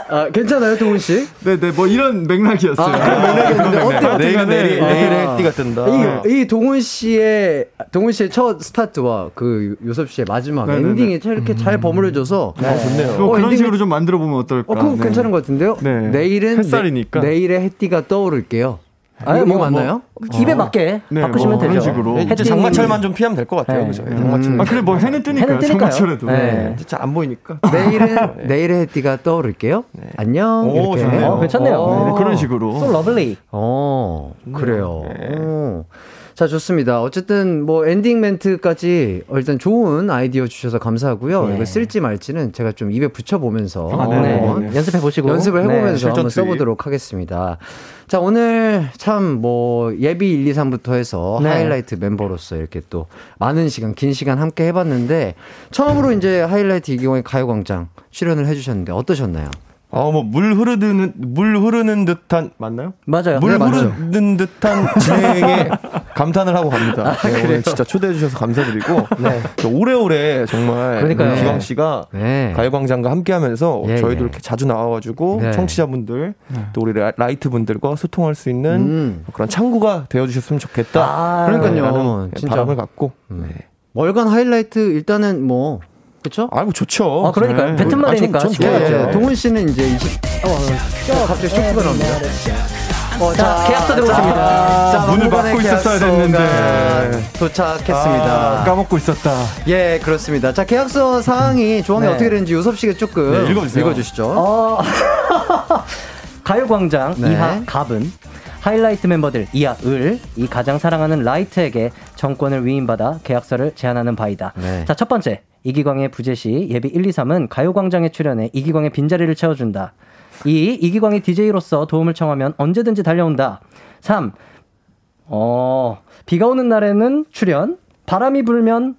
Speaker 1: 아, 괜찮아요, 동훈 씨?
Speaker 7: 네네 뭐 이런 맥락이었어요. 네,
Speaker 1: 근데 어때요?
Speaker 6: 내일은 내일,
Speaker 1: 아.
Speaker 6: 내일의 해띠가 뜬다.
Speaker 1: 이, 이 동훈 씨의 동훈 씨의 첫 스타트와 그 요섭 씨의 마지막
Speaker 7: 네네네.
Speaker 1: 엔딩이 이렇게 잘 버무려져서
Speaker 6: 좋네요.
Speaker 7: 뭐
Speaker 1: 어,
Speaker 7: 그런
Speaker 1: 엔딩이-
Speaker 7: 식으로 좀 만들어 보면 어떨까?
Speaker 1: 어 그거
Speaker 7: 네.
Speaker 1: 괜찮은 것 같은데요?
Speaker 7: 네.
Speaker 1: 내일은
Speaker 7: 햇살이니까.
Speaker 1: 내, 일의 해띠가 떠오를게요.
Speaker 5: 아니,
Speaker 1: 아니 뭐
Speaker 5: 뭐,
Speaker 1: 맞나요?
Speaker 5: 입에 맞게
Speaker 7: 네,
Speaker 5: 바꾸시면
Speaker 7: 뭐
Speaker 5: 되죠.
Speaker 7: 그런 식으로.
Speaker 5: 해띠-
Speaker 6: 이제 장마철만 좀 피하면 될 것 같아요.
Speaker 5: 네.
Speaker 6: 그죠? 장마철.
Speaker 7: 아 그래 뭐 해는 뜨니까요.
Speaker 5: 해는 뜨니까요.
Speaker 7: 장마철에도.
Speaker 5: 네.
Speaker 6: 진짜 안 보이니까.
Speaker 1: 내일은 내일의 해띠가 떠오를게요. 안녕.
Speaker 6: 오,
Speaker 1: 이렇게.
Speaker 6: 좋네요.
Speaker 5: 어, 괜찮네요.
Speaker 1: 어.
Speaker 7: 네, 그런
Speaker 5: So
Speaker 7: 식으로.
Speaker 5: lovely.
Speaker 1: 어, 그래요. 어. 자, 좋습니다. 어쨌든 뭐 엔딩 멘트까지 일단 좋은 아이디어 주셔서 감사하고요.
Speaker 5: 네.
Speaker 1: 이거 쓸지 말지는 제가 좀 입에 붙여 보면서
Speaker 7: 아,
Speaker 5: 네.
Speaker 7: 네네.
Speaker 1: 한번
Speaker 5: 연습해 보시고 네,
Speaker 1: 연습을 해보면서 한번
Speaker 6: 실전 투입.
Speaker 1: 써보도록 하겠습니다. 자, 오늘 참 뭐 예비 1, 2, 3부터 해서
Speaker 5: 네.
Speaker 1: 하이라이트 멤버로서 이렇게 또 많은 시간, 긴 시간 함께 해봤는데 처음으로 이제 하이라이트 이기광의 가요광장 출연을 해주셨는데 어떠셨나요?
Speaker 6: 아, 뭐, 물 흐르는, 물 흐르는 듯한, 맞나요?
Speaker 5: 맞아요.
Speaker 6: 물
Speaker 5: 네, 맞죠.
Speaker 6: 흐르는 듯한 진행에 감탄을 하고 갑니다. 네, 오늘 진짜 초대해주셔서 감사드리고, 또 오래오래 정말
Speaker 5: 그러니까요.
Speaker 6: 기광 씨가
Speaker 1: 네.
Speaker 6: 가요광장과 함께하면서
Speaker 1: 예,
Speaker 6: 저희도
Speaker 1: 예.
Speaker 6: 이렇게 자주 나와가지고
Speaker 1: 네.
Speaker 6: 청취자분들 또 우리 라- 라이트분들과 소통할 수 있는
Speaker 1: 음.
Speaker 6: 그런 창구가 되어주셨으면 좋겠다.
Speaker 5: 아,
Speaker 1: 그러니까요.
Speaker 6: 라는
Speaker 1: 진짜.
Speaker 6: 바람을 갖고.
Speaker 1: 월간 뭐 하이라이트 일단은 뭐 그렇죠?
Speaker 6: 아이고 좋죠.
Speaker 5: 아, 그러니까요.
Speaker 6: 네.
Speaker 5: 배트맨이니까
Speaker 6: 아, 전- 전
Speaker 1: 예,
Speaker 5: 지켜야죠.
Speaker 6: 좋아요.
Speaker 1: 예. 동훈 씨는 이제 20. 어, 어, 갑자기
Speaker 5: 네,
Speaker 1: 쇼크가 나옵니다.
Speaker 5: 자, 계약서 들어오십니다.
Speaker 1: 자,
Speaker 7: 문을
Speaker 1: 박물관의
Speaker 7: 막고 있었어야
Speaker 1: 계약서가
Speaker 7: 됐는데.
Speaker 1: 도착했습니다.
Speaker 7: 아, 까먹고 있었다.
Speaker 1: 예, 그렇습니다. 자, 계약서 사항이 조항이
Speaker 5: 네.
Speaker 1: 어떻게 되는지 요섭 씨가 조금
Speaker 6: 네, 읽어주세요.
Speaker 1: 시죠
Speaker 5: 어, (laughs) 가요광장
Speaker 1: 네.
Speaker 5: 이하 갑은 하이라이트 멤버들 이하 을이 가장 사랑하는 라이트에게 정권을 위임받아 계약서를 제안하는 바이다.
Speaker 1: 네.
Speaker 5: 자, 첫 번째. 이기광의 부재시 예비 1, 2, 3은 가요광장에 출연해 이기광의 빈자리를 채워준다. 2. 이기광이 DJ로서 도움을 청하면 언제든지 달려온다. 3. 어, 비가 오는 날에는 출연, 바람이 불면,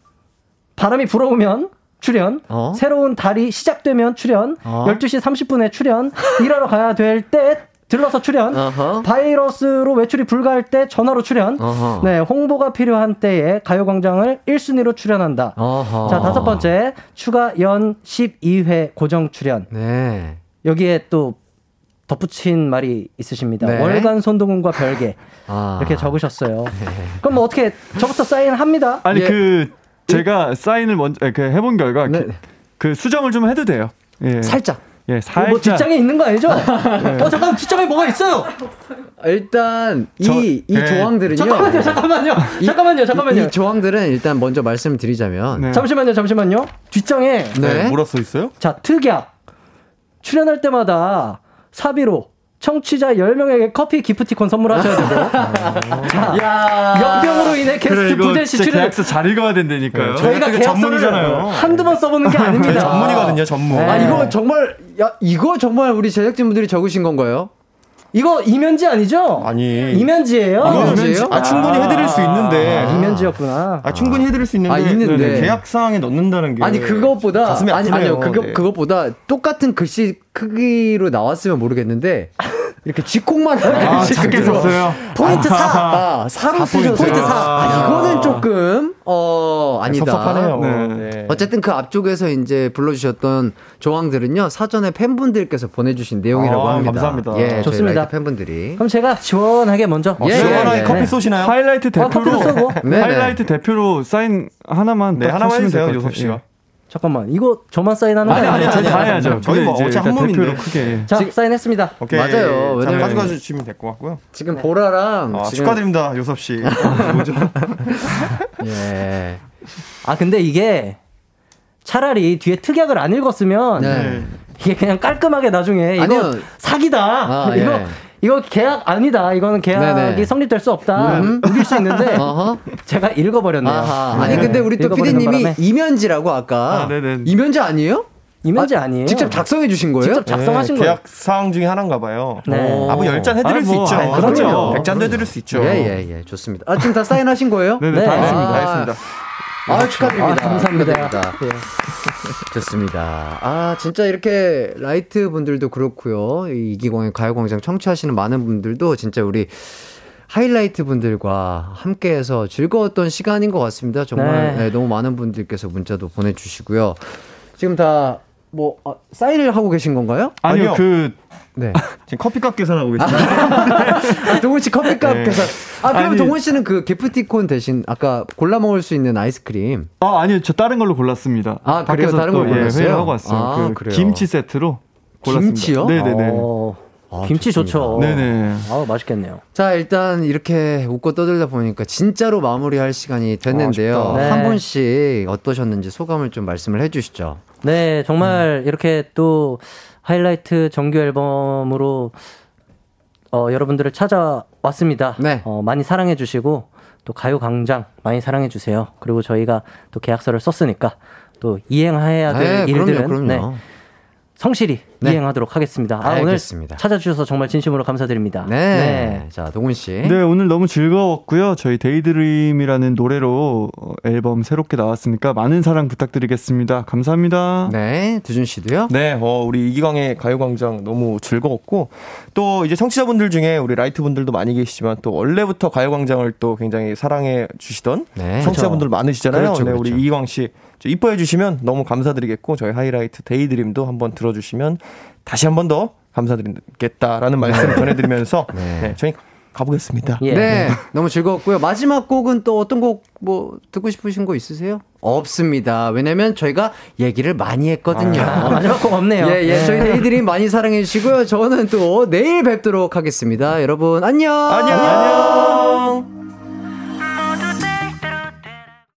Speaker 5: 바람이 불어오면 출연,
Speaker 1: 어?
Speaker 5: 새로운 달이 시작되면 출연,
Speaker 1: 어?
Speaker 5: 12시 30분에 출연, 일하러 가야 될 때 들러서 출연,
Speaker 1: 어허.
Speaker 5: 바이러스로 외출이 불가할 때 전화로 출연,
Speaker 1: 어허.
Speaker 5: 네, 홍보가 필요한 때에 가요광장을 1순위로 출연한다.
Speaker 1: 어허.
Speaker 5: 자, 다섯 번째, 추가 연 12회 고정 출연.
Speaker 1: 네.
Speaker 5: 여기에 또 덧붙인 말이 있으십니다.
Speaker 1: 네.
Speaker 5: 월간 손동훈과 별개.
Speaker 1: 아. 네.
Speaker 5: 이렇게 적으셨어요. 그럼 뭐 어떻게 저부터 사인합니다.
Speaker 7: 아니
Speaker 1: 예.
Speaker 7: 그 제가 사인을 먼저 예, 그 해본 결과
Speaker 1: 네.
Speaker 7: 그, 그 수정을 좀 해도 돼요. 예.
Speaker 1: 살짝.
Speaker 7: 예, 살짝. 네.
Speaker 5: 뭐 뒷장에 있는 거 아니죠? 어 잠깐 만 뒷장에 뭐가 있어요?
Speaker 1: 일단 이
Speaker 7: 저-
Speaker 1: 이
Speaker 7: 네.
Speaker 1: 조항들은요.
Speaker 5: 잠깐만요, 잠깐만요, 잠깐만요, 잠깐만요.
Speaker 1: 이 조항들은 일단 먼저 말씀드리자면
Speaker 7: 네.
Speaker 5: 잠시만요, 잠시만요. 뒷장에
Speaker 1: 네.
Speaker 6: 뭐라 써 있어요?
Speaker 5: 자 특약 출연할 때마다 사비로 청취자 10명에게 커피 기프티콘 선물하셔야 되고 자, 역병으로
Speaker 7: 그래,
Speaker 5: 인해 게스트
Speaker 7: 이거
Speaker 5: 부재시
Speaker 7: 진짜
Speaker 5: 출연
Speaker 7: 계약서 잘 읽어야 된다니까요.
Speaker 5: 저희가
Speaker 7: 그
Speaker 5: 계약서를
Speaker 7: 전문이잖아요.
Speaker 5: 한두 번 써보는 게 아닙니다.
Speaker 6: 저희 전문이거든요, 전문.
Speaker 5: 네.
Speaker 1: 아 이거 정말 야 이거 정말 우리 제작진분들이 적으신 건가요?
Speaker 5: 이거 이면지 아니죠?
Speaker 6: 아니.
Speaker 5: 이면지예요? 아,
Speaker 1: 이면지.
Speaker 6: 아, 충분히 해드릴 수 있는데.
Speaker 7: 아,
Speaker 5: 이면지였구나.
Speaker 6: 아, 충분히 해드릴 수 있는데.
Speaker 1: 아, 있는데.
Speaker 6: 네네, 계약 사항에 넣는다는 게.
Speaker 1: 아니 그것보다
Speaker 6: 예. 가슴이
Speaker 1: 아니
Speaker 6: 아프네요.
Speaker 1: 아니요 그거
Speaker 6: 네.
Speaker 1: 그것보다 똑같은 글씨 크기로 나왔으면 모르겠는데 이렇게 쥐콩만 한
Speaker 6: 아,
Speaker 1: 글씨
Speaker 6: 작게
Speaker 1: 크기로
Speaker 6: 썼어요.
Speaker 1: 포인트 4 아, 4로 쓰셨어요.
Speaker 6: 포인트 사.
Speaker 1: 아, 이거는 조금 어 아니다.
Speaker 6: 섭섭하네요.
Speaker 7: 네.
Speaker 6: 네.
Speaker 1: 어쨌든 그 앞쪽에서 이제 불러주셨던 조항들은요 사전에 팬분들께서 보내주신 내용이라고
Speaker 6: 아,
Speaker 1: 합니다.
Speaker 6: 감사합니다.
Speaker 1: 예,
Speaker 5: 좋습니다.
Speaker 1: 좋습니다. 팬분들이
Speaker 5: 그럼 제가 시원하게 먼저
Speaker 1: 예,
Speaker 6: 시원하게
Speaker 1: 예,
Speaker 6: 커피
Speaker 1: 네.
Speaker 6: 쏘시나요?
Speaker 7: 하이라이트
Speaker 5: 아, 커피도
Speaker 7: 대표로
Speaker 5: 쓰고.
Speaker 7: (laughs)
Speaker 1: 네네.
Speaker 7: 하이라이트 대표로 사인 하나만
Speaker 6: 네,
Speaker 7: 딱
Speaker 6: 하나만
Speaker 7: 하시면
Speaker 6: 해주세요,
Speaker 7: 될것 같아요.
Speaker 6: 요섭 씨가.
Speaker 5: 잠깐만 이거 저만
Speaker 1: 네.
Speaker 5: 사인하는 거
Speaker 7: 예. 아니
Speaker 5: 아니에요?
Speaker 7: 아니 다 해야죠.
Speaker 6: 저희 뭐
Speaker 7: 근데 이제
Speaker 6: 어차피 한
Speaker 7: 일단 대표로
Speaker 6: 몸인데.
Speaker 7: 크게. 예.
Speaker 5: 자 사인했습니다.
Speaker 6: 오케이.
Speaker 1: 맞아요.
Speaker 6: 자,
Speaker 1: 왜냐면-
Speaker 6: 가져가 주시면 될 것 같고요.
Speaker 1: 지금 보라랑
Speaker 6: 아,
Speaker 1: 지금 네.
Speaker 6: 축하드립니다,
Speaker 1: (laughs)
Speaker 6: 요섭 씨. 뭐죠?
Speaker 1: 예.
Speaker 5: 아 근데 이게 차라리 뒤에 특약을 안
Speaker 6: 아,
Speaker 5: 읽었으면
Speaker 1: 네.
Speaker 5: 이게 그냥 깔끔하게 나중에 이거
Speaker 1: 아니요.
Speaker 5: 사기다.
Speaker 1: 아,
Speaker 5: (laughs) 이거
Speaker 1: 예.
Speaker 5: 이거 계약 아니다. 이거는 계약이
Speaker 1: 네네. 음.
Speaker 5: 성립될 수 없다. 우길 수 있는데
Speaker 1: 네. (laughs) 어허.
Speaker 5: 제가 읽어버렸네요.
Speaker 1: 아하.
Speaker 5: 네.
Speaker 1: 아니 근데 우리 또
Speaker 5: 읽어버리는
Speaker 1: 피디님이
Speaker 5: 바람에
Speaker 1: 이면지라고 아까
Speaker 7: 아, 네네.
Speaker 1: 이면지 아니에요?
Speaker 5: 이면지 아니에요.
Speaker 1: 직접 작성해 주신 거예요?
Speaker 5: 직접 작성하신
Speaker 6: 네,
Speaker 5: 거예요.
Speaker 6: 계약 사항 중에 하나인가 봐요.
Speaker 5: 네.
Speaker 6: 아, 뭐 열 잔 해드릴
Speaker 7: 아,
Speaker 6: 수
Speaker 7: 뭐,
Speaker 6: 있죠.
Speaker 7: 아니,
Speaker 1: 그럼요. 그럼요.
Speaker 6: 백잔도 해드릴 수 있죠.
Speaker 1: 그렇죠. 예예예 좋습니다. 아
Speaker 5: (laughs)
Speaker 1: 지금 다 사인하신 거예요?
Speaker 7: 네네
Speaker 5: 네.
Speaker 7: 다
Speaker 1: 아,
Speaker 7: 했습니다.
Speaker 6: 다 했습니다.
Speaker 1: 아 축하드립니다.
Speaker 5: 아, 감사합니다.
Speaker 1: 축하드립니다. 예. 좋습니다. 아 진짜 이렇게 라이트 분들도 그렇고요. 이 이기광의 가요광장 청취하시는 많은 분들도 진짜 우리 하이라이트 분들과 함께해서 즐거웠던 시간인 것 같습니다. 정말
Speaker 5: 네.
Speaker 1: 네, 너무 많은 분들께서 문자도 보내주시고요. 지금 다 뭐 사인을 하고 계신 건가요?
Speaker 7: 아니요
Speaker 6: 아니요.
Speaker 7: 그
Speaker 1: 네.
Speaker 6: 지금 커피값 계산하고 계십니다.
Speaker 1: 아, 동훈 씨 커피값
Speaker 6: 네.
Speaker 1: 계산. 아 그럼
Speaker 7: 아니-
Speaker 1: 동훈 씨는 그 기프티콘 대신 아까 골라 먹을 수 있는 아이스크림.
Speaker 7: 아, 아니요. 저 다른 걸로 골랐습니다.
Speaker 1: 아, 그래요?
Speaker 7: 밖에서
Speaker 1: 다른
Speaker 7: 또,
Speaker 1: 걸로
Speaker 7: 예,
Speaker 1: 골랐어요?
Speaker 7: 회의를 하고 왔어요.
Speaker 1: 아,
Speaker 7: 그
Speaker 1: 그래요?
Speaker 7: 김치 세트로 골랐습니다.
Speaker 1: 김치요?
Speaker 7: 네, 네, 네.
Speaker 5: 어,
Speaker 1: 아,
Speaker 5: 김치 좋죠.
Speaker 1: 좋습니다.
Speaker 7: 네네.
Speaker 5: 아우 맛있겠네요.
Speaker 1: 자, 일단 이렇게 웃고 떠들다 보니까 진짜로 마무리할 시간이 됐는데요.
Speaker 5: 아쉽다. 네.
Speaker 1: 한 분씩 어떠셨는지 소감을 좀 말씀을 해주시죠.
Speaker 5: 네, 정말
Speaker 1: 음.
Speaker 5: 이렇게 또 하이라이트 정규 앨범으로 어, 여러분들을 찾아왔습니다.
Speaker 1: 네.
Speaker 5: 어, 많이 사랑해 주시고 또 가요 광장 많이 사랑해 주세요. 그리고 저희가 또 계약서를 썼으니까 또 이행해야 될
Speaker 1: 네,
Speaker 5: 일들은
Speaker 1: 그럼요, 그럼요.
Speaker 5: 네, 성실히
Speaker 1: 네.
Speaker 5: 이행하도록 하겠습니다. 아,
Speaker 1: 알겠습니다.
Speaker 5: 오늘 찾아주셔서 정말 진심으로 감사드립니다.
Speaker 1: 네. 자, 동훈 씨.
Speaker 7: 네, 오늘 너무 즐거웠고요. 저희 데이드림이라는 노래로 어, 앨범 새롭게 나왔으니까 많은 사랑 부탁드리겠습니다. 감사합니다.
Speaker 1: 네, 두준 씨도요.
Speaker 6: 네, 어, 우리 이기광의 가요광장 너무 즐거웠고, 또 이제 청취자분들 중에 우리 라이트분들도 많이 계시지만, 또 원래부터 가요광장을 또 굉장히 사랑해 주시던
Speaker 1: 네.
Speaker 6: 청취자분들 많으시잖아요.
Speaker 1: 그렇죠,
Speaker 6: 네, 우리
Speaker 1: 그렇죠.
Speaker 6: 이기광 씨, 저 이뻐해 주시면 너무 감사드리겠고, 저희 하이라이트 데이드림도 한번 들어주시면 다시 한 번 더 감사드리겠다라는 말씀을 전해드리면서,
Speaker 1: (laughs) 네.
Speaker 6: 네, 저희 가보겠습니다.
Speaker 5: 예.
Speaker 1: 네, 너무 즐거웠고요. 마지막 곡은 또 어떤 곡 뭐 듣고 싶으신 거 있으세요? 없습니다. 왜냐면 저희가 얘기를 많이 했거든요.
Speaker 5: 아, 마지막 곡 없네요.
Speaker 1: 예, 예. 저희 데이드림 많이 사랑해 주시고요. 저는 또 내일 뵙도록 하겠습니다. 여러분, 안녕!
Speaker 6: 안녕!